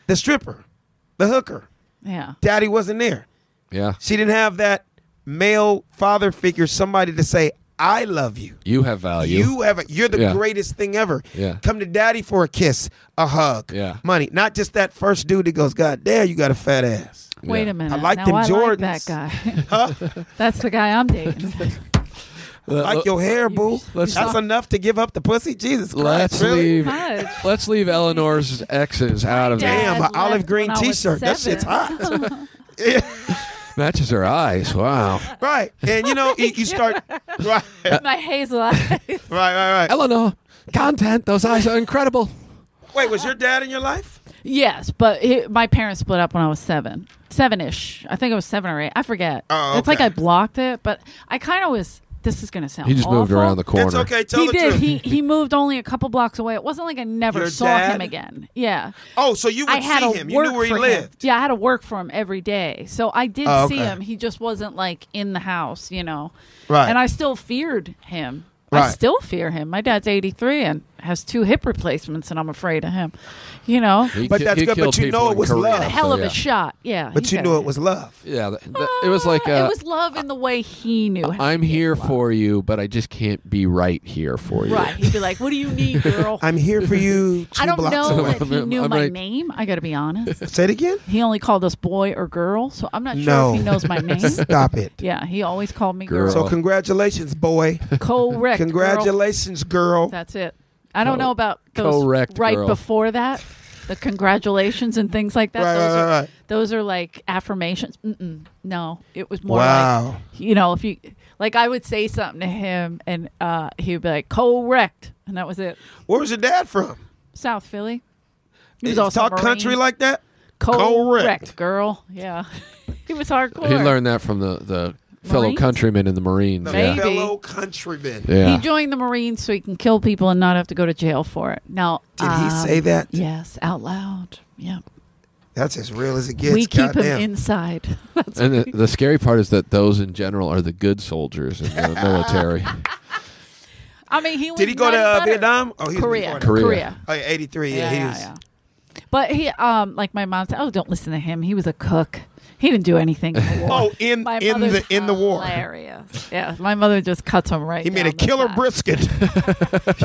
B: The stripper, the hooker.
A: yeah.
B: daddy wasn't there.
C: Yeah.
B: She didn't have that male father figure, somebody to say, I love you.
C: You have value.
B: You have a, you're the
C: Yeah.
B: greatest thing ever.
C: Yeah.
B: Come to daddy for a kiss, a hug,
C: Yeah.
B: money. Not just that first dude that goes, God damn, you got a fat ass.
A: Wait
C: Yeah.
A: a minute.
B: I like
A: now
B: them
A: I that
B: Jordans.
A: guy.
B: <laughs>
A: That's the guy <laughs> I'm dating.
B: like your hair, boo.
C: let's-
B: That's enough to give up the pussy. Jesus
C: Let's
B: Christ, really?
C: leave.
A: Much.
C: Let's leave Eleanor's exes out of
A: Dad.
C: it.
B: Damn, an
A: left
B: olive green
A: when I was
B: T-shirt. That
A: seven.
B: shit's hot.
A: <laughs>
B: <laughs> Yeah,
C: Matches her eyes. Wow.
B: right, and you know you,
A: <laughs>
B: you start. <laughs> Right, right,
A: My hazel eyes. <laughs>
B: right, right.
C: Eleanor, content. Those eyes are incredible.
B: Wait, was your dad in your life?
A: Yes, but he, my parents split up when I was seven, seven ish. I think it was seven or eight. I forget.
B: Oh,
A: It's like
B: okay.
A: I blocked it, but I kind of was This is going to sound.
C: He just moved
A: awful.
C: around the corner.
B: It's okay. Tell
A: He
B: the
A: did.
B: truth.
A: He he moved only a couple blocks away. It wasn't like I never
B: Your
A: saw
B: dad?
A: him again. Yeah,
B: oh, so you would
A: I had
B: see
A: to
B: him. You
A: work
B: knew where he
A: for him.
B: lived.
A: Yeah, I had to work for him every day, so I did
B: Oh,
A: see
B: okay.
A: him. He just wasn't like in the house, you know.
B: Right.
A: And I still feared him. I
B: Right.
A: still fear him. My dad's eighty three and has two hip replacements, and I'm afraid of him. You know,
C: He
B: But
C: ki-
B: that's
C: he
B: good, but
C: killed
B: you
C: people
B: know it
C: in
B: was
C: Korea,
B: love.
A: a hell
C: so
A: of
C: yeah.
A: a shot. Yeah,
B: But
A: he
B: you
A: got Ah,
B: knew it was love.
C: Yeah, th- th- it was like
A: it
C: uh,
A: was love in the way he knew. How
C: I'm
A: to be
C: here
A: loved.
C: for you, but I just can't be right here for you.
A: Right. He'd be like, "What do you need, girl?"
B: <laughs> I'm here
A: <laughs>
B: for you. Two
A: I don't
B: blocks
A: know
B: away.
A: that he
C: I'm-
A: knew
C: I'm
A: my
C: like-
A: name. I got to be honest.
B: Say it again.
A: He only called us boy or girl, so
B: <laughs>
A: I'm not sure
B: No.
A: if he knows my name.
B: Stop it.
A: yeah, he always called me girl.
C: Girl.
B: <laughs> So
A: <laughs>
B: congratulations, boy.
A: Correct. girl.
B: Congratulations, girl.
A: That's it. I don't know about those
C: correct,
A: right
C: girl.
A: before that. The congratulations and things like that.
B: Right,
A: those,
B: right,
A: are,
B: right, right.
A: those are like affirmations. Mm-mm, no, it was more
B: Wow.
A: like you know if you like I would say something to him and uh, he'd be like correct, and that was it.
B: Where was your dad from?
A: South Philly. He
B: Did
A: was
B: he
A: also a
B: talk
A: Marine.
B: country like that?
A: correct,
B: Correct.
A: girl. Yeah, <laughs> he was hardcore.
C: He learned that from the, the fellow
A: Marines?
C: countrymen in the Marines.
B: The
A: Maybe.
C: Yeah.
B: fellow countrymen.
C: Yeah.
A: He joined the Marines so he can kill people and not have to go to jail for it. Now,
B: Did he
A: um,
B: say that?
A: Yes, out loud. Yeah,
B: That's as real as it gets.
A: we keep
B: Goddamn.
A: him inside. <laughs> That's
C: and the, the scary part is that those in general are the good soldiers in
A: <laughs>
C: the military.
A: I mean, he was
B: Did he go
A: not
B: to uh,
A: better.
B: Vietnam? Oh, he was
A: Korea,
B: before that.
C: Korea.
A: Korea.
B: Oh, yeah, 83. Yeah,
A: Yeah,
B: he
A: yeah,
B: was.
A: yeah. But he, um, like my mom said, oh, don't listen to him. He was a cook. He didn't do anything. in
B: <laughs>
A: the war.
B: Oh, in
A: my
B: in
A: mother's
B: the in the war,
A: Hilarious. Yeah, my mother just cuts him right.
B: he made a
A: down the
B: killer
A: side.
B: brisket.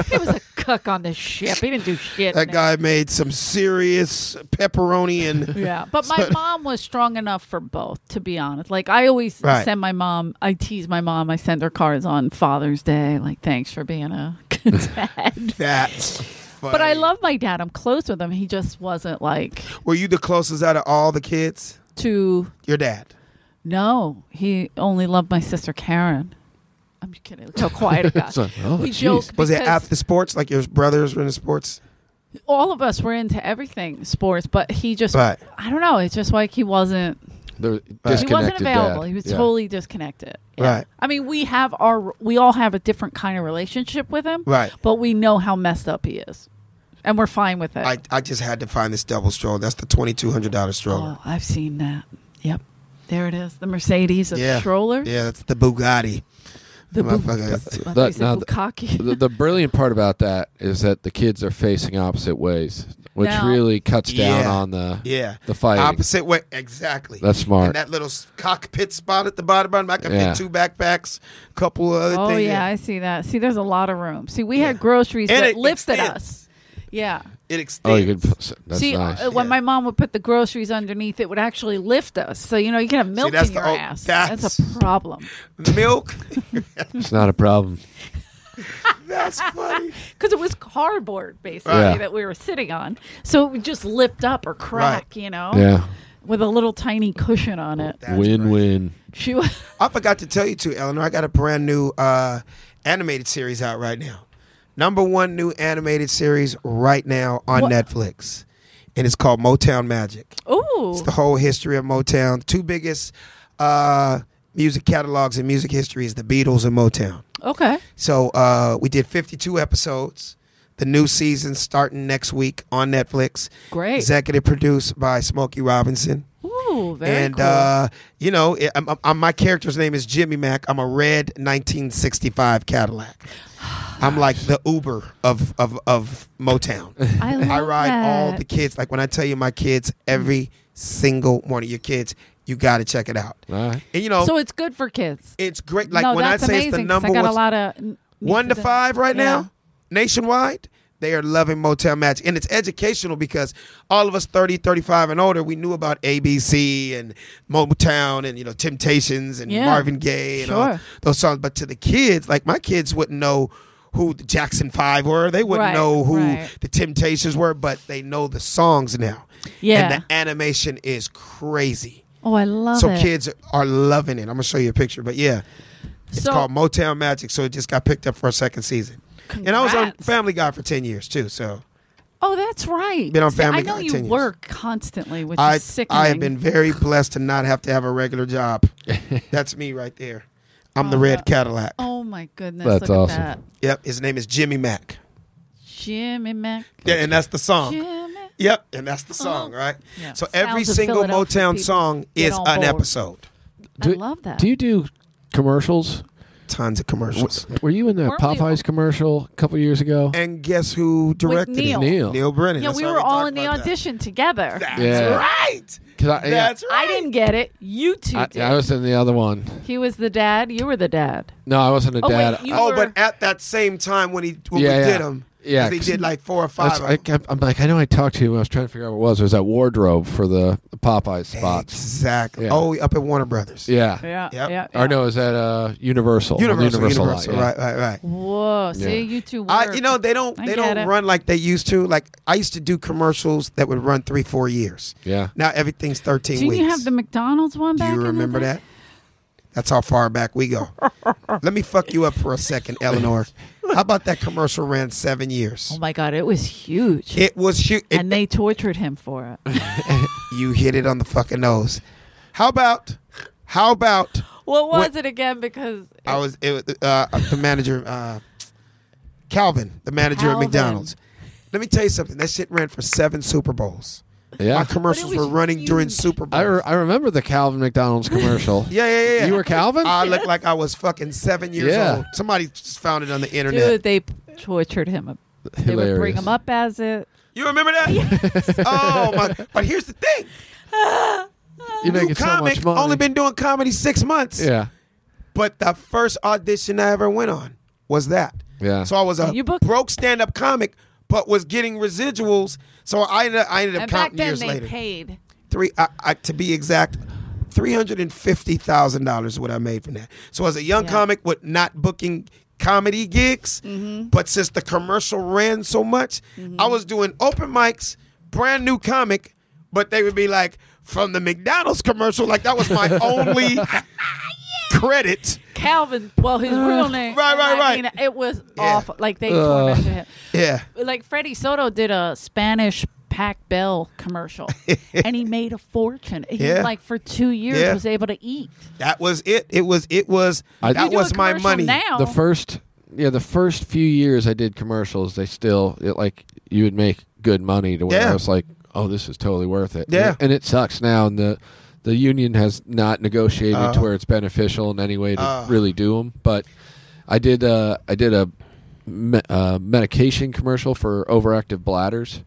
A: He was a cook on the ship. He
B: <laughs>
A: didn't do shit.
B: that
A: man.
B: guy made some serious
A: <laughs>
B: pepperoni and
A: Yeah, but my mom was strong enough for both. To be honest, like I always
B: Right.
A: send my mom. I tease my mom. I send her cards on Father's Day. Like, thanks for being a <laughs>
B: <laughs>
A: good dad.
B: that's. Funny.
A: but I love my dad. I'm close with him. He just wasn't like
B: Were you the closest out of all the kids?
A: to.
B: Your dad.
A: No, he only loved my sister Karen. I'm just kidding. Look how quiet
B: <laughs>
A: it got.
C: So, oh,
A: we
C: jeez.
A: joke
B: Was it
A: because-
B: after sports? Like your brothers were in sports?
A: all of us were into everything sports, but he just
B: Right.
A: I don't know. It's just like he wasn't
C: They're
A: he wasn't
C: disconnected
A: available.
C: dad.
A: He was
C: Yeah.
A: totally disconnected.
B: Right.
A: I mean, we have our we all have a different kind of relationship with him,
B: Right.
A: but we know how messed up he is. And we're fine with it.
B: I, I just had to find this double stroller. That's the twenty two hundred dollar stroller.
A: oh, I've seen that. Yep. There it is. The Mercedes of
B: yeah,
A: strollers.
B: Yeah, that's the Bugatti.
A: The bu-
B: <laughs> Motherfucker.
A: I thought
C: That-
A: you said
C: now the-
A: Bukkake.
B: <laughs>
C: the, the brilliant part about that is that the kids are facing opposite ways, which
A: Now-
C: really cuts down
B: Yeah.
C: on the
B: Yeah,
C: the fighting.
B: opposite way. Exactly.
C: That's smart.
B: And that little s- cockpit spot at the bottom, bottom I can
C: Yeah.
B: fit two backpacks, a couple of other
A: oh
B: things.
A: yeah, I see that. See, there's a lot of room. See, we had groceries
B: And
A: that
B: it
A: lifted
B: extends.
A: us. Yeah.
B: it
C: oh,
B: extends.
C: you could. That's
A: See,
C: nice.
A: uh, when
B: Yeah.
A: my mom would put the groceries underneath, it would actually lift us. So you know, you can have milk
B: that's
A: in
B: the
A: your
B: old-
A: ass.
B: that's-
A: that's a problem.
B: <laughs>
C: <laughs>
B: Milk.
C: it's not a problem.
B: that's funny.
A: because it was cardboard basically
C: Right.
A: that we were sitting on. So it would just lift up or crack, you know,
C: Yeah.
A: with a little tiny cushion on it.
B: That's
C: win win.
A: She was
B: I forgot to tell you too, Eleanor. I got a brand new uh, animated series out right now. Number one new animated series right now on
A: What?
B: Netflix, and it's called Motown Magic.
A: <laughs> ooh,
B: It's the whole history of Motown. Two biggest uh, music catalogs in music history is the Beatles and Motown.
A: okay,
B: So uh, we did 52 episodes. The new season starting next week on Netflix.
A: Great.
B: Executive produced by Smokey Robinson.
A: ooh, very
B: and
A: cool.
B: uh, you know, it, I'm, I'm- my character's name is Jimmy Mac. I'm a red 1965
A: <sighs>
B: Cadillac. I'm like the Uber of of, of
A: <laughs>
B: Motown.
A: I, love
B: I ride all
A: that.
B: the kids. Like when I tell you my kids every single one of your kids, you got to check it out.
C: All right.
B: And you know,
A: So it's good for kids.
B: it's great. Like
A: no,
B: when I
A: that's amazing.
B: say it's the
A: 'cause
B: number
A: I got a
B: one,
A: lot of n-
B: one to
A: nieces and-
B: five right
A: Yeah.
B: now nationwide. They are loving Motown Magic. And it's educational because all of us 30, 35 and older, we knew about ABC and Motown and, you know, Temptations and
A: Yeah.
B: Marvin Gaye and all
A: Sure.
B: those songs. But to the kids, like my kids wouldn't know who the Jackson Five were. They wouldn't
A: Right,
B: know who
A: right.
B: the Temptations were, but they know the songs now.
A: Yeah.
B: And the animation is crazy.
A: Oh, I love
B: so
A: it.
B: kids are loving it. I'm gonna show you a picture, but yeah. It's
A: So-
B: called Motown Magic, so it just got picked up for a second season. And I was on
A: Congrats.
B: Family Guy for ten years too, so
A: Oh, that's right.
B: Been on
A: See,
B: Family
A: I know
B: Guy
A: you
B: 10 years.
A: work constantly, which
B: I
A: is sickening.
B: I have been very
C: <laughs>
B: blessed to not have to have a regular job. That's me right there. I'm the red Cadillac.
A: Oh my goodness.
C: That's
A: look
C: awesome.
A: At that.
B: Yep, his name is Jimmy Mack.
A: Jimmy Mac.
B: Yeah, and that's the song.
A: Jimmy. Oh.
B: Yep, and that's the song, right?
A: Yeah.
B: So every
A: Sounds of
B: single
A: Philadelphia
B: Motown
A: people
B: song
A: get
B: is
A: on
B: an
A: board.
B: episode.
A: I
C: Do-
A: love that.
C: Do you do commercials?
B: Tons of commercials.
C: Were you in that
A: Weren't we
C: Popeyes commercial a couple years ago?
B: And guess who directed
A: Neil.
B: it?
C: Neil.
B: Neil Brennan.
A: yeah,
B: That's
A: we
B: why
A: were all
B: talked
A: in the
B: about that.
A: audition together.
B: That's
C: Yeah.
B: right.
C: 'Cause I, yeah,
B: That's right.
A: I didn't get it. You two
C: I,
A: did.
C: I was in the other one.
A: he was the dad. You were the dad.
C: No, I wasn't a
A: Oh, wait,
C: dad.
A: you-
B: Oh,
A: were-
B: but at that same time when he when
C: Yeah,
B: we
C: yeah.
B: did him,
C: Yeah,
B: he
C: 'cause-
B: did like four or five.
C: That's-
B: Of
C: I
B: 'em.
C: kept, I'm like, I know I talked to you. I was trying to figure out what it was. It was that wardrobe for the Popeyes spots.
B: Exactly.
C: Yeah.
B: Oh, up at Warner Brothers.
C: Yeah.
A: Yeah.
B: Yep.
A: Yeah.
C: Or no, is that uh, Universal? On the
B: Universal, Universal,
C: lot, yeah.
B: right, right, right.
A: Whoa. See,
C: Yeah.
A: you two were.
B: I, you know, they don't
A: I
B: they
A: get
B: don't
A: it.
B: run like they used to. Like I used to do commercials that would run three, four years.
C: Yeah.
B: Now everything's 13
A: Didn't
B: weeks.
A: you have the McDonald's one
B: Do
A: back?
B: you remember
A: in the day?
B: that? That's how far back we
A: <laughs>
B: go. Let me fuck you up for a second, Eleanor. How about that commercial ran seven years?
A: Oh my God, it was huge.
B: It was shoot. It,
A: and they tortured him for
C: <laughs>
A: it.
B: you hit it on the fucking nose. How about? How about?
A: what was
B: What-
A: it again? Because
B: I was it, was, uh, the manager, uh, Calvin, the manager
A: Calvin.
B: of McDonald's. Let me tell you something. That shit ran for seven Super Bowls.
C: Yeah.
B: My commercials
A: But it
B: were
A: was
B: running during
A: huge.
B: Super
C: I,
B: Bowls.
C: re- I remember the Calvin McDonald's commercial.
B: yeah, <laughs> yeah, Uh, yeah.
C: You were Calvin?
B: I looked like I was fucking seven years
C: Yeah.
B: old. Somebody just found it on the internet.
A: dude, they tortured him. They would bring
C: Hilarious.
A: him up as it.
B: You remember that? <laughs> oh my! But here's the
C: <laughs>
B: thing: new
C: You make so
B: comic,
C: much money.
B: only been doing comedy six months.
C: yeah.
B: But the first audition I ever went on was that.
C: Yeah.
B: So I was a
A: Oh, You booked-
B: broke stand-up comic, but was getting residuals. So I ended up, I ended up
A: And back
B: counting
A: then
B: years
A: they
B: later.
A: paid.
B: Three, I, I, to be exact, three hundred and fifty thousand dollars what I made from that. So as a young
A: Yeah.
B: comic with not booking comedy gigs,
A: Mm-hmm.
B: but since the commercial ran so much, I was doing open mics, brand new comic, but they would be like from the McDonald's commercial, like that was
A: <laughs>
B: my only credit.
A: Calvin, well, his
C: Uh,
A: real name.
B: Right,
A: and
B: right,
A: I
B: right.
A: mean, it was
B: Yeah.
A: awful. Like they tormented him.
B: Yeah.
A: Like Freddie Soto did a Spanish Pac Bell
C: <laughs>
A: commercial, and he made a fortune. He
B: Yeah.
A: like for two years
B: Yeah.
A: was able to eat.
B: That was it. It was it was
C: I-
B: that
C: You
A: do a
B: was my
A: commercial
B: money.
A: now.
C: The first, yeah, the first few years I did commercials, they still, it, like, you would make good money to where
B: Yeah.
C: I was like, oh, this is totally worth it.
B: Yeah.
C: And, and it sucks now. And the, the union has not negotiated
B: Uh-huh.
C: to where it's beneficial in any way to
B: Uh.
C: really do them. But I did, uh, I did a, me- uh, medication commercial for overactive
A: <laughs>
C: bladders,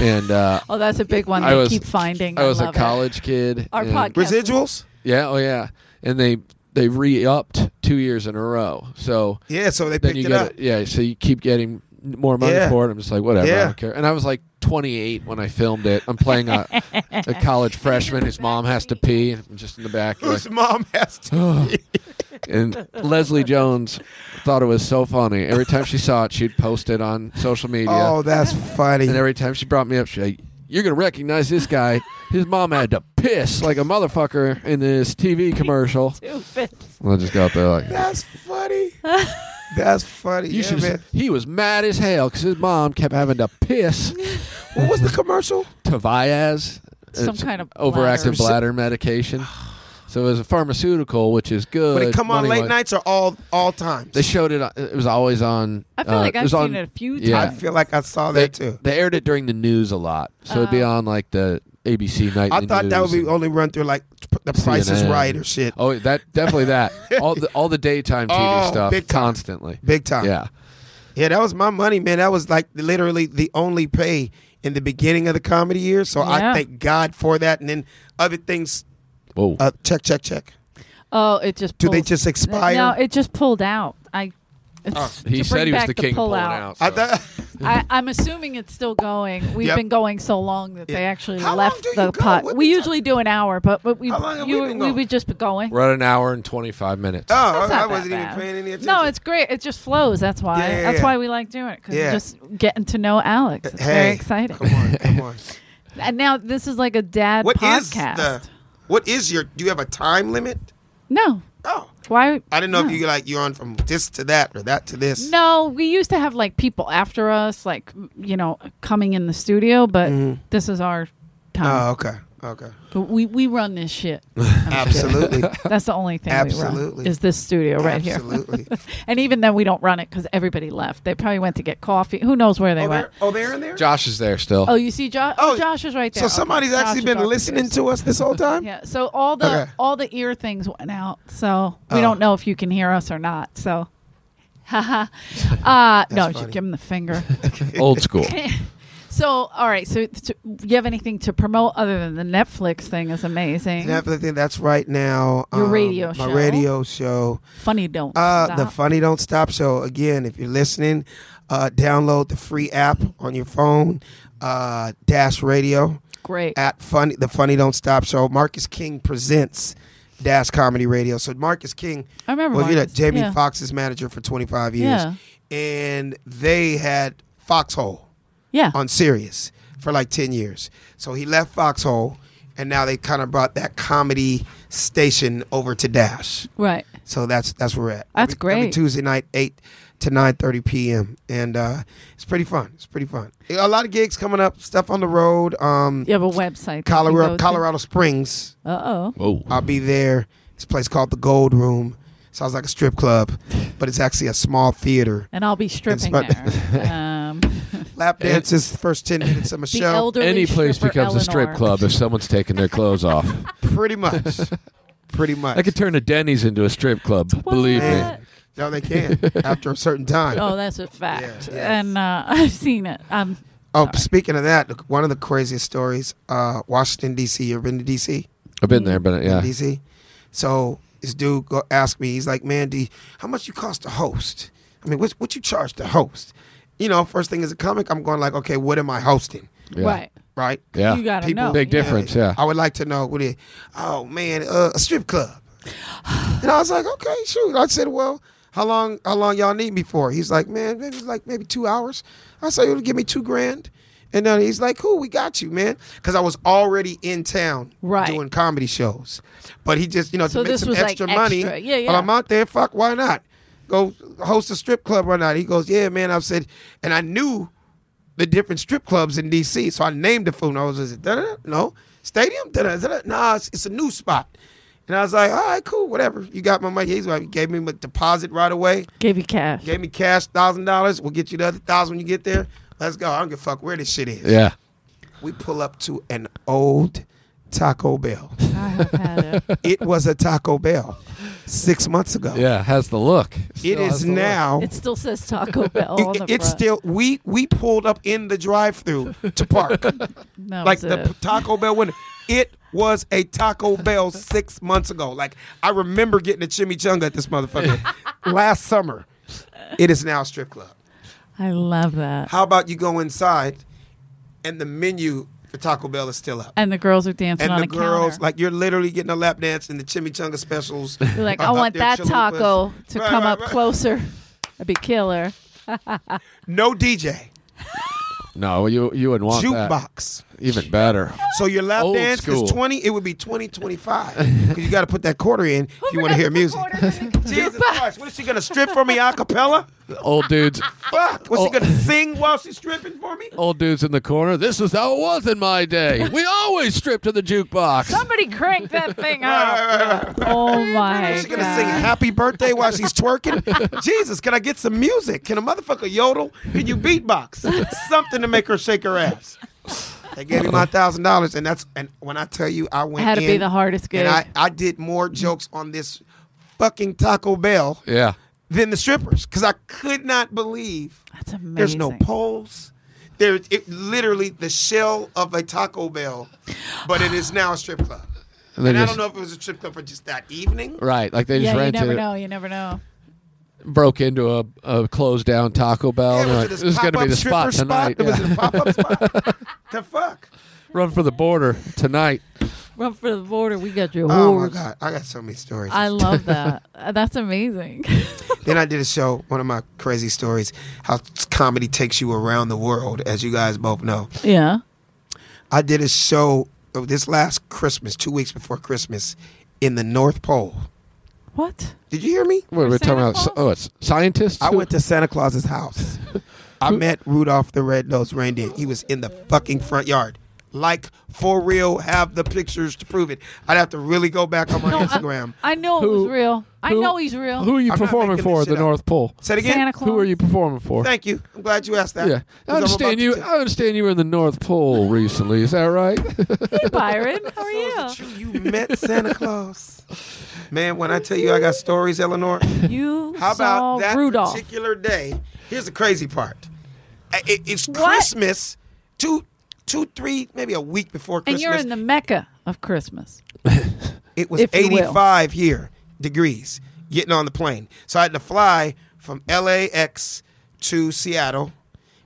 C: and uh,
A: Oh, that's a big one.
C: I
A: They
C: was-
A: keep finding.
C: I was a
A: love it. <laughs>
C: college kid.
A: Our
C: and-
A: podcast-
B: Residuals?
C: Yeah, oh yeah, and they they re upped two years in a row. So
B: Yeah, so they
C: then
B: picked
C: you
B: it
C: get
B: up.
C: it, yeah. So you keep getting more money
B: Yeah.
C: for it. I'm just like whatever, I
B: Yeah.
C: don't care. And I was like 28 when I filmed it. I'm playing a, a college freshman whose mom has to pee, and I'm just in the back.
B: <laughs>
C: like, <sighs>
B: Whose mom has to
C: and Leslie Jones thought it was so funny. Every time she saw it, she'd post it on social <laughs> media.
A: <laughs>
B: Oh, that's funny.
C: And every time she brought me up, she like, "You're gonna recognize this guy. His mom had to piss like a motherfucker in this TV commercial."
A: Stupid.
C: And I just got there like,
A: <laughs>
B: That's funny. That's funny.
C: "You
B: yeah,
C: should."
B: man.
C: have He was mad as hell because his mom kept having to piss
B: What
C: <laughs>
B: was the commercial?
C: to Viaz,
A: Some
C: It's
A: kind of
C: uh, overactive
A: bladder.
C: bladder medication. So it was a pharmaceutical, which is good.
B: Would it come on
C: money-wise.
B: late nights or all all times?
C: Uh, They showed it. on- It was always on.
A: I feel
C: uh,
A: like
C: it
A: I've
C: was
A: seen
C: on-
A: it a few
C: yeah.
B: I
A: times.
B: feel like I saw that too.
C: They aired it during the news a lot, so it'd be
A: Oh.
C: on like the ABC night.
B: I thought that would be only run through like p- the Price is
C: CNN.
B: Right or shit.
C: Oh, that definitely
B: <laughs>
C: that. all the all the daytime TV
B: Oh,
C: stuff
B: big time.
C: constantly.
B: Big time.
C: Yeah.
B: Yeah, that was my money, man. That was like literally the only pay in the beginning of the comedy year. So I
A: Yeah.
B: thank God for that. And then other things,
C: Whoa.
B: uh, check, check, check.
A: Oh, it just.
B: Do they
A: pulls-
B: just expire?
A: No, it just pulled out. I. it's-
C: Oh, he
A: to
C: said
A: bring
C: he was
A: back
C: the king of
A: pull
C: pulling
A: out.
C: out.
B: I
C: so-
B: thought, <laughs> oh,
A: I, I'm assuming it's still going. We've
B: Mm-hmm. Yep.
A: been going so long that they
B: Yeah.
A: actually
B: How long
A: left
B: do you
A: the
B: go?
A: pot.
B: What
A: We
B: we
A: usually do an hour, but, but we
B: How long have
A: you,
B: we been
A: we
B: going?
A: would just be going.
C: We're at an hour and twenty five minutes.
B: oh,
A: That's
B: I, I
A: not
B: wasn't
A: that
B: even
A: bad.
B: paying any attention.
A: No, it's great. It just flows. That's why.
B: Yeah, yeah,
A: That's
B: yeah.
A: why we like doing it because
B: Yeah.
A: you're just getting to know Alex. It's very
B: hey,
A: exciting. <laughs>
B: Come on, come on.
A: And now this is like a dad
B: What is
A: podcast.
B: the? What is your? Do you have a time limit?
A: No,
B: Oh,
A: why?
B: I didn't know
A: no.
B: if you like you're on from this to that or that to this.
A: No, we used to have like people after us, like you know, coming in the studio, but this is our time.
B: Mm-hmm. Oh, okay. Okay.
A: But we, we run this shit.
B: <laughs>
A: <laughs>
B: Absolutely.
A: That's the only thing we
B: Uh, Absolutely.
A: run is this studio right here.
B: Absolutely.
A: <laughs>
B: Oh,
A: And even then, we don't run it because everybody left. They probably went to get coffee. Who knows where they
B: oh,
A: went?
B: they're, oh, they're in there?
C: Josh is there still.
A: Oh, you see, Josh. Oh,
B: Oh,
A: Josh is right there.
B: So
A: Okay.
B: somebody's
A: Josh
B: actually
A: is
B: been
A: our
B: listening
A: producer.
B: to us this whole time?
A: Yeah. So all the
B: Okay.
A: all the ear things went out. So we
B: Oh.
A: don't know if you can hear us or not. So. <laughs>
B: <laughs>
A: Haha. uh, no,
B: funny.
A: just give him the
B: <laughs>
A: finger.
C: Old school.
A: so, all right. So, so, do you have anything to promote other than the Netflix thing? Is amazing.
B: Definitely, that's right now. um,
A: Your radio
B: My
A: show.
B: radio show.
A: Funny don't.
B: Uh,
A: stop.
B: the Funny Don't Stop Show. Again, if you're listening, uh, download the free app on your phone, uh, Dash Radio
A: Great.
B: at Funny the Funny Don't Stop Show. Marcus King presents Dash Comedy Radio. So Marcus King,
A: I remember
B: well, you know,
A: Marcus.
B: Jamie
A: Yeah.
B: Foxx's manager for 25 years,
A: Yeah.
B: and they had Foxhole
A: yeah.
B: on Sirius for like 10 years. So he left Foxhole, and now they kind of brought that comedy station over to Dash.
A: right.
B: So that's that's where we're at.
A: That's
B: Every- every
A: great.
B: Tuesday night, eight to nine thirty p.m. and uh, it's pretty fun. It's pretty fun. A lot of gigs coming up. Stuff on the road. Um,
A: <laughs> You have a website.
B: Colorado, Colorado Springs.
A: Uh oh.
C: Whoa.
B: I'll be there. This place called the Gold Room. Sounds like a strip club, but it's actually a small theater.
A: And I'll be stripping
B: It's <laughs>
A: there. Um,
B: Lap dances first ten minutes of my
A: the
B: show.
A: elderly
C: Any place
A: stripper
C: becomes a strip
A: Eleanor.
C: club if someone's taking their clothes off.
B: Pretty much. Pretty much.
C: I could turn a Denny's into a strip club.
A: What?
C: Believe me.
B: Man, no, they can after a certain time.
A: <laughs> Oh, that's a fact.
B: Yeah, yes.
A: And uh, <laughs> I've seen it. Um,
B: oh,
A: sorry.
B: speaking of that, look, one of the craziest stories. Uh, Washington D.C. You've been to D.C.
C: I've been there, but uh, yeah.
B: in DC. So this dude go asked me, he's like, "Man, D, how much you cost to host? I mean, what what you charge to host? You know, first thing as a comic, I'm going like, okay, what am I hosting?
C: yeah.
A: Right.
B: Right?
C: Yeah.
A: You got to
B: People-
A: know.
C: Big
A: yeah.
C: difference, yeah.
B: I would like to know what it. Oh man, uh, a strip club. and I was like, okay, shoot. I said, well, how long? How long y'all need me for? He's like, man, maybe like maybe two hours. I said, you'll give me two grand. And then he's like, cool, we got you, man. Because I was already in town
A: Right.
B: doing comedy shows. But he just, you know,
A: So
B: to make
A: this
B: some
A: was, like,
B: extra money.
A: extra. Yeah, yeah.
B: While I'm out there, fuck, why not? Go host a strip club right now. He goes, yeah, man. I said, and I knew the different strip clubs in DC. So I named the food. I was just, da-da-da, no, stadium? Da-da, da-da. Nah, it's, it's a new spot. And I was like, all right, cool, whatever. You got my money. He's like, he gave me my deposit right away.
A: Gave you cash.
B: Gave me cash, thousand dollars. We'll get you the other thousand when you get there. Let's go. I don't give a fuck where this shit is.
C: Yeah.
B: We pull up to an old Taco
A: <laughs>
B: Bell.
A: I have had it.
B: it was a Taco Bell six months ago.
C: Yeah. Has the look.
B: It
C: Still has
B: is
C: the look.
B: now.
A: It still says
B: <laughs>
A: Taco Bell on
B: it-
A: the
B: it's
A: front.
B: still we we pulled up in the drive-through to
A: <laughs>
B: park.
A: That
B: like
A: was
B: the
A: it.
B: p- Taco Bell winner. It was a Taco Bell six months ago. Like I remember getting a chimichanga at
A: <laughs>
B: this motherfucker last summer. It is now a strip club.
A: I love that.
B: How about you go inside and the menu for Taco Bell is still up.
A: And the girls are dancing
B: And
A: on
B: the
A: a
B: girls,
A: counter.
B: like you're literally getting a lap dance and the chimichanga specials.
A: You're
B: <laughs>
A: like,
B: are
A: I
B: up
A: want
B: there,
A: that
B: chalupas.
A: taco to
B: Right,
A: come
B: right,
A: up
B: right.
A: closer. That'd be killer.
B: No DJ,
C: No, you you wouldn't want that.
B: jukebox.
C: Even better.
B: So your lap
C: Old
B: dance
C: school.
B: is 20, it would be 20, 25. Because you got to put that quarter in if <laughs> you want to
A: <laughs>
B: hear music. Jesus Christ, what is she going to strip for me a cappella?
C: Old dudes.
B: Fuck, was
C: Oh.
B: she going to sing while she's stripping for me?
C: Old dudes in the corner. This is how it was in my day. We always stripped to the jukebox.
A: Somebody crank that thing
B: <laughs> Right,
A: up.
B: right, right, right.
A: Oh my
B: Is <laughs> she gonna sing
A: god.
B: "Happy Birthday" while she's twerking? Jesus, can I get some music? Can a motherfucker yodel? Can you beatbox? Something to make her shake her ass. They gave me my thousand dollars, and that's and when I tell you I went
A: Had to be
B: in,
A: the hardest gig.
B: and I I did more jokes on this fucking Taco Bell
C: Yeah.
B: than the strippers because I could not believe
A: That's amazing.
B: there's no poles. There, it literally the shell of a Taco Bell, but it is now a strip club.
C: <sighs> they
B: and I
C: just-
B: don't know if it was a strip club for just that evening.
C: Right. Like they just
A: Yeah, you
C: rented
A: never
C: it.
A: know. You never know.
C: broke into a, a closed down Taco Bell. and
B: Yeah, was
C: they're like,
B: it
C: this
B: this
C: is going to be
B: pop-up stripper
C: the spot tonight.
B: Spot?
C: Yeah.
B: Was it a
C: <laughs>
B: pop-up spot? the fuck?
C: Run for the border tonight.
A: Run for the border. We got your
B: Oh my
A: whores.
B: god, I got so many stories.
A: I
B: <laughs>
A: love that. Uh, That's amazing. <laughs>
B: then I did a show, one of my crazy stories, how comedy takes you around the world, as you guys both know.
A: yeah.
B: I did a show uh, this last Christmas, two weeks before Christmas, in the North Pole.
A: What?
B: Did you hear me?
C: What, we're talking
A: Santa
C: about
A: Claus?
C: oh, it's scientists.
B: I
C: who-
A: <laughs>
B: went to Santa Claus's house. I met Rudolph the Red-Nosed Reindeer. He was in the fucking front yard, like for real have the pictures to prove it. I'd have to really go back on my
A: No, I-
B: Instagram.
A: I know it
F: Who-
A: was real. I
F: who-
A: know he's real.
F: Who are you
B: I'm not
F: performing
B: making this
F: for at
B: shit
F: the
B: up.
F: North Pole?
B: Say it again.
A: Santa Claus.
F: Who are you performing for?
B: Thank you. I'm glad you asked that.
F: yeah,
B: 'Cause I'm
F: I understand
B: about
F: you.
B: to tell-
F: I understand you were in the North Pole recently. Is that
B: <laughs>
F: right?
A: Hey, Byron. How are
B: So is
A: you?
B: it true you met Santa Claus? Man, when I tell you I got stories, Eleanor.
A: You <laughs>
B: How
A: saw
B: about that
A: Rudolph.
B: particular day? Here's the crazy part. I- it- it's
A: What?
B: Christmas, two, two, three, maybe a week before
A: and
B: Christmas.
A: you're in the mecca of Christmas.
B: it was
A: if you will.
B: 85 here degrees getting on the plane. So I had to fly from LAX to Seattle,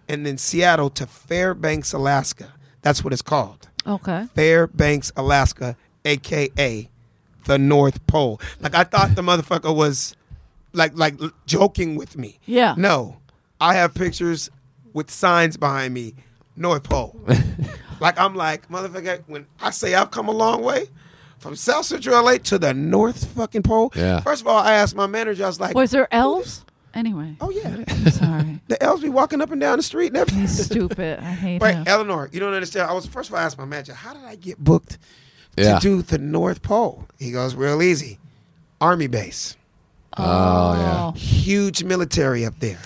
B: and then Seattle to Fairbanks, Alaska. That's what it's called.
A: Okay.
B: Fairbanks, Alaska, aka the North Pole. Like I thought the motherfucker was like like l- joking with me.
A: Yeah.
B: No. I have pictures with signs behind me, North Pole. like I'm like, motherfucker, when I say I've come a long way from South Central LA to the North fucking pole.
C: Yeah.
B: First of all, I asked my manager, I was like,
A: Was there elves? Anyway,
B: Oh yeah.
A: I'm
B: <laughs>
A: sorry.
B: The elves be walking up and down the street and
A: <laughs>
B: everything.
A: He's stupid. I hate
B: Wait,
A: him.
B: Eleanor, you don't understand. I was first of all I asked my manager, how did I get booked to
C: Yeah.
B: do the North Pole? He goes, real easy. Army base.
C: Oh, yeah.
B: Huge military up there.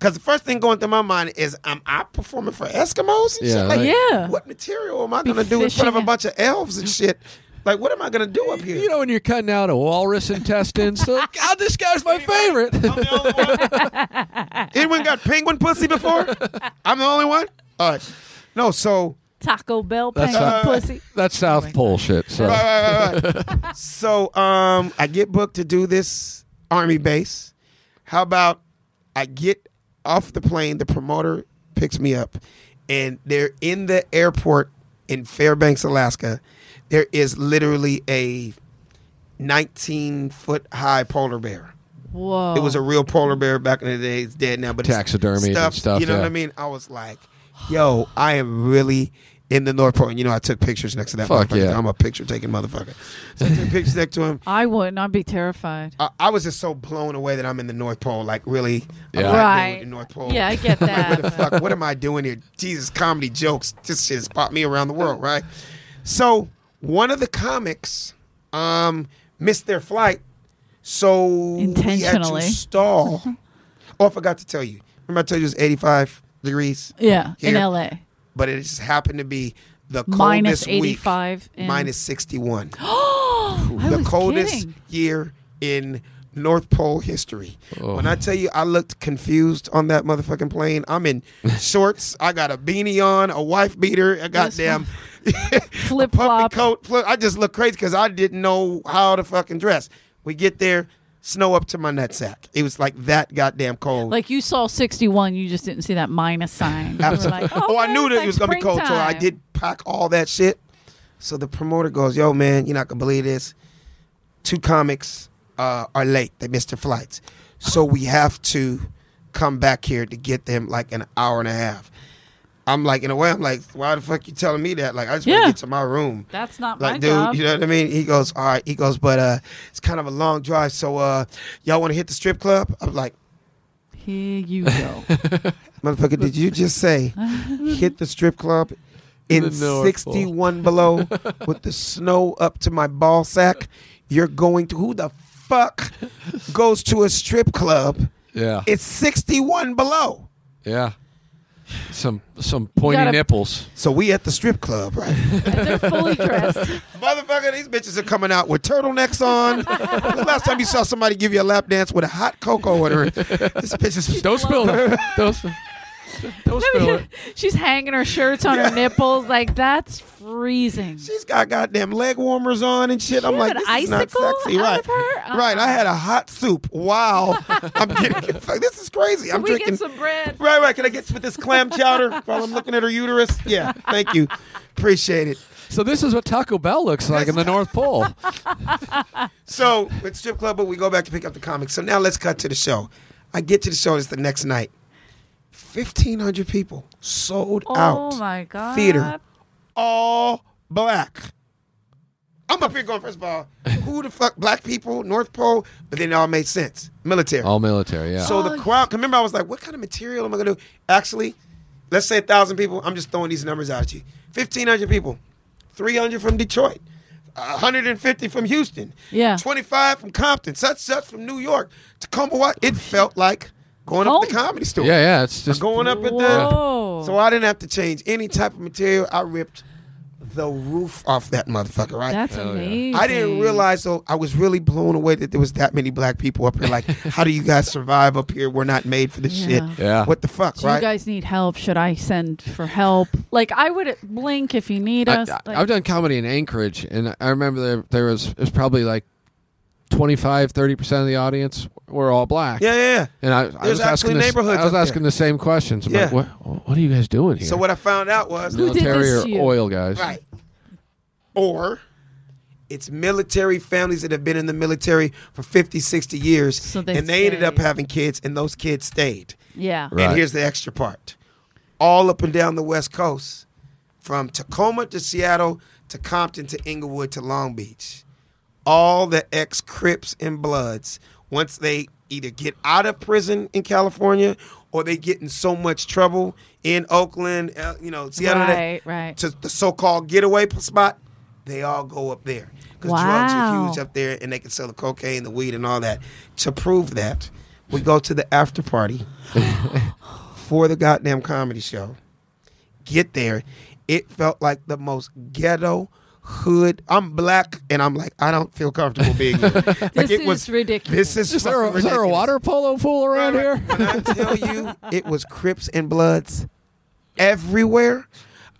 B: Cause the first thing going through my mind is am I performing for Eskimos and
C: Yeah,
B: shit? Like,
C: right.
A: Yeah.
B: what material am I gonna do in front of a
A: fishing.
B: bunch of elves and shit? Like what am I gonna do up here?
C: You know when you're cutting out a walrus intestine? So, God, "Ah, this guy's my favorite. <laughs>
B: <laughs>
A: <laughs>
B: Anyone got penguin pussy before? I'm the only one? All right. No, so
A: Taco Bell
C: That's
A: penguin
C: not-
A: pussy.
C: That's South Pole shit. So
B: Right, right, right, right. so um, I get booked to do this army base. How about I get off the plane? The promoter picks me up, and they're in the airport in Fairbanks, Alaska. There is literally a 19 foot high polar bear.
A: Whoa.
B: It was a real polar bear back in the day. It's dead now, but it's
C: Taxidermied and stuff,
B: You know what
C: yeah.
B: I mean? I was like, "Yo, I am really in the North Pole." And you know, I took pictures next to that
C: Fuck
B: motherfucker.
C: yeah.
B: I'm a picture taking motherfucker. So I
C: <laughs>
B: took pictures next to him.
A: I wouldn't. I'd be terrified.
B: I, I was just so blown away that I'm in the North Pole. Like, really, I'm
C: Yeah.
B: not
A: Right.
B: doing the North Pole.
A: Yeah, I
B: <laughs>
A: get
B: What the
A: that.
B: fuck? What am I doing here? Jesus, comedy jokes. This shit has popped me around the world, right? So one of the comics um, missed their flight, so we had to
A: Intentionally.
B: stall. Oh, I forgot to tell you. Remember, I told you it was 85 degrees,
A: yeah, in
B: Here.
A: LA.
B: but it just happened to be the coldest
A: Minus
B: week,
A: 85. in-
B: minus 61
A: Oh, <gasps> I
B: the
A: was
B: coldest <laughs>
A: kidding.
B: year in North Pole history. When I tell you I looked confused on that motherfucking plane, I'm in shorts, I got a beanie on, a wife beater, a goddamn
A: Flip
B: puffy
A: flop.
B: coat. Flip. I just look crazy because I didn't know how to fucking dress. We get there, snow up to my nutsack. It was like that goddamn cold.
A: Like you saw 61, you just didn't see that minus sign. You were
B: Absolutely.
A: like,
B: <laughs> oh, I
A: man,
B: knew that
A: it's
B: it was gonna be cold, so I
A: springtime."
B: did pack all that shit. So the promoter goes, "Yo, man, you're not gonna believe this. Two comics uh, are late; they missed their flights, so we have to come back here to get them like an hour and a half." I'm like, in a way, I'm like, why the fuck you telling me that? Like, I just want
A: Yeah.
B: to get to my room.
A: That's not my
B: Like, dude,
A: job.
B: you know what I mean? He goes, all right. He goes, but uh, it's kind of a long drive, so uh, y'all want to hit the strip club? I'm like,
A: Here you go.
B: Motherfucker, did you just
C: <laughs>
B: say hit the strip club in,
C: the North
B: 61
C: <laughs>
B: below with the snow up to my ball sack? You're going to who the fuck goes to a strip club?
C: yeah,
B: It's 61 below.
C: yeah. Some some pointy
A: gotta-
C: nipples.
B: So we at the strip club,
C: <laughs>
B: right?
A: They're
B: <laughs>
A: fully dressed. <laughs>
B: Motherfucker, these bitches are coming out with turtlenecks on.
C: <laughs>
B: the last time you saw somebody give you a lap dance with a hot cocoa in her, this bitch is
C: Don't
A: <laughs>
C: spill it. Don't, sp- don't spill it.
A: She's hanging her shirts on her nipples. Like, that's freezing.
B: She's got goddamn leg warmers on and shit. I'm
A: You
B: like,
A: have an
B: this is not
A: icicle
B: sexy,
A: out
B: right?
A: of her?
B: Right. I
A: Uh-uh.
B: had a hot soup.
A: <laughs>
B: Wow. I'm getting fuck, this is crazy. I'm
A: we
B: drinking.
A: get some bread.
B: right, right. Can I get some of this clam chowder while I'm looking at her uterus? Yeah. Thank you. Appreciate it.
C: So this is what Taco Bell looks like in the
A: <laughs>
C: North Pole.
B: So with strip club, but we go back to pick up the comics. So now let's cut to the show. I get to the show. It's the next night. Fifteen hundred people sold out.
A: Oh, my God.
B: Theater. all black. I'm up here going, first of all, who the fuck, black people, North Pole, but then it all made sense. Military.
C: All military. Oh, Yeah.
A: Oh,
B: So the crowd, remember, I was like, what kind of material am I going to do? Actually, let's say 1,000 people. I'm just throwing these numbers out at you. 1,500 people, 300 from Detroit, 150 from Houston,
A: Yeah.
B: 25 from Compton, such, such from New York, Tacoma. Wa- It felt like going up to the
A: Home.
B: comedy store.
C: Yeah, yeah. It's just
B: Going up at the.
A: Whoa.
B: So I didn't have to change any type of material. I ripped the roof off that motherfucker, right?
A: That's amazing.
B: I didn't realize though. I was really blown away that there was that many black people up here.
A: <laughs>
B: Like, how do you guys survive up here? We're not made for this
A: Yeah.
B: shit.
C: Yeah.
B: What the fuck,
A: Do
B: right?
A: you guys need help? Should I send for help? Like I would blink if you need
C: I,
A: us. like,
C: have done comedy in Anchorage, and I remember there there was it was probably like 25, 30 percent of the audience were all black.
B: yeah, yeah, yeah.
C: And I, I
B: There's
C: was asking
B: actually
C: this,
B: neighborhoods
C: I was
B: up
C: asking
B: there.
C: the same questions. I'm like,
B: Yeah.
C: what, what are you guys doing here?
B: So what I found out was
A: Who did
C: military
A: this
C: or
A: to you?
C: oil guys?
B: right, or it's military families that have been in the military for 50, 60 years,
A: So they
B: and they ended up
A: stayed.
B: having kids, and those kids stayed.
A: yeah.
C: Right.
B: And here's the extra part: all up and down the West Coast, from Tacoma to Seattle to Compton to Inglewood to Long Beach, all the ex Crips and Bloods, once they either get out of prison in California or they get in so much trouble in Oakland, uh, you know, Seattle, that-
A: Right, right.
B: to the so-called getaway p- spot, they all go up there because drugs are
A: Wow.
B: huge up there, and they can sell the cocaine, the weed, and all that. To prove that, we go to the after
C: <laughs>
B: party for the goddamn comedy show. Get there, it felt like the most ghetto hood. I'm black, and I'm like, I don't feel comfortable being
C: <laughs>
B: here. like
A: This
B: it
A: is
B: was
A: ridiculous.
B: This is,
C: Is there, a,
B: fucking
C: is there a
B: ridiculous.
C: water polo pool around here?
B: When I tell you it was Crips and Bloods everywhere,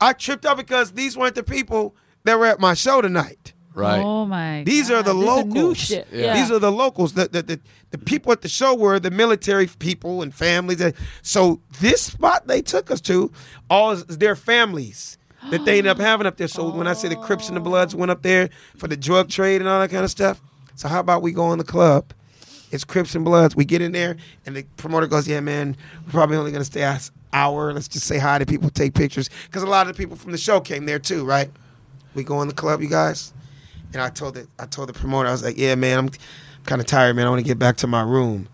B: I tripped up because these weren't the people that were at my show tonight.
C: Right.
A: Oh my.
B: These are
A: God,
B: the
A: this is
B: locals.
A: new shit. Yeah.
B: These are the locals. The, the, the, the people at the show were the military people and families. that- So this spot they took us to, all is their families that they
A: <gasps>
B: ended up having up there. So when I say the Crips and the Bloods went up there for the drug trade and all that kind of stuff, so how about we go in the club? It's Crips and Bloods. We get in there, and the promoter goes, "Yeah, man, we're probably only gonna stay an hour. Let's just say hi to people, take pictures, because a lot of the people from the show came there too, right? We go in the club, you guys." And I told the I told the promoter, I was like, "Yeah, man, I'm kind of tired, man. I want to get back to my room."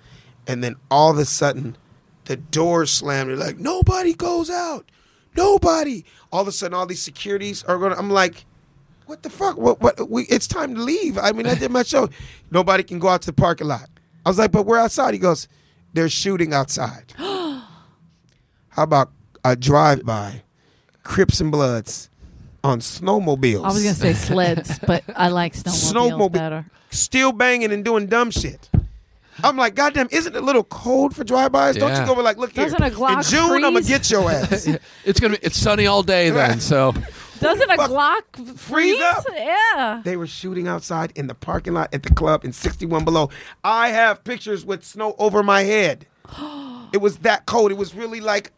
B: And then all of a sudden, the door slammed. They're like, "Nobody goes out. Nobody." All of a sudden, all these securities are going. to I'm like, "What the fuck? What? What? We, it's time to leave." I mean, I did
A: <laughs>
B: my show. Nobody can go out to the parking lot. I was like, "But we're outside." He goes, "They're
A: <gasps>
B: shooting outside." How about a drive-by, Crips and Bloods, on snowmobiles?
A: I was gonna say
B: <laughs>
A: sleds, but I like snowmobiles
B: Snowmobile.
A: better.
B: still banging and doing dumb shit. I'm like, goddamn, isn't it a little cold for drive-bys? Don't you
C: Yeah.
B: go over like, look
A: Doesn't
B: here.
A: a Glock
B: in June, I'm gonna
A: freeze?
B: get your
A: <laughs>
B: ass.
C: It's gonna be it's sunny all day then. So
A: Doesn't a
B: fuck-
A: Glock freeze?
B: up.
A: Yeah.
B: they were shooting outside in the parking lot at the club in 61 below. I have pictures with snow over my head.
A: <gasps>
B: it was that cold. It was really like,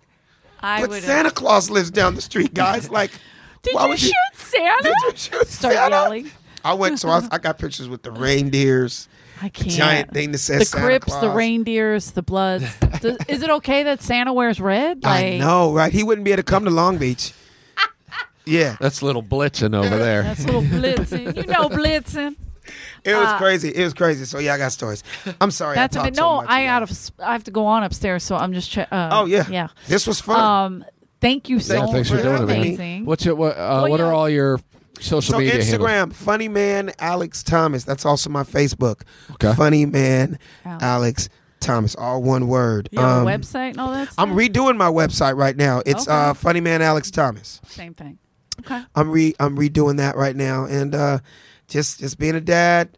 A: I
B: but
A: would.
B: Santa Claus lives down the
A: <laughs>
B: street, guys. Like,
A: Did
B: why
A: you
B: would
A: shoot Santa?
B: Did you shoot
A: Start
B: Santa?
A: yelling.
B: I went, so I, was- I got pictures with the reindeers.
A: I can't.
B: giant thing that says
A: the
B: Santa
A: Crips, the
B: Claus.
A: reindeers, the Bloods.
B: <laughs>
A: Does- is it okay that Santa wears red?
B: I know, right? He wouldn't be able to come to Long
A: <laughs>
B: Beach. Yeah.
C: that's little blitzing over there.
A: That's a little blitzing. You know
B: <laughs>
A: blitzing.
B: It was
A: Uh,
B: crazy. It was crazy. So yeah, I got stories. I'm sorry.
A: That's
B: I
A: a
B: talked
A: bit.
B: so
A: No,
B: much,
A: I
B: man.
A: out of. I have to go on upstairs, so I'm just. Che- uh,
B: Oh yeah,
A: Yeah.
B: This was fun.
A: Um. Thank you so
B: Yeah,
A: much.
C: thanks for doing it, man.
A: Amazing.
C: What's your what? Uh,
A: Oh,
C: what
A: yeah.
C: are all your social
B: so
C: media
B: Instagram,
C: handles?
B: funny man Alex Thomas. That's also my Facebook.
C: Okay.
B: Funny man
A: Alex.
B: Alex, Thomas. All one word.
A: You have
B: Um,
A: a website and all that. stuff?
B: I'm redoing my website right now. It's
A: Okay.
B: uh, funny man Alex Thomas.
A: Same thing. Okay.
B: I'm re I'm redoing that right now, and uh, just just being a dad.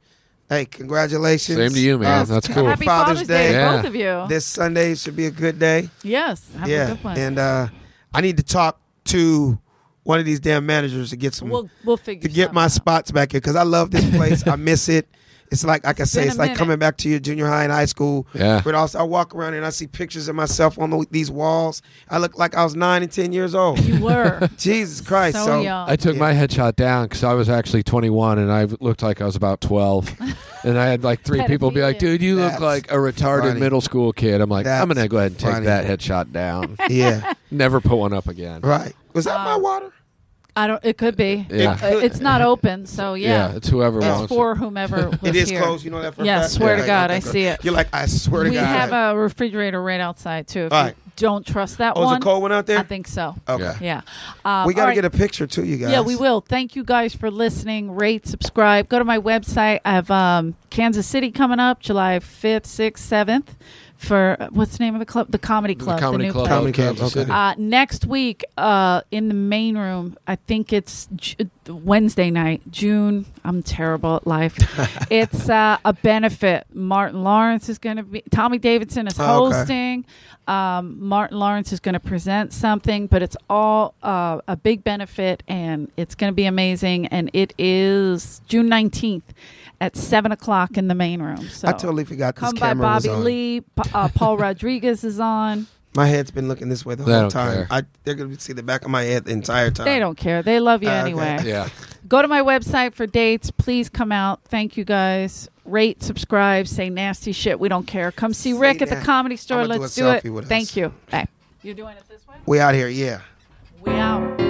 B: Hey, congratulations.
C: Same to you, man.
B: Uh,
C: That's cool.
A: Happy
B: Father's
A: Father's, Day, to
B: Day.
C: Yeah.
A: both of you.
B: This Sunday should be a good day.
A: yes. Have a good one.
B: And uh, I need to talk to one of these damn managers to get some
A: we'll we'll figure.
B: to get
A: something
B: my
A: out.
B: spots back here because I love this
A: <laughs>
B: place. I miss it. It's like like I say,
A: been a
B: it's like
A: minute.
B: coming back to your junior high and high school.
C: Yeah.
B: But also, I walk around and I see pictures of myself on the, these walls. I look like I was nine and ten years old.
A: <laughs> You were <laughs>
B: Jesus <laughs> Christ!
A: so,
B: So,
A: young.
C: I took
B: Yeah.
C: my headshot down because I was actually 21 and I looked like I was about <laughs> 12. and I had like three people be like,
A: Pedophilia.
C: dude, you
B: That's
C: look like a retarded
B: funny.
C: middle school kid. I'm like, I'm
B: That's
C: going to go ahead and take
B: funny.
C: that headshot down.
B: yeah,
C: Never put one up again.
B: right. Was that my water?
A: I don't. Um, It could be.
C: Yeah.
A: Uh,
B: <laughs>
A: It's not open,
C: <laughs>
A: so yeah.
C: it's whoever
A: it's
C: wants
A: for whomever. Was
B: It is
A: here.
B: closed. You know that for a
A: Yeah,
B: fact?
A: swear to
B: Okay,
A: God,
B: okay,
A: I
B: good.
A: see it.
B: You're like, I swear to
A: we
B: God.
A: have a refrigerator right outside too. If
B: All
A: you
B: right.
A: don't trust that
B: oh,
A: one,
B: is a cold one out there?
A: I think so.
B: okay.
C: Yeah.
A: Yeah. Um,
B: We got
A: all
B: to
A: right.
B: get a picture too, you guys.
A: Yeah, we will. Thank you guys for listening. Rate, subscribe. Go to my website. I have um, Kansas City coming up July 5th, 6th, 7th for uh, what's the name of the club? The Comedy
C: it.
A: Club.
C: the comedy
A: new
C: club.
B: Comedy
C: out
B: Club,
C: of Kansas
B: okay.
C: City.
A: Uh, next week uh, in the main room, I think it's J- Wednesday night, June. I'm terrible at
B: <laughs>
A: life. it's uh, a benefit. Martin Lawrence is going to be, Tommy Davidson is
B: Oh, okay.
A: hosting. Um, Martin Lawrence is going to present something, but it's all uh, a big benefit and it's going to be amazing. And it is June 19th at 7 o'clock in the main room. So.
B: I totally forgot this
A: Come by
B: camera was
A: Bobby
B: on.
A: Lee. Pa- uh,
B: <laughs>
A: Paul Rodriguez is on.
B: My head's been looking this way the
C: They
B: whole
C: don't
B: time.
C: care.
B: I, they're going to see the back of my head the entire time.
A: They don't care. They love you
B: Uh, okay.
A: anyway.
C: Yeah.
A: Go to my website for dates. Please come out. Thank you guys. Rate, subscribe, say nasty shit. We don't care. Come see
B: Say
A: Rick at the
B: na-
A: comedy store.
B: I'ma do
A: Let's
B: a
A: do it.
B: selfie with us.
A: Thank you. Bye. You're doing it this way?
B: We out here, yeah.
A: We out.